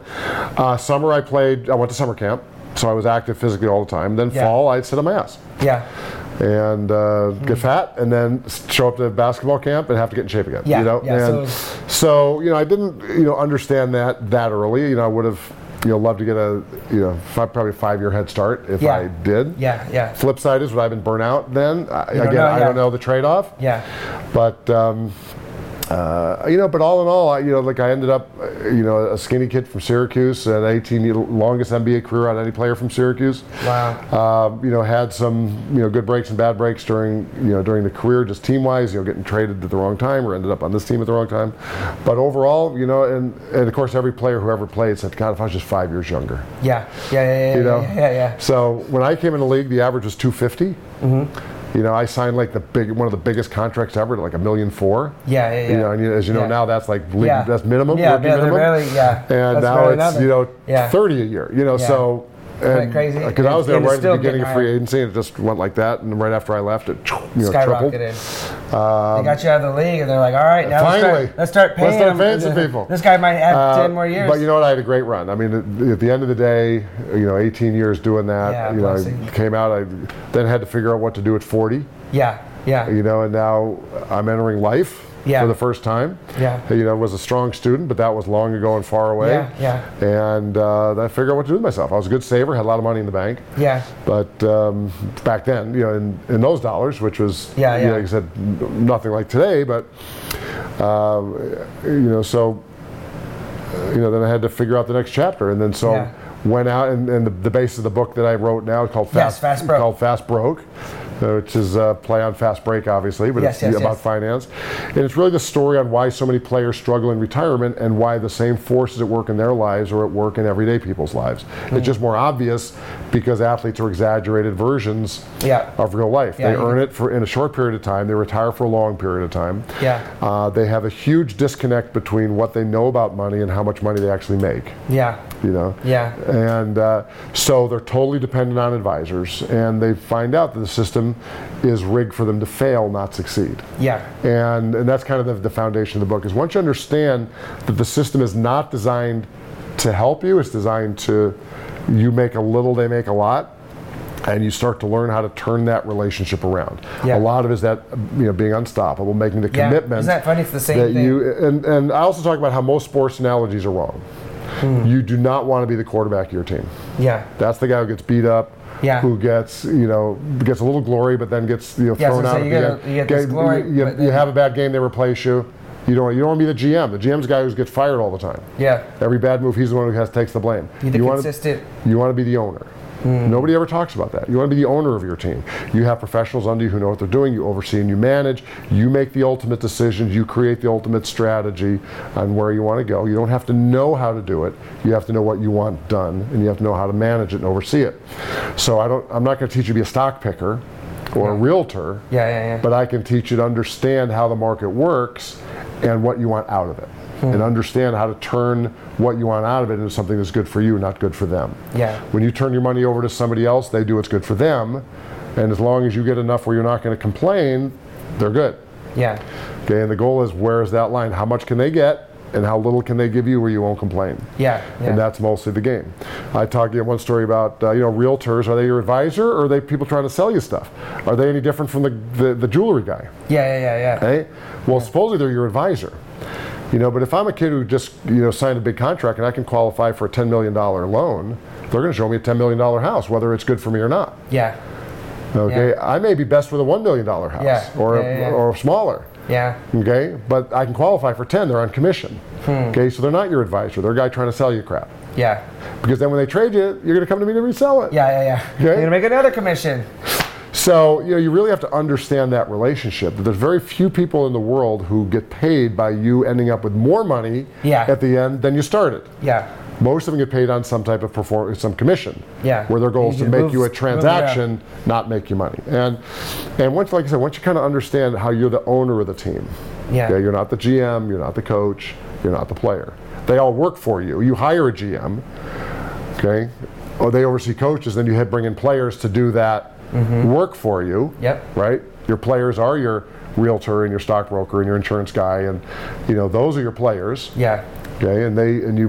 [SPEAKER 2] Uh, summer I played. I went to summer camp, so I was active physically all the time. Then
[SPEAKER 1] Yeah.
[SPEAKER 2] fall I'd sit on my ass
[SPEAKER 1] Yeah.
[SPEAKER 2] and uh,
[SPEAKER 1] Mm.
[SPEAKER 2] get fat, and then s- show up to basketball camp and have to get in shape again.
[SPEAKER 1] Yeah,
[SPEAKER 2] you know,
[SPEAKER 1] yeah,
[SPEAKER 2] and
[SPEAKER 1] so-
[SPEAKER 2] so, you know, I didn't you know understand that that early. You know, I would have you know loved to get a you know five, probably five year head start if
[SPEAKER 1] Yeah.
[SPEAKER 2] I did.
[SPEAKER 1] Yeah, yeah.
[SPEAKER 2] Flip side is would I have been burnt out then? I,
[SPEAKER 1] don't
[SPEAKER 2] again,
[SPEAKER 1] know,
[SPEAKER 2] I
[SPEAKER 1] yeah.
[SPEAKER 2] don't know the trade off.
[SPEAKER 1] Yeah.
[SPEAKER 2] But um, uh, you know, but all in all, I, you know, like I ended up, uh, you know, a skinny kid from Syracuse, an 18 year longest NBA career on any player from Syracuse.
[SPEAKER 1] Wow.
[SPEAKER 2] Uh, you know, had some you know good breaks and bad breaks during you know during the career, just team wise. You know, getting traded at the wrong time or ended up on this team at the wrong time. But overall, you know, and and of course, every player who ever played said, "God, if I was just five years younger."
[SPEAKER 1] Yeah. Yeah. Yeah. Yeah.
[SPEAKER 2] You know?
[SPEAKER 1] Yeah. Yeah. yeah.
[SPEAKER 2] So when I came in the league, the average was 250.
[SPEAKER 1] Mm-hmm.
[SPEAKER 2] You know, I signed like the big one of the biggest contracts ever, like a million four.
[SPEAKER 1] Yeah, yeah, yeah.
[SPEAKER 2] You know, and you, as you know
[SPEAKER 1] Yeah.
[SPEAKER 2] now, that's like league,
[SPEAKER 1] Yeah.
[SPEAKER 2] that's minimum.
[SPEAKER 1] Yeah,
[SPEAKER 2] rookie
[SPEAKER 1] yeah, they're
[SPEAKER 2] minimum.
[SPEAKER 1] barely- yeah.
[SPEAKER 2] And
[SPEAKER 1] That's
[SPEAKER 2] now
[SPEAKER 1] barely
[SPEAKER 2] it's
[SPEAKER 1] nothing.
[SPEAKER 2] you know
[SPEAKER 1] Yeah.
[SPEAKER 2] 30 a year. You know,
[SPEAKER 1] Yeah.
[SPEAKER 2] so
[SPEAKER 1] that crazy?
[SPEAKER 2] because I was there
[SPEAKER 1] And it's
[SPEAKER 2] right at
[SPEAKER 1] still
[SPEAKER 2] the beginning
[SPEAKER 1] getting
[SPEAKER 2] of free
[SPEAKER 1] higher.
[SPEAKER 2] agency, and it just went like that. And right after I left, it you know, tripled.
[SPEAKER 1] Skyrocketed. they got you out of the league, and they're like, "All right, now
[SPEAKER 2] Uh, Finally,
[SPEAKER 1] let's start, let's start paying,
[SPEAKER 2] Let's start
[SPEAKER 1] him.
[SPEAKER 2] paying some people.
[SPEAKER 1] This guy might have
[SPEAKER 2] Uh,
[SPEAKER 1] ten more years."
[SPEAKER 2] But you know what? I had a great run. I mean, at, at the end of the day, you know, 18 years doing that.
[SPEAKER 1] Yeah,
[SPEAKER 2] you know,
[SPEAKER 1] blessing.
[SPEAKER 2] I came out. I then had to figure out what to do at 40.
[SPEAKER 1] yeah, yeah,
[SPEAKER 2] You know, and now I'm entering life
[SPEAKER 1] Yeah.
[SPEAKER 2] for the first time.
[SPEAKER 1] Yeah.
[SPEAKER 2] You know, was a strong student, but that was long ago and far away.
[SPEAKER 1] Yeah, yeah.
[SPEAKER 2] And uh, then I figured out what to do with myself. I was a good saver, had a lot of money in the bank.
[SPEAKER 1] yeah,
[SPEAKER 2] But um, back then, you know, in, in those dollars, which was,
[SPEAKER 1] Yeah,
[SPEAKER 2] you
[SPEAKER 1] yeah.
[SPEAKER 2] know, like I said, n- nothing like today, but, uh, you know, so, uh, you know, then I had to figure out the next chapter. And then so
[SPEAKER 1] Yeah.
[SPEAKER 2] went out, and, and the, the basis of the book that I wrote now is called
[SPEAKER 1] Yes,
[SPEAKER 2] Fast,
[SPEAKER 1] Fast Broke.
[SPEAKER 2] Called Fast Broke, uh, which is a play on Fast Break, obviously, but
[SPEAKER 1] Yes,
[SPEAKER 2] it's
[SPEAKER 1] yes,
[SPEAKER 2] about
[SPEAKER 1] yes.
[SPEAKER 2] finance. And it's really the story on why so many players struggle in retirement and why the same forces at work in their lives are at work in everyday people's lives.
[SPEAKER 1] Mm.
[SPEAKER 2] It's just more obvious because athletes are exaggerated versions
[SPEAKER 1] Yeah.
[SPEAKER 2] of real life.
[SPEAKER 1] Yeah,
[SPEAKER 2] they
[SPEAKER 1] you
[SPEAKER 2] earn it for in a short period of time, they retire for a long period of time.
[SPEAKER 1] Yeah.
[SPEAKER 2] Uh, they have a huge disconnect between what they know about money and how much money they actually make
[SPEAKER 1] yeah,
[SPEAKER 2] you know.
[SPEAKER 1] Yeah.
[SPEAKER 2] And uh, so they're totally dependent on advisors, and they find out that the system is rigged for them to fail, not succeed.
[SPEAKER 1] yeah,
[SPEAKER 2] And, and that's kind of the, the foundation of the book is once you understand that the system is not designed to help you, it's designed to you make a little, they make a lot. And you start to learn how to turn that relationship around.
[SPEAKER 1] Yeah.
[SPEAKER 2] A lot of it is that you know being unstoppable, making the
[SPEAKER 1] yeah.
[SPEAKER 2] commitment
[SPEAKER 1] Isn't that funny? It's the same
[SPEAKER 2] that
[SPEAKER 1] thing.
[SPEAKER 2] you and, and I also talk about how most sports analogies are wrong.
[SPEAKER 1] Hmm.
[SPEAKER 2] You do not want to be the quarterback of your team.
[SPEAKER 1] yeah,
[SPEAKER 2] That's the guy who gets beat up.
[SPEAKER 1] Yeah.
[SPEAKER 2] Who gets you know gets a little glory, but then gets you know
[SPEAKER 1] Yeah, I was
[SPEAKER 2] thrown
[SPEAKER 1] gonna say,
[SPEAKER 2] out at
[SPEAKER 1] you
[SPEAKER 2] the
[SPEAKER 1] gotta-
[SPEAKER 2] end.
[SPEAKER 1] you get this
[SPEAKER 2] Get-
[SPEAKER 1] glory,
[SPEAKER 2] you-
[SPEAKER 1] but
[SPEAKER 2] you
[SPEAKER 1] then-
[SPEAKER 2] have a bad game, they replace you. You don't you don't want to be the GM. The GM's the guy who gets fired all the time.
[SPEAKER 1] yeah.
[SPEAKER 2] Every bad move, he's the one who has takes the blame.
[SPEAKER 1] Be the
[SPEAKER 2] you want to,
[SPEAKER 1] consistent.
[SPEAKER 2] you want to be the owner. Nobody ever talks about that. You want to be the owner of your team. You have professionals under you who know what they're doing. You oversee and you manage. You make the ultimate decisions. You create the ultimate strategy on where you want to go. You don't have to know how to do it. You have to know what you want done, and you have to know how to manage it and oversee it. So I don't. I'm not going to teach you to be a stock picker or a realtor.
[SPEAKER 1] yeah, yeah, yeah.
[SPEAKER 2] But I can teach you to understand how the market works and what you want out of it.
[SPEAKER 1] Hmm.
[SPEAKER 2] And understand how to turn what you want out of it into something that's good for you, not good for them.
[SPEAKER 1] Yeah.
[SPEAKER 2] When you turn your money over to somebody else, they do what's good for them. And as long as you get enough where you're not going to complain, they're good.
[SPEAKER 1] yeah,
[SPEAKER 2] Okay, and the goal is where is that line? How much can they get? and how little can they give you where you won't complain.
[SPEAKER 1] Yeah, yeah.
[SPEAKER 2] And that's mostly the game. I talked you know, one story about uh, you know realtors. Are they your advisor or are they people trying to sell you stuff? Are they any different from the, the, the jewelry guy?
[SPEAKER 1] yeah, yeah, yeah.
[SPEAKER 2] Right? Well, supposedly they're your advisor. You know, but if I'm a kid who just you know signed a big contract and I can qualify for a ten million dollar loan, they're going to show me a ten million dollar house, whether it's good for me or not.
[SPEAKER 1] Yeah,
[SPEAKER 2] Okay, I may be best with a one million dollar house
[SPEAKER 1] Yeah.
[SPEAKER 2] or a-
[SPEAKER 1] Yeah, yeah, yeah.
[SPEAKER 2] or smaller.
[SPEAKER 1] yeah,
[SPEAKER 2] Okay, but I can qualify for ten. They're on commission.
[SPEAKER 1] Hmm.
[SPEAKER 2] Okay, so they're not your advisor. They're a guy trying to sell you crap.
[SPEAKER 1] yeah,
[SPEAKER 2] Because then when they trade you, you're going to come to me to resell it.
[SPEAKER 1] yeah, yeah, yeah. You're gonna make another commission.
[SPEAKER 2] So you know, you really have to understand that relationship. There's very few people in the world who get paid by you ending up with more money
[SPEAKER 1] Yeah.
[SPEAKER 2] at the end than you started.
[SPEAKER 1] Yeah,
[SPEAKER 2] Most of them get paid on some type of perform, some commission.
[SPEAKER 1] Yeah.
[SPEAKER 2] Where their goal is
[SPEAKER 1] You can
[SPEAKER 2] to make
[SPEAKER 1] move-
[SPEAKER 2] you a
[SPEAKER 1] move, yeah.
[SPEAKER 2] transaction, not make you money. And and once, like I said, once you kind of understand how you're the owner of the team.
[SPEAKER 1] Yeah.
[SPEAKER 2] you're not the GM. You're not the coach. You're not the player. They all work for you. You hire a GM. Okay. Or they oversee coaches. Then you had bring in players to do that
[SPEAKER 1] Mm-hmm.
[SPEAKER 2] work for you.
[SPEAKER 1] Yep.
[SPEAKER 2] Right. Your players are your realtor and your stockbroker and your insurance guy and you know those are your players
[SPEAKER 1] yeah,
[SPEAKER 2] Okay, and they and you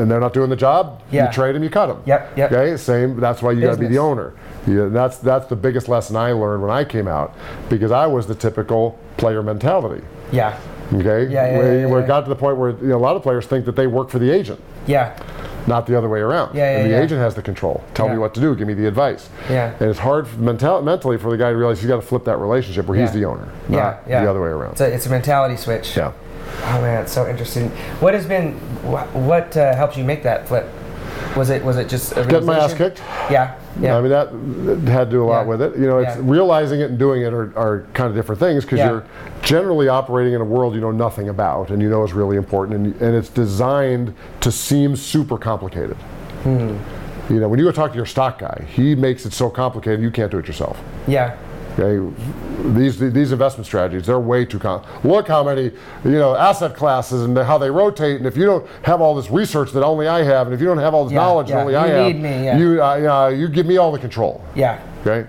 [SPEAKER 2] and they're not doing the job.
[SPEAKER 1] Yeah.
[SPEAKER 2] You trade them, you cut them.
[SPEAKER 1] Yep, yep.
[SPEAKER 2] Okay, same. That's why you got to be the
[SPEAKER 1] Business.
[SPEAKER 2] owner. Yeah, that's that's the biggest lesson I learned when I came out because I was the typical player mentality.
[SPEAKER 1] yeah,
[SPEAKER 2] Okay,
[SPEAKER 1] Yeah, yeah,
[SPEAKER 2] where,
[SPEAKER 1] yeah, yeah,
[SPEAKER 2] where
[SPEAKER 1] yeah.
[SPEAKER 2] it got to the point where you know, a lot of players think that they work for the agent,
[SPEAKER 1] yeah,
[SPEAKER 2] not the other way around.
[SPEAKER 1] Yeah, yeah,
[SPEAKER 2] and the
[SPEAKER 1] yeah.
[SPEAKER 2] agent has the control. Tell
[SPEAKER 1] Yeah.
[SPEAKER 2] me what to do. Give me the advice.
[SPEAKER 1] Yeah.
[SPEAKER 2] and it's hard mental, mentally for the guy to realize he's got to flip that relationship where he's
[SPEAKER 1] Yeah.
[SPEAKER 2] the owner,
[SPEAKER 1] yeah,
[SPEAKER 2] not
[SPEAKER 1] yeah.
[SPEAKER 2] the other way around.
[SPEAKER 1] It's a, it's a mentality switch.
[SPEAKER 2] yeah.
[SPEAKER 1] Oh man, it's so interesting. What has been what, what uh, helped you make that flip? Was it was it just a
[SPEAKER 2] Getting my ass
[SPEAKER 1] realization?
[SPEAKER 2] kicked.
[SPEAKER 1] Yeah, yeah,
[SPEAKER 2] I mean, that, that had to do a lot
[SPEAKER 1] Yeah.
[SPEAKER 2] with it. You know, it's
[SPEAKER 1] Yeah.
[SPEAKER 2] realizing it and doing it are, are kind of different things because
[SPEAKER 1] Yeah.
[SPEAKER 2] you're generally operating in a world you know nothing about and you know is really important and, and it's designed to seem super complicated.
[SPEAKER 1] Hmm.
[SPEAKER 2] You know, when you go talk to your stock guy, he makes it so complicated you can't do it yourself.
[SPEAKER 1] yeah,
[SPEAKER 2] Okay, these these investment strategies they're way too com. Look how many you know asset classes and how they rotate, and if you don't have all this research that only I have, and if you don't have all this
[SPEAKER 1] Yeah,
[SPEAKER 2] knowledge
[SPEAKER 1] yeah.
[SPEAKER 2] that only
[SPEAKER 1] You
[SPEAKER 2] I have,
[SPEAKER 1] need me, yeah.
[SPEAKER 2] you uh, uh, you give me all the control.
[SPEAKER 1] yeah,
[SPEAKER 2] Okay,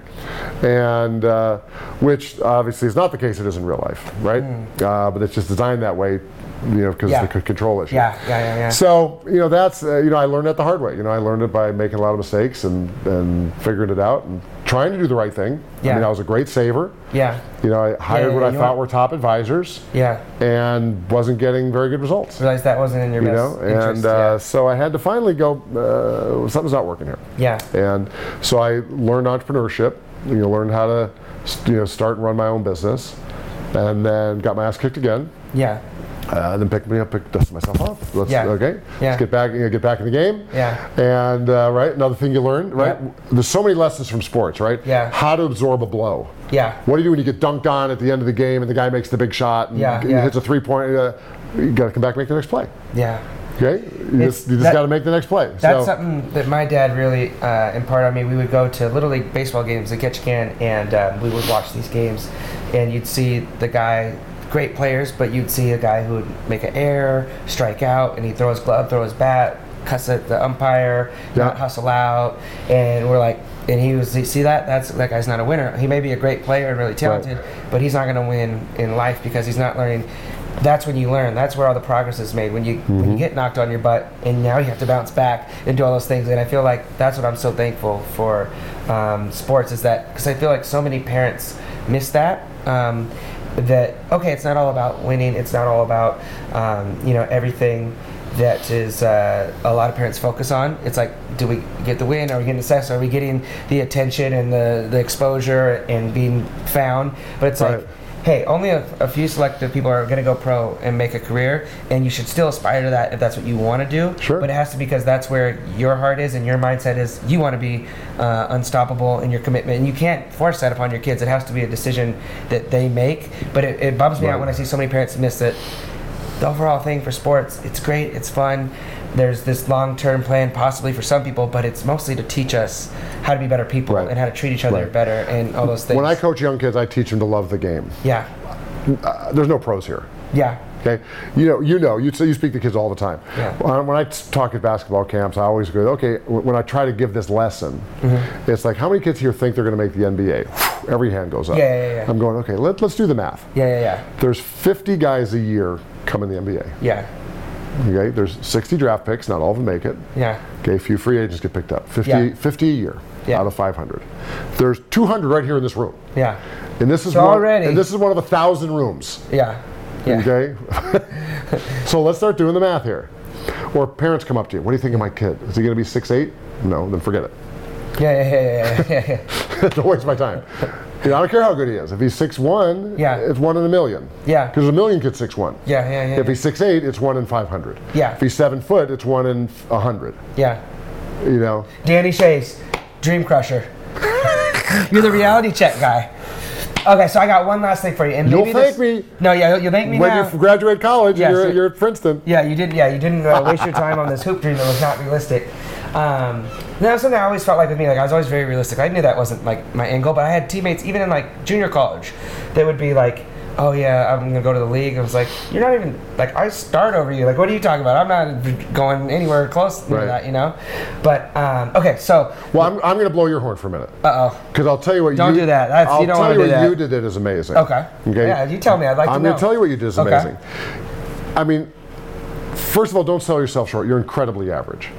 [SPEAKER 2] and uh, which obviously is not the case. It is in real life, right? Uh, but it's just designed that way, you know, because
[SPEAKER 1] Mm. Yeah.
[SPEAKER 2] of the c- control issue.
[SPEAKER 1] yeah, yeah, yeah, yeah.
[SPEAKER 2] So you know that's uh, you know I learned that the hard way. You know I learned it by making a lot of mistakes and and figuring it out and trying to do the right thing.
[SPEAKER 1] Yeah.
[SPEAKER 2] I mean I was a great saver.
[SPEAKER 1] yeah,
[SPEAKER 2] You know I hired
[SPEAKER 1] yeah,
[SPEAKER 2] what
[SPEAKER 1] yeah,
[SPEAKER 2] I
[SPEAKER 1] you
[SPEAKER 2] thought
[SPEAKER 1] are-
[SPEAKER 2] were top advisors
[SPEAKER 1] yeah.
[SPEAKER 2] and wasn't getting very good results.
[SPEAKER 1] Realized that wasn't in your
[SPEAKER 2] You
[SPEAKER 1] best
[SPEAKER 2] know
[SPEAKER 1] interest.
[SPEAKER 2] and uh, so I had to finally go. Uh, something's not working here.
[SPEAKER 1] yeah, yeah,
[SPEAKER 2] And so I learned entrepreneurship. You know learned how to s- you know start and run my own business, and then got my ass kicked again.
[SPEAKER 1] yeah,
[SPEAKER 2] Uh, then pick me up, pick dust myself off. Let's
[SPEAKER 1] Yeah.
[SPEAKER 2] okay.
[SPEAKER 1] Yeah.
[SPEAKER 2] Let's get back, you know, get back in the game.
[SPEAKER 1] Yeah.
[SPEAKER 2] And uh, right, another thing you learned, right?
[SPEAKER 1] Yeah.
[SPEAKER 2] There's so many lessons from sports, right?
[SPEAKER 1] Yeah.
[SPEAKER 2] How to absorb a blow.
[SPEAKER 1] yeah,
[SPEAKER 2] What do you do when you get dunked on at the end of the game and the guy makes the big shot and
[SPEAKER 1] Yeah,
[SPEAKER 2] g-
[SPEAKER 1] yeah.
[SPEAKER 2] hits a three point? Uh, you got to come back and make the next play.
[SPEAKER 1] yeah.
[SPEAKER 2] Okay. You
[SPEAKER 1] It's-
[SPEAKER 2] just, you just
[SPEAKER 1] that-
[SPEAKER 2] got to make the next play.
[SPEAKER 1] That's
[SPEAKER 2] so,
[SPEAKER 1] something that my dad really uh, imparted on me. We would go to Little League baseball games at Ketchikan, and um, we would watch these games. And you'd see the guy, great players, but you'd see a guy who would make an error, strike out, and he'd throw his glove, throw his bat, cuss at the umpire, not
[SPEAKER 2] Yeah.
[SPEAKER 1] hustle out. And we're like, and he was, see that? That's that guy's not a winner. He may be a great player and really talented, but he's not going to win in life because he's not learning. That's when you learn. That's where all the progress is made. When you when you get knocked on your butt, and now you have to bounce back and do all those things. And I feel like that's what I'm so thankful for um, sports is that because I feel like so many parents miss that. Um, that okay, it's not all about winning. It's not all about um, you know everything that is uh, a lot of parents focus on. It's like, do we get the win? Are we getting the success? Are we getting the attention and the, the exposure and being found? But it's
[SPEAKER 2] Right.
[SPEAKER 1] like, hey, only a, a few selective people are going to go pro and make a career, and you should still aspire to that if that's what you want to do.
[SPEAKER 2] Sure.
[SPEAKER 1] But it has to be because that's where your heart is and your mindset is. You want to be uh, unstoppable in your commitment, and you can't force that upon your kids. It has to be a decision that they make. But it, it bums me out when I see so many parents miss it the overall thing for sports, it's great, it's fun. There's this long term plan possibly for some people, but it's mostly to teach us how to be better people
[SPEAKER 2] Right.
[SPEAKER 1] and how to treat each other
[SPEAKER 2] Right.
[SPEAKER 1] better and all those things.
[SPEAKER 2] when I coach young kids, I teach them to love the game.
[SPEAKER 1] yeah,
[SPEAKER 2] Uh, there's no pros here.
[SPEAKER 1] yeah,
[SPEAKER 2] Okay, you know, you know, you, you speak to kids all the time.
[SPEAKER 1] Yeah.
[SPEAKER 2] Uh, When I t- talk at basketball camps, I always go, okay. w- When I try to give this lesson,
[SPEAKER 1] Mm-hmm.
[SPEAKER 2] it's like, how many kids here think they're going to make the NBA? Every hand goes up.
[SPEAKER 1] Yeah, yeah, yeah.
[SPEAKER 2] I'm going, okay. Let, let's do the math.
[SPEAKER 1] yeah, yeah, yeah,
[SPEAKER 2] There's 50 guys a year come in the NBA.
[SPEAKER 1] yeah,
[SPEAKER 2] Okay, there's 60 draft picks. Not all of them make it.
[SPEAKER 1] Yeah.
[SPEAKER 2] Okay, a few free agents get picked up. 50,
[SPEAKER 1] Yeah.
[SPEAKER 2] 50 a year
[SPEAKER 1] Yeah.
[SPEAKER 2] out of 500. There's 200 right here in this room.
[SPEAKER 1] Yeah.
[SPEAKER 2] And this is
[SPEAKER 1] So
[SPEAKER 2] one,
[SPEAKER 1] already-
[SPEAKER 2] And this is one of a thousand rooms.
[SPEAKER 1] Yeah. Yeah.
[SPEAKER 2] Okay. so let's start doing the math here. Or parents come up to you. What do you think of my kid? Is he going to be six eight? No, then forget it.
[SPEAKER 1] Yeah, yeah, yeah, yeah, yeah,
[SPEAKER 2] don't waste my time. You know, I don't care how good he is. If he's six one,
[SPEAKER 1] Yeah.
[SPEAKER 2] it's one in a million.
[SPEAKER 1] Yeah.
[SPEAKER 2] Because a million kids six one.
[SPEAKER 1] yeah, yeah, yeah,
[SPEAKER 2] If he's six eight, it's one in five hundred.
[SPEAKER 1] Yeah.
[SPEAKER 2] If he's seven foot, it's one in a hundred.
[SPEAKER 1] yeah.
[SPEAKER 2] You know.
[SPEAKER 1] Danny Shays, Dream Crusher. You're the reality check guy. Okay, so I got one last thing for you, and
[SPEAKER 2] You'll
[SPEAKER 1] maybe
[SPEAKER 2] thank
[SPEAKER 1] this-
[SPEAKER 2] me.
[SPEAKER 1] No, yeah, you'll thank me
[SPEAKER 2] When
[SPEAKER 1] now.
[SPEAKER 2] you graduate college,
[SPEAKER 1] Yes,
[SPEAKER 2] you're,
[SPEAKER 1] you-
[SPEAKER 2] you're at Princeton.
[SPEAKER 1] Yeah, you didn't. Yeah, you didn't uh, waste your time on this hoop dream that was not realistic. Um, that was something I always felt like with me. Like I was always very realistic. I knew that wasn't like my angle, but I had teammates even in like junior college that would be like, "Oh yeah, I'm gonna go to the league." I was like, "You're not even like I start over you. Like what are you talking about? I'm not going anywhere close to
[SPEAKER 2] Right.
[SPEAKER 1] that, you know." But um, okay, so
[SPEAKER 2] Well, I'm, I'm going to blow your horn for a minute.
[SPEAKER 1] uh oh,
[SPEAKER 2] Because I'll tell you what
[SPEAKER 1] Don't
[SPEAKER 2] you
[SPEAKER 1] do that. That's-
[SPEAKER 2] I'll
[SPEAKER 1] you don't
[SPEAKER 2] tell
[SPEAKER 1] wanna
[SPEAKER 2] you
[SPEAKER 1] do
[SPEAKER 2] what
[SPEAKER 1] that.
[SPEAKER 2] you did that is amazing.
[SPEAKER 1] Okay. Yeah, you tell me. I'd like to
[SPEAKER 2] I'm
[SPEAKER 1] know.
[SPEAKER 2] gonna tell you what you did is
[SPEAKER 1] Okay.
[SPEAKER 2] amazing. I mean, first of all, don't sell yourself short. You're incredibly average.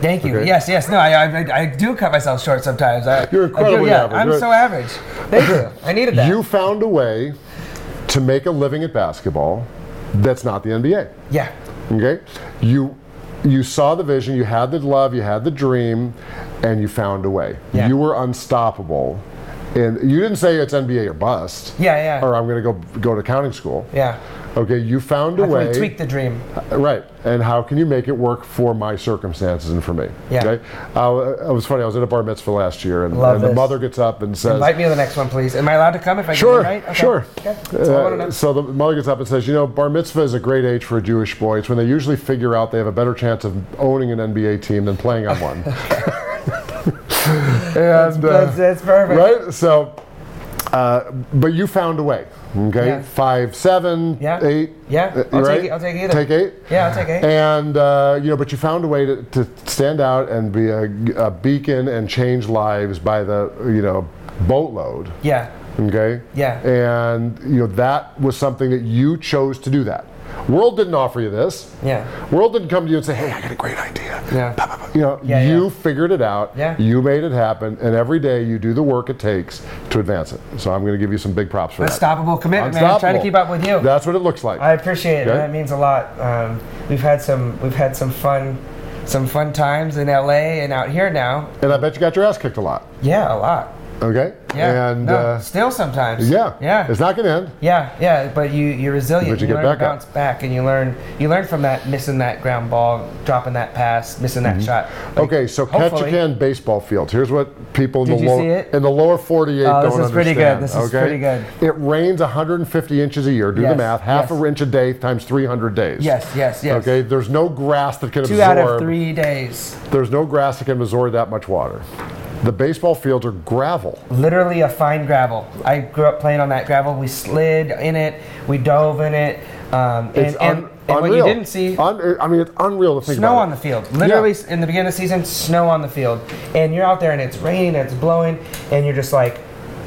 [SPEAKER 1] thank you.
[SPEAKER 2] Okay.
[SPEAKER 1] Yes, yes. No, I, I, I do cut myself short sometimes. I,
[SPEAKER 2] You're
[SPEAKER 1] I do,
[SPEAKER 2] incredibly
[SPEAKER 1] yeah,
[SPEAKER 2] average.
[SPEAKER 1] I'm
[SPEAKER 2] You're-
[SPEAKER 1] so average. Thank you. I needed that.
[SPEAKER 2] You found a way to make a living at basketball that's not the NBA.
[SPEAKER 1] yeah,
[SPEAKER 2] Okay? You you saw the vision, you had the love, you had the dream, and you found a way.
[SPEAKER 1] Yeah.
[SPEAKER 2] You were unstoppable. And you didn't say it's NBA or bust.
[SPEAKER 1] yeah, yeah,
[SPEAKER 2] Or I'm gonna go go to accounting school.
[SPEAKER 1] yeah.
[SPEAKER 2] Okay, you found a
[SPEAKER 1] How
[SPEAKER 2] way.
[SPEAKER 1] can we tweak the dream?
[SPEAKER 2] Right, and how can you make it work for my circumstances and for me?
[SPEAKER 1] Yeah.
[SPEAKER 2] Okay? Uh, it was funny. I was at a bar mitzvah last year, and,
[SPEAKER 1] Love
[SPEAKER 2] and the
[SPEAKER 1] this.
[SPEAKER 2] mother gets up and says,
[SPEAKER 1] Invite me to the next one, please. Am I allowed to come if I
[SPEAKER 2] "Sure,
[SPEAKER 1] get invite? Okay.
[SPEAKER 2] sure."
[SPEAKER 1] Okay. That's all I wanna
[SPEAKER 2] Uh,
[SPEAKER 1] know.
[SPEAKER 2] so the mother gets up and says, "You know, bar mitzvah is a great age for a Jewish boy. It's when they usually figure out they have a better chance of owning an NBA team than playing on one." and uh,
[SPEAKER 1] that's, that's perfect.
[SPEAKER 2] right? So, uh, but you found a way. Okay,
[SPEAKER 1] Yeah.
[SPEAKER 2] five, seven,
[SPEAKER 1] Yeah.
[SPEAKER 2] eight.
[SPEAKER 1] Yeah.
[SPEAKER 2] uh,
[SPEAKER 1] I'll take
[SPEAKER 2] right?
[SPEAKER 1] it- I'll take either.
[SPEAKER 2] Take eight.
[SPEAKER 1] Yeah, I'll take it.
[SPEAKER 2] And uh, you know, but you found a way to, to stand out and be a, a beacon and change lives by the you know boatload.
[SPEAKER 1] Yeah.
[SPEAKER 2] Okay.
[SPEAKER 1] Yeah.
[SPEAKER 2] And you know that was something that you chose to do. That world didn't offer you this.
[SPEAKER 1] Yeah.
[SPEAKER 2] World didn't come to you and say, "Hey, I got a great idea."
[SPEAKER 1] Yeah.
[SPEAKER 2] Bah, bah, bah. You know,
[SPEAKER 1] Yeah,
[SPEAKER 2] you
[SPEAKER 1] yeah.
[SPEAKER 2] figured it out.
[SPEAKER 1] Yeah.
[SPEAKER 2] You made it happen, and every day you do the work it takes to advance it. So I'm going to give you some big props for that.
[SPEAKER 1] Unstoppable commitment, man. I'm trying to
[SPEAKER 2] Unstoppable.
[SPEAKER 1] keep up with you.
[SPEAKER 2] That's what it looks like.
[SPEAKER 1] I appreciate it.
[SPEAKER 2] Okay.
[SPEAKER 1] That means a lot. Um, we've had some we've had some fun some fun times in LA and out here now.
[SPEAKER 2] and I bet you got your ass kicked a lot.
[SPEAKER 1] Yeah, a lot.
[SPEAKER 2] Okay.
[SPEAKER 1] Yeah.
[SPEAKER 2] And
[SPEAKER 1] no,
[SPEAKER 2] uh,
[SPEAKER 1] still sometimes.
[SPEAKER 2] yeah.
[SPEAKER 1] Yeah.
[SPEAKER 2] It's not going to end.
[SPEAKER 1] Yeah, yeah, but you you're resilient.
[SPEAKER 2] But you get
[SPEAKER 1] learn
[SPEAKER 2] back
[SPEAKER 1] to
[SPEAKER 2] up.
[SPEAKER 1] bounce back, and you learn you learn from that missing that ground ball, dropping that pass, missing
[SPEAKER 2] Mm-hmm.
[SPEAKER 1] that shot. Like,
[SPEAKER 2] Okay, so
[SPEAKER 1] hopefully-
[SPEAKER 2] Ketchikan baseball field. Here's what people in
[SPEAKER 1] Did
[SPEAKER 2] the
[SPEAKER 1] you
[SPEAKER 2] lower
[SPEAKER 1] see it?
[SPEAKER 2] in the lower
[SPEAKER 1] Oh,
[SPEAKER 2] 48 don't
[SPEAKER 1] this is
[SPEAKER 2] understand.
[SPEAKER 1] pretty good. This is
[SPEAKER 2] okay?
[SPEAKER 1] pretty good.
[SPEAKER 2] It rains 150 inches a year. Do
[SPEAKER 1] Yes,
[SPEAKER 2] the math. Half
[SPEAKER 1] yes.
[SPEAKER 2] an inch a day times 300 days.
[SPEAKER 1] Yes, yes, yes.
[SPEAKER 2] Okay. There's no grass that can
[SPEAKER 1] Two out
[SPEAKER 2] absorb.
[SPEAKER 1] of three days.
[SPEAKER 2] There's no grass that can absorb that much water. The baseball fields are gravel.
[SPEAKER 1] Literally a fine gravel. I grew up playing on that gravel. We slid in it. We dove in it. Um, and,
[SPEAKER 2] It's un-
[SPEAKER 1] and, and what
[SPEAKER 2] unreal.
[SPEAKER 1] you didn't see,
[SPEAKER 2] Un- I mean, it's unreal to think
[SPEAKER 1] snow
[SPEAKER 2] about.
[SPEAKER 1] on the field. Literally s in the beginning of the season, snow on the field, and you're out there and it's raining, and it's blowing, and you're just like,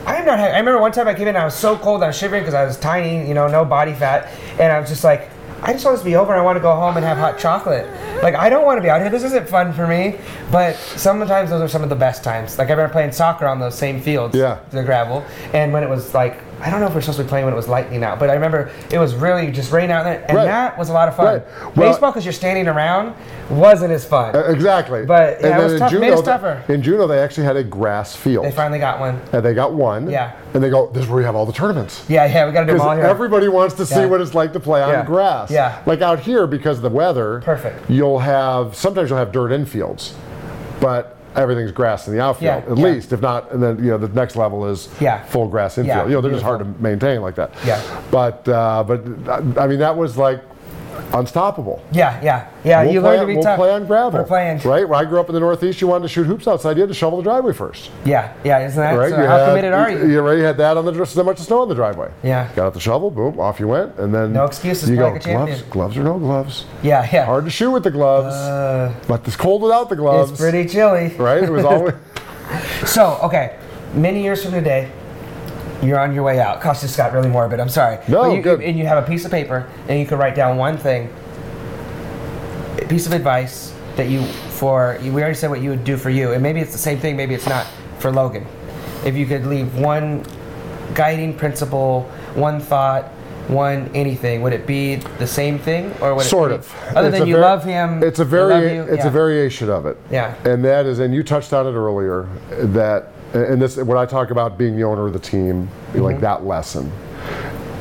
[SPEAKER 1] I'm not. Ha-. I remember one time I came in, I was so cold, I was shivering because I was tiny, you know, no body fat, and I was just like. I just want this to be over. and I want to go home and have hot chocolate. Like I don't want to be out here. This isn't fun for me. But sometimes those are some of the best times. Like I remember playing soccer on those same fields
[SPEAKER 2] Yeah.
[SPEAKER 1] the gravel. And when it was like, I don't know if we're supposed to be playing when it was lightning out, but I remember it was really just rain out there, and
[SPEAKER 2] Right.
[SPEAKER 1] that was a lot of fun.
[SPEAKER 2] Right. Well-
[SPEAKER 1] Baseball, because you're standing around, wasn't as fun.
[SPEAKER 2] Uh, Exactly.
[SPEAKER 1] But, yeah, it was
[SPEAKER 2] in
[SPEAKER 1] tough. Made
[SPEAKER 2] Juneau,
[SPEAKER 1] us tougher.
[SPEAKER 2] In Juneau, they actually had a grass field.
[SPEAKER 1] they finally got one.
[SPEAKER 2] and they got one.
[SPEAKER 1] Yeah.
[SPEAKER 2] And they go, this is where we have all the tournaments.
[SPEAKER 1] Yeah, yeah, we got to do them all
[SPEAKER 2] Because
[SPEAKER 1] here.
[SPEAKER 2] everybody wants to see
[SPEAKER 1] Yeah.
[SPEAKER 2] what it's like to play on
[SPEAKER 1] Yeah.
[SPEAKER 2] grass.
[SPEAKER 1] Yeah.
[SPEAKER 2] Like out here, because of the weather.
[SPEAKER 1] Perfect.
[SPEAKER 2] You'll have sometimes you'll have dirt infields, but everything's grass in the outfield
[SPEAKER 1] Yeah,
[SPEAKER 2] at
[SPEAKER 1] yeah.
[SPEAKER 2] least. If not, and then you know the next level is
[SPEAKER 1] Yeah.
[SPEAKER 2] full grass infield.
[SPEAKER 1] Yeah,
[SPEAKER 2] You know they're just hard to maintain like that.
[SPEAKER 1] Yeah.
[SPEAKER 2] But uh, but uh, I mean that was like unstoppable.
[SPEAKER 1] yeah, yeah, yeah.
[SPEAKER 2] We'll
[SPEAKER 1] you
[SPEAKER 2] play
[SPEAKER 1] learn to
[SPEAKER 2] on-
[SPEAKER 1] be
[SPEAKER 2] we'll
[SPEAKER 1] tough.
[SPEAKER 2] play on gravel.
[SPEAKER 1] We're playing.
[SPEAKER 2] Right? When I grew up in the Northeast, you wanted to shoot hoops outside, you had to shovel the driveway first.
[SPEAKER 1] Yeah, yeah. Isn't that?
[SPEAKER 2] Right?
[SPEAKER 1] so
[SPEAKER 2] you
[SPEAKER 1] how
[SPEAKER 2] had-
[SPEAKER 1] committed are you?
[SPEAKER 2] You already had that on the dr- so much snow on the driveway.
[SPEAKER 1] Yeah.
[SPEAKER 2] Got out the shovel, boom, off you went, and then
[SPEAKER 1] No excuses,
[SPEAKER 2] You
[SPEAKER 1] play
[SPEAKER 2] go
[SPEAKER 1] like a champion.
[SPEAKER 2] gloves, gloves or no gloves.
[SPEAKER 1] Yeah, yeah.
[SPEAKER 2] Hard to shoot with the gloves,
[SPEAKER 1] Uh,
[SPEAKER 2] but it's cold without the gloves.
[SPEAKER 1] it's pretty chilly.
[SPEAKER 2] Right? It was always
[SPEAKER 1] So, okay, many years from today, you're on your way out. Gosh, this got really morbid. I'm sorry.
[SPEAKER 2] No,
[SPEAKER 1] But you,
[SPEAKER 2] good.
[SPEAKER 1] And you have a piece of paper, and you can write down one thing piece of advice that you for we already said what you would do for you, and maybe it's the same thing, maybe it's not for Logan. If you could leave one guiding principle, one thought, one anything, would it be the same thing, or would
[SPEAKER 2] sort
[SPEAKER 1] it
[SPEAKER 2] of.
[SPEAKER 1] be, other
[SPEAKER 2] It's
[SPEAKER 1] than
[SPEAKER 2] a
[SPEAKER 1] you
[SPEAKER 2] var-
[SPEAKER 1] love him?
[SPEAKER 2] It's a
[SPEAKER 1] they love
[SPEAKER 2] very
[SPEAKER 1] you,
[SPEAKER 2] it's
[SPEAKER 1] yeah.
[SPEAKER 2] a variation of it.
[SPEAKER 1] Yeah.
[SPEAKER 2] And that is, and you touched on it earlier. That and this when I talk about being the owner of the team,
[SPEAKER 1] Mm-hmm.
[SPEAKER 2] like that lesson.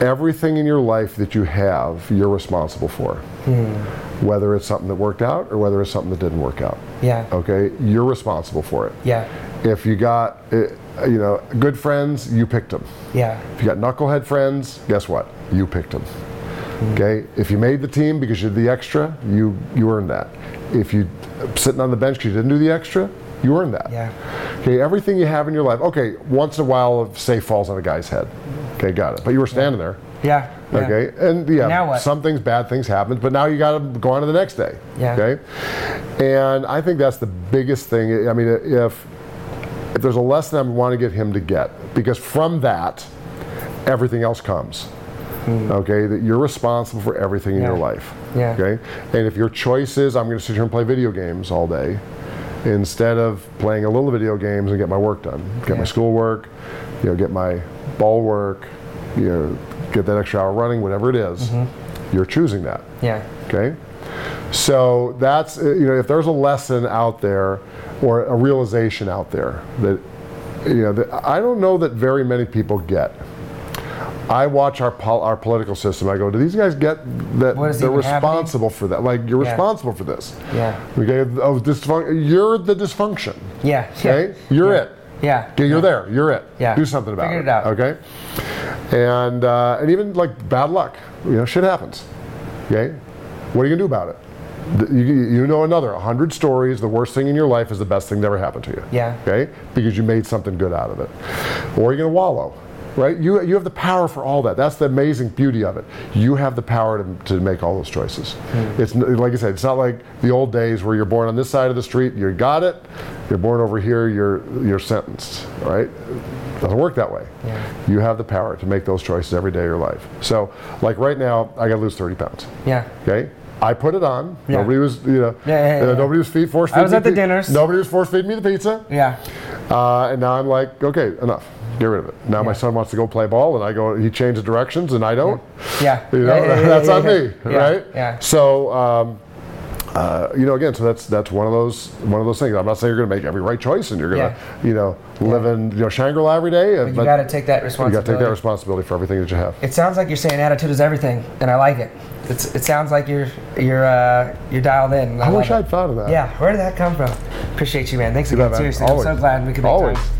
[SPEAKER 2] Everything in your life that you have, you're responsible for.
[SPEAKER 1] Mm-hmm.
[SPEAKER 2] Whether it's something that worked out or whether it's something that didn't work out.
[SPEAKER 1] yeah,
[SPEAKER 2] Okay, you're responsible for it.
[SPEAKER 1] yeah,
[SPEAKER 2] If you got, uh, you know, good friends, you picked them.
[SPEAKER 1] yeah,
[SPEAKER 2] If you got knucklehead friends, guess what? You picked them. Okay. If you made the team because you're the extra, you you earned that. If you sitting on the bench because you didn't do the extra, you earned that.
[SPEAKER 1] yeah,
[SPEAKER 2] Okay. Everything you have in your life. Okay. Once in a while, a say falls on a guy's head. Okay. Got it. But you were standing there.
[SPEAKER 1] yeah. yeah.
[SPEAKER 2] Okay, and yeah,
[SPEAKER 1] Now what?
[SPEAKER 2] some things, bad things happen, but now you got to go on to the next day.
[SPEAKER 1] Yeah.
[SPEAKER 2] Okay, and I think that's the biggest thing. I mean, if if there's a lesson I want to get him to get, because from that, everything else comes. Okay, that you're responsible for everything in your
[SPEAKER 1] Hmm. Yeah.
[SPEAKER 2] life.
[SPEAKER 1] Yeah.
[SPEAKER 2] Okay, and if your choice is I'm going to sit here and play video games all day, instead of playing a little video games and get my work done, get
[SPEAKER 1] Yeah.
[SPEAKER 2] my schoolwork, you know, get my ball work, you know, get that extra hour running, whatever it is,
[SPEAKER 1] Mm-hmm.
[SPEAKER 2] you're choosing that.
[SPEAKER 1] yeah,
[SPEAKER 2] Okay. So that's uh, you know if there's a lesson out there or a realization out there that you know that I don't know that very many people get. I watch our pol- our political system. I go, do these guys get that
[SPEAKER 1] What is
[SPEAKER 2] they're
[SPEAKER 1] even happening?
[SPEAKER 2] responsible for that? Like you're
[SPEAKER 1] Yeah.
[SPEAKER 2] responsible for this.
[SPEAKER 1] yeah,
[SPEAKER 2] Okay, of dysfunction. You're the dysfunction.
[SPEAKER 1] yeah,
[SPEAKER 2] Okay, you're it.
[SPEAKER 1] yeah,
[SPEAKER 2] Okay, you're there. You're it.
[SPEAKER 1] Yeah.
[SPEAKER 2] Do something about
[SPEAKER 1] Figure it
[SPEAKER 2] it.
[SPEAKER 1] out.
[SPEAKER 2] Okay. And uh, and even like bad luck, you know, shit happens. Okay. What are you gonna do about it? Th- You, you know another hundred stories. The worst thing in your life is the best thing that ever happened to you.
[SPEAKER 1] Yeah.
[SPEAKER 2] Okay. Because you made something good out of it, or you're gonna wallow. Right? You you have the power for all that. That's the amazing beauty of it. You have the power to, to make all those choices.
[SPEAKER 1] Hmm.
[SPEAKER 2] It's n- like I said. It's not like the old days where you're born on this side of the street, you got it. You're born over here, you're you're sentenced. all Right? Doesn't work that way.
[SPEAKER 1] Yeah.
[SPEAKER 2] You have the power to make those choices every day of your life. So, like right now, I got to lose 30 pounds.
[SPEAKER 1] yeah.
[SPEAKER 2] Okay. I put it on.
[SPEAKER 1] Yeah.
[SPEAKER 2] Nobody was, you know,
[SPEAKER 1] Yeah, yeah, yeah,
[SPEAKER 2] uh,
[SPEAKER 1] yeah.
[SPEAKER 2] nobody was feed, force
[SPEAKER 1] I
[SPEAKER 2] feeding
[SPEAKER 1] was
[SPEAKER 2] me
[SPEAKER 1] at the
[SPEAKER 2] pi-
[SPEAKER 1] dinners.
[SPEAKER 2] Nobody was force feeding me the pizza.
[SPEAKER 1] yeah.
[SPEAKER 2] Uh, and now I'm like, okay, enough. Get rid of it. Now my son wants to go play ball, and I go. He changes directions, and I don't.
[SPEAKER 1] Yeah.
[SPEAKER 2] You know,
[SPEAKER 1] Yeah, yeah, yeah,
[SPEAKER 2] that's
[SPEAKER 1] yeah,
[SPEAKER 2] on
[SPEAKER 1] yeah.
[SPEAKER 2] me,
[SPEAKER 1] Yeah,
[SPEAKER 2] right?
[SPEAKER 1] Yeah.
[SPEAKER 2] So, um, uh, you know, again, so that's that's one of those one of those things. I'm not saying you're going to make every right choice, and you're going to, you know, live in you know Shangri La every day.
[SPEAKER 1] You got to take that
[SPEAKER 2] you got
[SPEAKER 1] responsibility.
[SPEAKER 2] to take that responsibility for everything that you have.
[SPEAKER 1] it sounds like you're saying attitude is everything, and I like it. It's, it sounds like you're you're uh, you're dialed in. and
[SPEAKER 2] I
[SPEAKER 1] like
[SPEAKER 2] wish
[SPEAKER 1] it.
[SPEAKER 2] I'd thought of that.
[SPEAKER 1] Yeah, where did that come from? Appreciate you, man. Thanks
[SPEAKER 2] bet,
[SPEAKER 1] again.
[SPEAKER 2] man.
[SPEAKER 1] Seriously, I'm
[SPEAKER 2] Always.
[SPEAKER 1] so glad we could make
[SPEAKER 2] Always.
[SPEAKER 1] time.